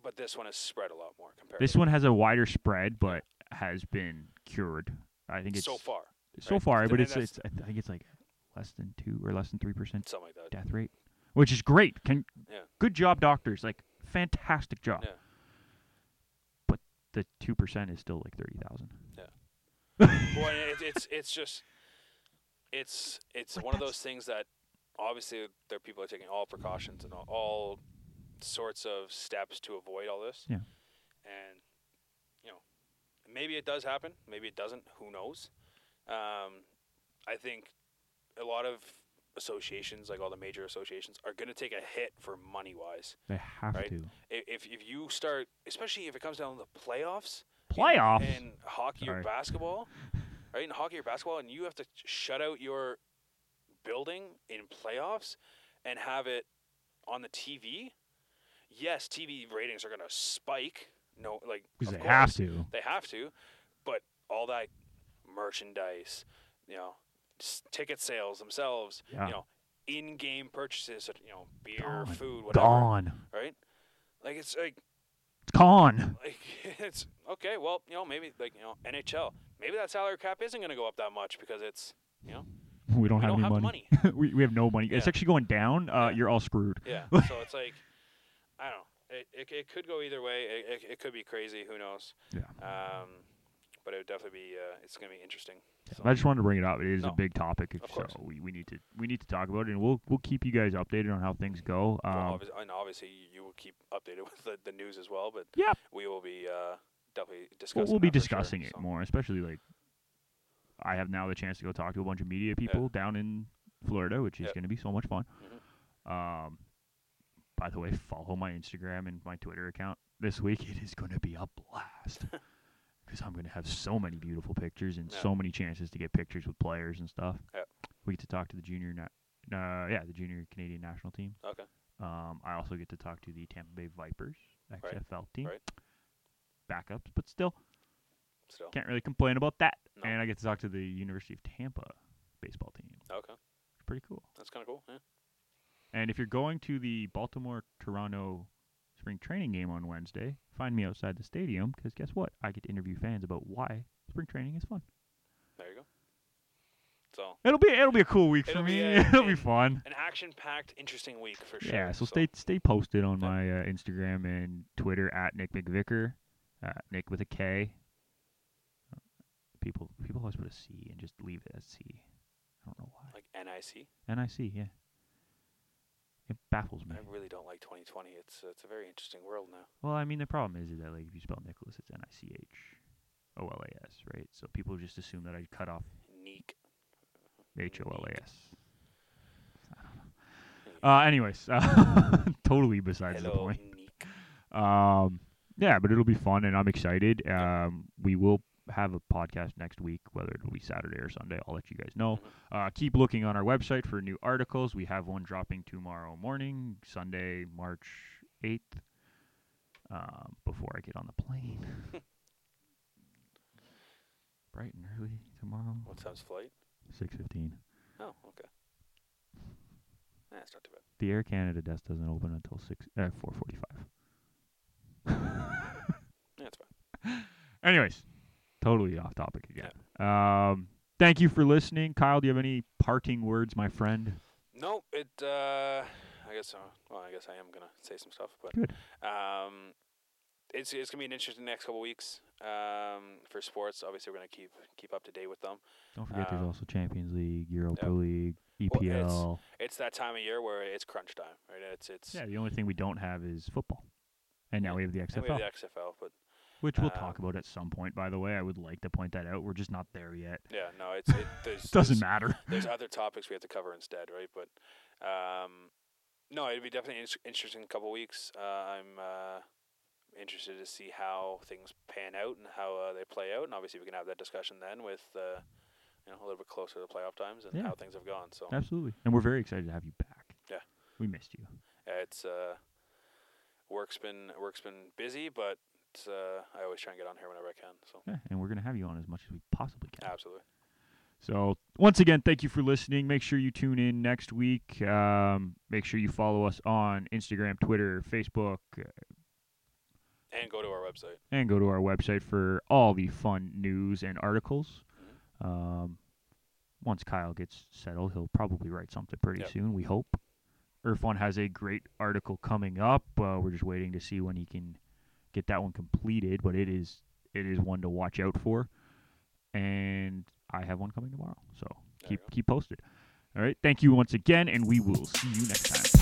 Speaker 2: but this one is spread a lot more compared.
Speaker 1: This one has a wider spread, but has been cured. I think it's
Speaker 2: so far,
Speaker 1: so
Speaker 2: right?
Speaker 1: far,
Speaker 2: Th-
Speaker 1: but
Speaker 2: and
Speaker 1: it's,
Speaker 2: that's-
Speaker 1: it's I think it's like less than two or less than three percent
Speaker 2: something like that.
Speaker 1: death rate, which is great. Can
Speaker 2: Yeah.
Speaker 1: good job, doctors. Like fantastic job.
Speaker 2: Yeah.
Speaker 1: But the two percent is still like thirty thousand.
Speaker 2: Boy, it, it's it's just it's it's
Speaker 1: Like,
Speaker 2: one of
Speaker 1: that's-
Speaker 2: those things that obviously there are people are taking all precautions and all, all sorts of steps to avoid all this.
Speaker 1: Yeah.
Speaker 2: And you know, maybe it does happen, maybe it doesn't. Who knows? Um, I think a lot of associations, like all the major associations, are going to take a hit for money wise.
Speaker 1: They have
Speaker 2: Right.
Speaker 1: to
Speaker 2: I- If if you start, especially if it comes down to the playoffs,
Speaker 1: playoffs.
Speaker 2: in hockey
Speaker 1: Sorry.
Speaker 2: or basketball, right? In hockey or basketball, and you have to shut out your building in playoffs and have it on the TV. Yes, TV ratings are going to spike. No, like
Speaker 1: Because
Speaker 2: of
Speaker 1: they have
Speaker 2: course,
Speaker 1: to.
Speaker 2: They have to, but all that merchandise, you know, s- ticket sales themselves,
Speaker 1: Yeah.
Speaker 2: you know, in-game purchases, you know, beer,
Speaker 1: Gone.
Speaker 2: food, whatever,
Speaker 1: Gone.
Speaker 2: right? Like it's like
Speaker 1: It's gone.
Speaker 2: like it's okay. Well, you know, maybe like you know, NHL. Maybe that salary cap isn't going to go up that much because it's you know
Speaker 1: We don't
Speaker 2: we
Speaker 1: have any
Speaker 2: don't have the
Speaker 1: money.
Speaker 2: money.
Speaker 1: we, we have no money. It's
Speaker 2: Yeah.
Speaker 1: actually going down. Uh,
Speaker 2: Yeah.
Speaker 1: You're all screwed.
Speaker 2: Yeah. so it's like I don't know. It, it, it could go either way. It, it, it could be crazy. Who knows?
Speaker 1: Yeah.
Speaker 2: Um, but it would definitely be. Uh, it's going to be interesting. So,
Speaker 1: I just wanted to bring it up. It is a
Speaker 2: No.
Speaker 1: big topic,
Speaker 2: Of
Speaker 1: so
Speaker 2: course.
Speaker 1: we, we need to we need to talk about it, and we'll we'll keep you guys updated on how things go. Um,
Speaker 2: well, obvi- and obviously, you- you will keep updated with the, the news as well. But
Speaker 1: Yeah.
Speaker 2: we will be uh, definitely discussing.
Speaker 1: we'll, we'll be
Speaker 2: that for sure,
Speaker 1: discussing it
Speaker 2: so.
Speaker 1: more, especially like I have now the chance to go talk to a bunch of media people down in Florida, which is
Speaker 2: Yeah.
Speaker 1: going to be so much fun.
Speaker 2: Mm-hmm.
Speaker 1: Um, by the way, follow my Instagram and my Twitter account this week. It is going to be a blast because I'm going to have so many beautiful pictures and
Speaker 2: Yeah.
Speaker 1: so many chances to get pictures with players and stuff.
Speaker 2: Yeah.
Speaker 1: We get to talk to the junior, na- uh, yeah, the junior Canadian national team.
Speaker 2: Okay.
Speaker 1: Um, I also get to talk to the Tampa Bay Vipers XFL team.
Speaker 2: right.
Speaker 1: Backups, but still
Speaker 2: Still.
Speaker 1: can't really complain about that.
Speaker 2: No.
Speaker 1: And I get to talk to the University of Tampa baseball team.
Speaker 2: Okay.
Speaker 1: It's pretty cool.
Speaker 2: That's kind of cool. Yeah.
Speaker 1: And if you're going to the Baltimore Toronto spring training game on Wednesday, find me outside the stadium because guess what? I get to interview fans about why spring training is fun.
Speaker 2: There you go. So
Speaker 1: It'll be it'll be a cool week
Speaker 2: It'll
Speaker 1: for
Speaker 2: be
Speaker 1: me.
Speaker 2: a-
Speaker 1: it'll be
Speaker 2: an-
Speaker 1: fun.
Speaker 2: an action-packed, interesting week for sure.
Speaker 1: Yeah, so, stay stay posted on
Speaker 2: Yeah.
Speaker 1: my uh, Instagram and Twitter at Nick McVicker, uh, Nick with a K. Uh, People people always put a C and just leave it as C. I don't know why.
Speaker 2: like NIC.
Speaker 1: N I C, yeah. It baffles me.
Speaker 2: I really don't like 2020. It's it's a very interesting world now.
Speaker 1: Well, I mean the problem is that like if you spell Nicholas, it's N I C H O L A S, right? So people just assume that I cut off
Speaker 2: Neek.
Speaker 1: H O L A S. Uh, anyways, uh, totally besides the
Speaker 2: Hello,
Speaker 1: point.
Speaker 2: Neek.
Speaker 1: Um, yeah, but it'll be fun, and I'm excited.
Speaker 2: Yeah.
Speaker 1: Um, we will have a podcast next week, whether it'll be Saturday or Sunday. I'll let you guys know. Uh, keep looking on our website for new articles. We have one dropping tomorrow morning, Sunday, March eighth. Um, before I get on the plane, bright and early tomorrow,
Speaker 2: What time's flight?
Speaker 1: six fifteen.
Speaker 2: Oh, okay. That's not too bad.
Speaker 1: The Air Canada desk doesn't open until six uh, four forty five.
Speaker 2: Yeah, it's fine.
Speaker 1: Anyways, totally off topic again. Um, thank you for listening, Kyle. Do you have any parting words, my friend?
Speaker 2: No, it. Uh, I guess. Uh, well, I guess I am gonna say some stuff, but
Speaker 1: Good.
Speaker 2: um, it's it's gonna be an interesting next couple weeks. Um, for sports, obviously we're gonna keep keep up to date with them.
Speaker 1: Don't forget, there's
Speaker 2: Um,
Speaker 1: also Champions League, Europa
Speaker 2: yeah.
Speaker 1: League, E EPL.
Speaker 2: It's that time of year where it's crunch time, right? It's it's
Speaker 1: yeah, the only thing we don't have is football, and now
Speaker 2: Yeah.
Speaker 1: we have the uh,
Speaker 2: and
Speaker 1: XFL,
Speaker 2: we have the XFL, but
Speaker 1: which we'll
Speaker 2: um,
Speaker 1: talk about at some point. By the way, I would like to point that out. We're just not there yet.
Speaker 2: yeah, no, it's it there's,
Speaker 1: Doesn't
Speaker 2: there's-
Speaker 1: matter.
Speaker 2: there's other topics we have to cover instead, right? But um, no, it'd be definitely inter- interesting couple weeks. Uh, I'm uh, interested to see how things pan out and how uh, they play out, and obviously we can have that discussion then with uh, you know a little bit closer to playoff times and
Speaker 1: Yeah.
Speaker 2: how things have gone. So
Speaker 1: Absolutely, and we're very excited to have you back.
Speaker 2: Yeah.
Speaker 1: we missed you.
Speaker 2: yeah, it's uh, work's been work's been busy, but it's, uh, I always try and get on here whenever I can. So
Speaker 1: Yeah, and we're gonna have you on as much as we possibly can.
Speaker 2: absolutely,
Speaker 1: So, once again, thank you for listening. Make sure you tune in next week. Um, make sure you follow us on Instagram, Twitter, Facebook,
Speaker 2: And go to our website.
Speaker 1: and go to our website for all the fun news and articles. Um, once Kyle gets settled, he'll probably write something pretty
Speaker 2: Yep.
Speaker 1: soon, we hope. Irfan has a great article coming up. Uh, we're just waiting to see when he can get that one completed, but it is it is one to watch out for. And I have one coming tomorrow, so
Speaker 2: There you
Speaker 1: keep
Speaker 2: go.
Speaker 1: keep posted. All right, thank you once again, and we will see you next time.